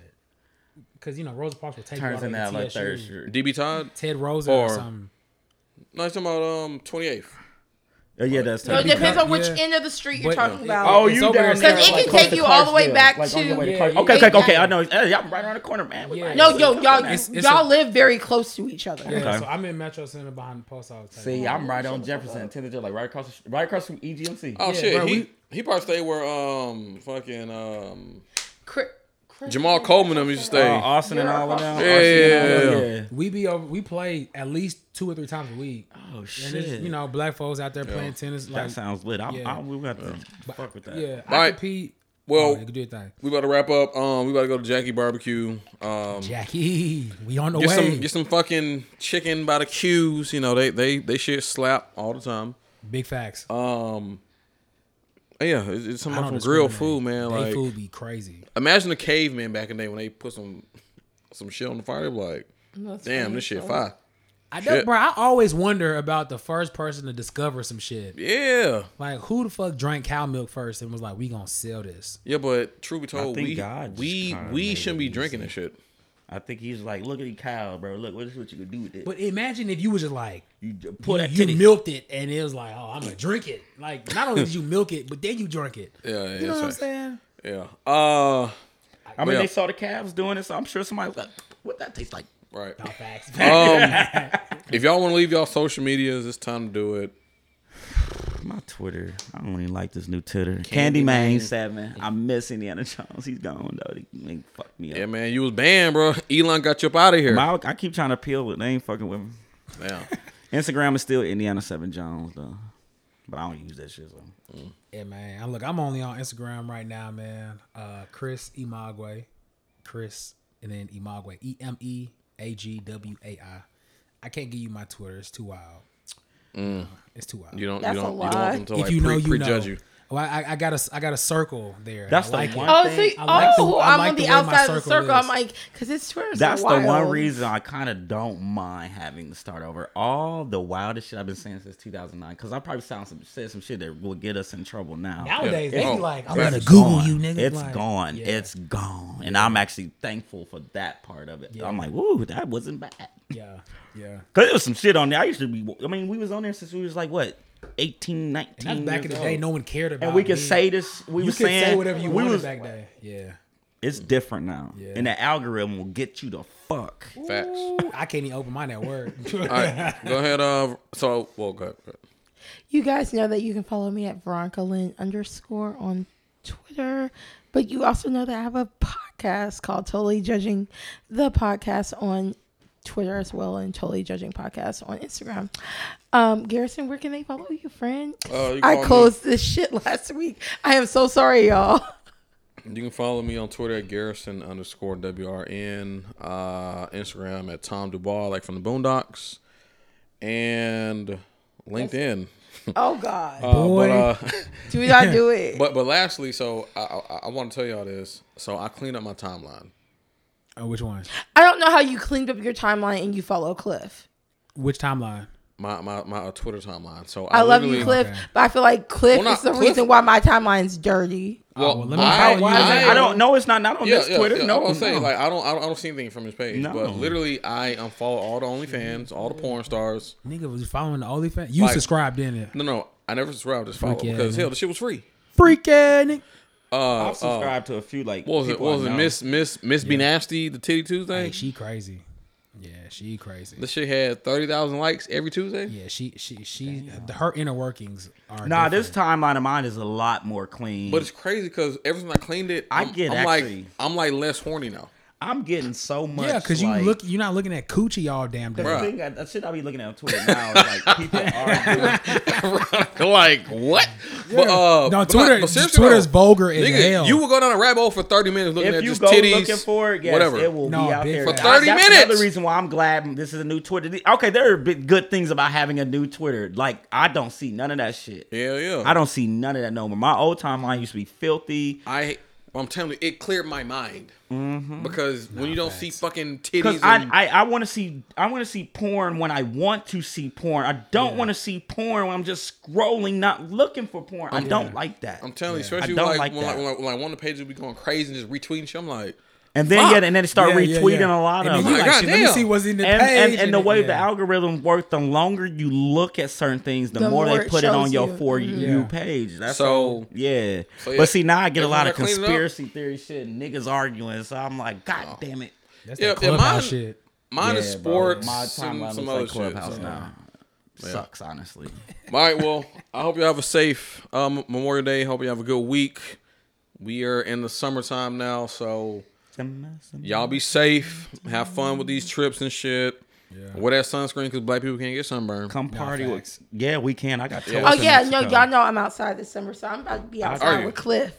Because you know Rosa Parks will take Turns you into out that, like like third TSU. shirt. DB Todd. Ted Rose Or- or something. No, he's talking about um 28th. Oh, yeah, that's No, it third. depends on which Yeah. end of the street you're But- uh, talking about. Oh, It's you over down there. there, 'Cause it like, can close take to you all the way Clarksville, back like, on to- your way Yeah, Clark- yeah, Okay, okay, yeah. okay. I know. Yeah, y'all right around the corner, man. We Yeah. right No, there. yo, y'all, It's- it's y'all a- live very close to each other. Yeah, Okay. so I'm in Metro Center behind the post office. See, I'm right on Jefferson, Tennessee, like right across, the, sh- right across from EGMC. Oh Yeah, shit, bro, he we- he probably stayed where um fucking um Cri- cri- Jamal Coleman and them used to stay. Uh, Austin and all of Yeah, them. Austin and all yeah, of them, we be over, we play at least two or three times a week. yeah. Oh And it's, shit! you know, black folks out there playing tennis. Like, that sounds lit. I'm, Yeah. I, we got to fuck with that. yeah, I Alright. compete. Well- oh, you can do your thing. We about to wrap up. Um we about to go to Jackie Barbecue. Um Jackie, we on the get way. some get some fucking chicken by the queues, you know, they they they shit slap all the time. Big facts. uh, Yeah, it's, it's something I don't from grilled discriminate. food, man. They Like food be crazy. imagine the cavemen back in the day when they put some some shit on the fire, they be like, damn, this shit fire. I don't, Shit. bro. I always wonder about the first person to discover some shit. Yeah. Like, who the fuck drank cow milk first and was like, "We gonna sell this"? Yeah, but truth be told, think we God just we kinda we made shouldn't it be drinking this shit. I think he's like, look at the cow, bro. Look, what is what you could do with it? But imagine if you was just like, you just pull you, that you titty. milked it, and it was like, "Oh, I'm gonna drink it." Like, not only did you milk it, but then you drunk it. Yeah, yeah, you know that's what I'm right. saying? Yeah. Uh, I mean, Yeah. they saw the calves doing this. I'm sure somebody was like, what that tastes like? right. All facts. If y'all want to leave y'all social medias, it's time to do it. My Twitter. I don't even like this new Twitter. Candy Man Seven. I miss Indiana Jones. He's gone though. He, he fucked me up. Yeah, man, you was banned, bro. Elon got you up out of here. My- I keep trying to peel it. They ain't fucking with me. yeah. Instagram is still Indiana Seven Jones though, but I don't use that shit. So. yeah, man. I'm- Look, I'm only on Instagram right now, man. Uh, Chris Imagwe, Chris, and then Imagwe, E M E A G W A I. I can't give you my Twitter. It's too wild. Mm. Uh, It's too wild. You don't. That's you a don't. You don't lie. want them to if like you know, pre, you prejudge know. you. Well, I, I got a, I got a circle there. That's I the like one- It. Oh, think- see, I like the- oh, I I'm like on the the way my outside of the circle circle. is. I'm like, because it's Twitter. That's so wild. the one reason I kind of don't mind having to start over. All the wildest shit I've been saying since 2009, because I probably sound some said some shit that will get us in trouble now. Nowadays Yeah. they Oh, be like, I'm yeah. gonna It's Google gone. you, nigga. It's Like, gone. yeah. It's gone. And I'm actually thankful for that part of it. I'm like, woo, that wasn't bad. yeah, yeah. Cause there was some shit on there. I used to be. I mean, we was on there since we was like what, 18, 19 And that's back in years the old. day. No one cared about. and we could me. say this. We you was could saying say whatever you we wanted was- back then. Yeah, It's different now, Yeah. and the algorithm will get you the fuck. Facts. Uh, Ooh, I can't even open my that word. All right, go ahead. Uh, so well, go ahead. go ahead. You guys know that you can follow me at Veronica Lynn underscore on Twitter, but you also know that I have a podcast called Totally Judging the Podcast on Twitter as well, and Totally Judging Podcast on Instagram. Um, Garrison, where can they follow you, friend? Uh, you can follow I me- closed this shit last week. I am so sorry, y'all. You can follow me on Twitter at Garrison underscore WRN, uh, Instagram at Tom Dubois, like from the Boondocks, and LinkedIn. Oh God, Uh, but, Boy. uh, do not do it. but but lastly, so I, I, I want to tell y'all this. So I cleaned up my timeline. Oh, which one? I don't know how you cleaned up your timeline and you follow Cliff. Which timeline? My my, my uh, Twitter timeline. So I, love you, literally- Cliff, Okay. but I feel like Cliff Well, not is the Cliff. reason why my timeline's dirty. Uh, Well, well, let me- I, how- why is I- it- I don't know. It's not not on Yeah, this yeah, Twitter. yeah. No, I'm gonna say no. like I don't, I don't I don't see anything from his page. No. Mm-hmm. But literally, I unfollow all the OnlyFans, all the porn stars. Nigga was following the OnlyFans. You Like- subscribed in it. No, no, I never subscribed. Just follow Fuck yeah, because man. hell, the shit was free. Freaking. Uh, I've subscribed to a few like What was it? people What I was it? know. Miss Miss Miss Be Nasty, the Titty Tuesday. Hey, she crazy. Yeah, she crazy. this shit had thirty thousand likes every Tuesday. Yeah, she she she her inner workings are Nah, different. this timeline of mine is a lot more clean. But it's crazy because ever since I cleaned it, I I'm, get I'm actually- like I'm like less horny now. I'm getting so much. yeah, because you like, look you're not looking at coochie all damn day. The Bruh. thing I, that shit I be looking at on Twitter now is like people are doing like what? But, uh, but No, not- Twitter- but seriously, Twitter's though, vulgar as nigga, hell. You will go down a rabbit hole for thirty minutes looking if at you just go titties, looking for it, yes, whatever. it will No, be out big there. For 30 That's minutes. Another reason why I'm glad this is a new Twitter. Okay, there are big, good things about having a new Twitter. Like I don't see none of that shit. yeah, yeah. I don't see none of that no more. My old timeline used to be filthy. I I'm telling you, it cleared my mind Mm-hmm. because when you don't see fucking titties, Because I, and- I, I want to see I want to see porn when I want to see porn. I don't want to see porn when I'm just scrolling, not looking for porn. I don't like that. I'm telling you, especially I don't like, like when, like, that. when, like, when, like, one of the pages be going crazy and just retweeting shit. I'm like, and then Fuck. yeah, and then they start Yeah, yeah, retweeting yeah. a lot And of then you like, them. like, shit, let me goddamn. see what's in the And, page. and, and the it- way the yeah. algorithm works, the longer you look at certain things, the, The more, more they it put it on shows your you. Mm-hmm. for you Yeah. page. That's So- so yeah. so, yeah, But see, now I get a everyone lot that of cleans it up. conspiracy theory shit and niggas arguing. So I'm like, God damn it. That's Yeah, yeah, yeah, clubhouse mine- shit. mine is Yeah, bro. sports, My and timeline some other looks like shit. Clubhouse so. now. Sucks, honestly. All right, well, I hope you have a safe um, Memorial Day. Hope you have a good week. We are in the summertime now, so y'all be safe. Have fun with these trips and shit. Wear that sunscreen because black people can't get sunburned. Come party facts. with. Yeah, we can. I got. Yeah. Oh toast in yeah, no, Mexico. y'all know I'm outside this summer, so I'm about to be outside you? with Cliff,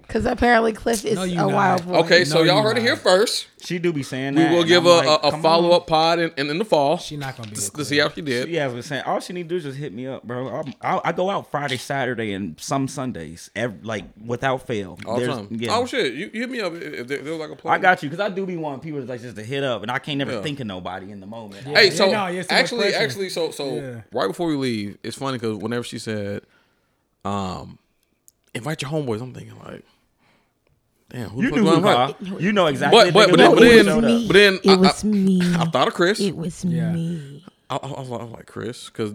because apparently Cliff is No, a you not. wild boy. Okay, so No, y'all you heard it not. here first. She do be saying We that. will and give I'm a, like, a, come a on. follow up pod in, in, in the fall She not gonna be. with to Cliff. see how she did. Yeah, I was saying all she need to do is just hit me up, bro. I'm, I, I go out Friday, Saturday, and some Sundays, ev like without fail. All the There's- time. Yeah. Oh shit, you, you hit me up if, if there, there was like a play. I got you because I do be wanting people to like just to hit up, and I can't never Yeah. think of nobody in the moment. Hey, Yeah, so no, yeah, it's too much actually, pressure. actually, so so Yeah. right before we leave, it's funny because whenever she said, "Um, invite your homeboys," I'm thinking like, "Damn, who You the knew fuck who, do I invite? Kyle. You know exactly. But- the but- but nigga that then- but would've then- showed up. But then I- it was I- me. I thought of Chris. It was Yeah. me. I, I, was, like- I was like Chris because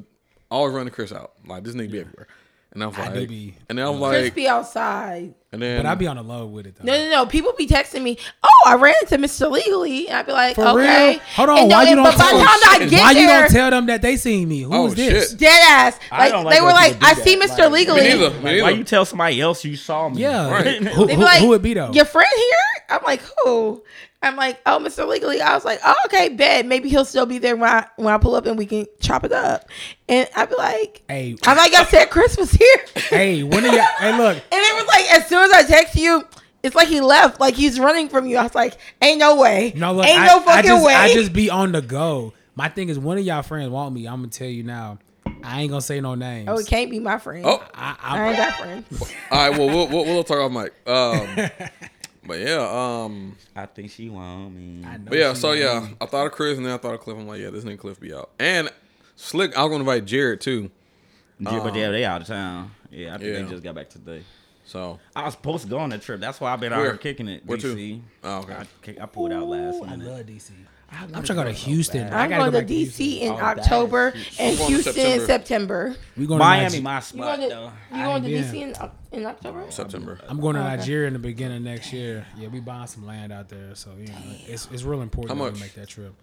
I always running Chris out. Like this nigga be everywhere, and I was like, do be- and then I was Chris like, be outside. and then But I be on the low with it though. No, no, no. People be texting me. Oh, I ran into Mr. Legally. And I'd be like, For okay. real? Hold on. And no, why you and- don't? But by the tell- time I get why there, you don't tell them that they seen me? Who is Oh, this? shit. dead ass. I Like, don't they like were when like, people I do see that. Mr. Like, Legally. me neither, me neither. Why you tell somebody else you saw me? Yeah. Right. Who, They'd who- be like, who would be though? Your friend here? I'm like, who? I'm like, oh, Mr. Legally. I was like, oh, okay, bet. Maybe he'll still be there when I when I pull up and we can chop it up. And I'd be like, Hey. I'm like, I said, Chris was here. and Hey, when are you? Hey, look. it was like, as soon as I text you, it's like he left. Like he's running from you. I was like, ain't no way. No, look, ain't I, no I fucking just, way. I just be on the go. My thing is, one of y'all friends want me. I'm gonna tell you now. I ain't gonna say no names. oh, it can't be my friend. oh, I, I I, ain't got friends. all right, well, we'll we'll, we'll talk off mic. Um, but yeah, um, I think she want me. I know But yeah, she so want yeah, me. I thought of Chris and then I thought of Cliff. I'm like, yeah, this nigga Cliff be out. And Slick, I was gonna invite Jared too. Yeah, but yeah, they out of town. Yeah, I think Uh-huh. Yeah. they just got back today. So I was supposed to go on that trip. That's why I've been out Where? here kicking it. Where DC. to? Oh, okay. I, kick- I pulled out last Ooh, I minute. love DC. I'm trying to go to Houston. I gotta I'm going go to back to Houston. DC in that is October huge. and We're going Houston in September. September. We going to Miami, Nigi- my You going spot to, you though. ain't going to been. DC in, Oc- in October? September. I'm going to Oh, Okay. Nigeria in the beginning of next year. Yeah, we buying some land out there, so you know, it's it's real important How that we much? make that trip.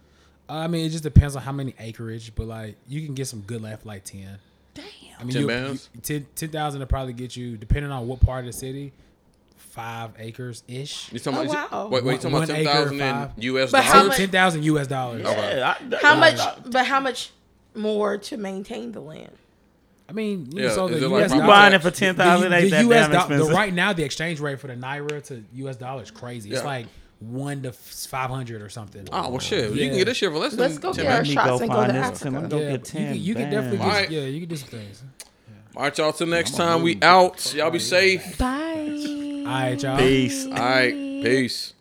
Uh, I mean, it just depends on how many acreage, but like you can get some good land for like ten. Oh, Damn. I mean, 10 you, bands? you- ten ten thousand to probably get you, depending on what part of the city, five acres ish. You talking Oh, about, wow. Wait, wait, you talking One about acre, ten thousand in five. U.S. But how dollars? much- Ten thousand U.S. dollars. Yeah, I- How I- much? I- But how much more to maintain the land? I mean, you Yeah, so the is it U.S. like You Nah. dollar- buying it for ten thousand? the, Ain't that US damn dollar expensive? right now the exchange rate for the naira to U.S. dollar is crazy. It's Yeah. like one to five hundred or something. Oh well, shit. You Yeah. can get this shit for less than Let's go ten get our bucks. Let me shots go and go find to this Africa. and I'm yeah, gonna you, get can, 10 you can definitely bands. get, yeah, you can do some things. All right, y'all. Till next time, we out. Y'all be safe. Bye. All right, y'all. Peace. All right, peace.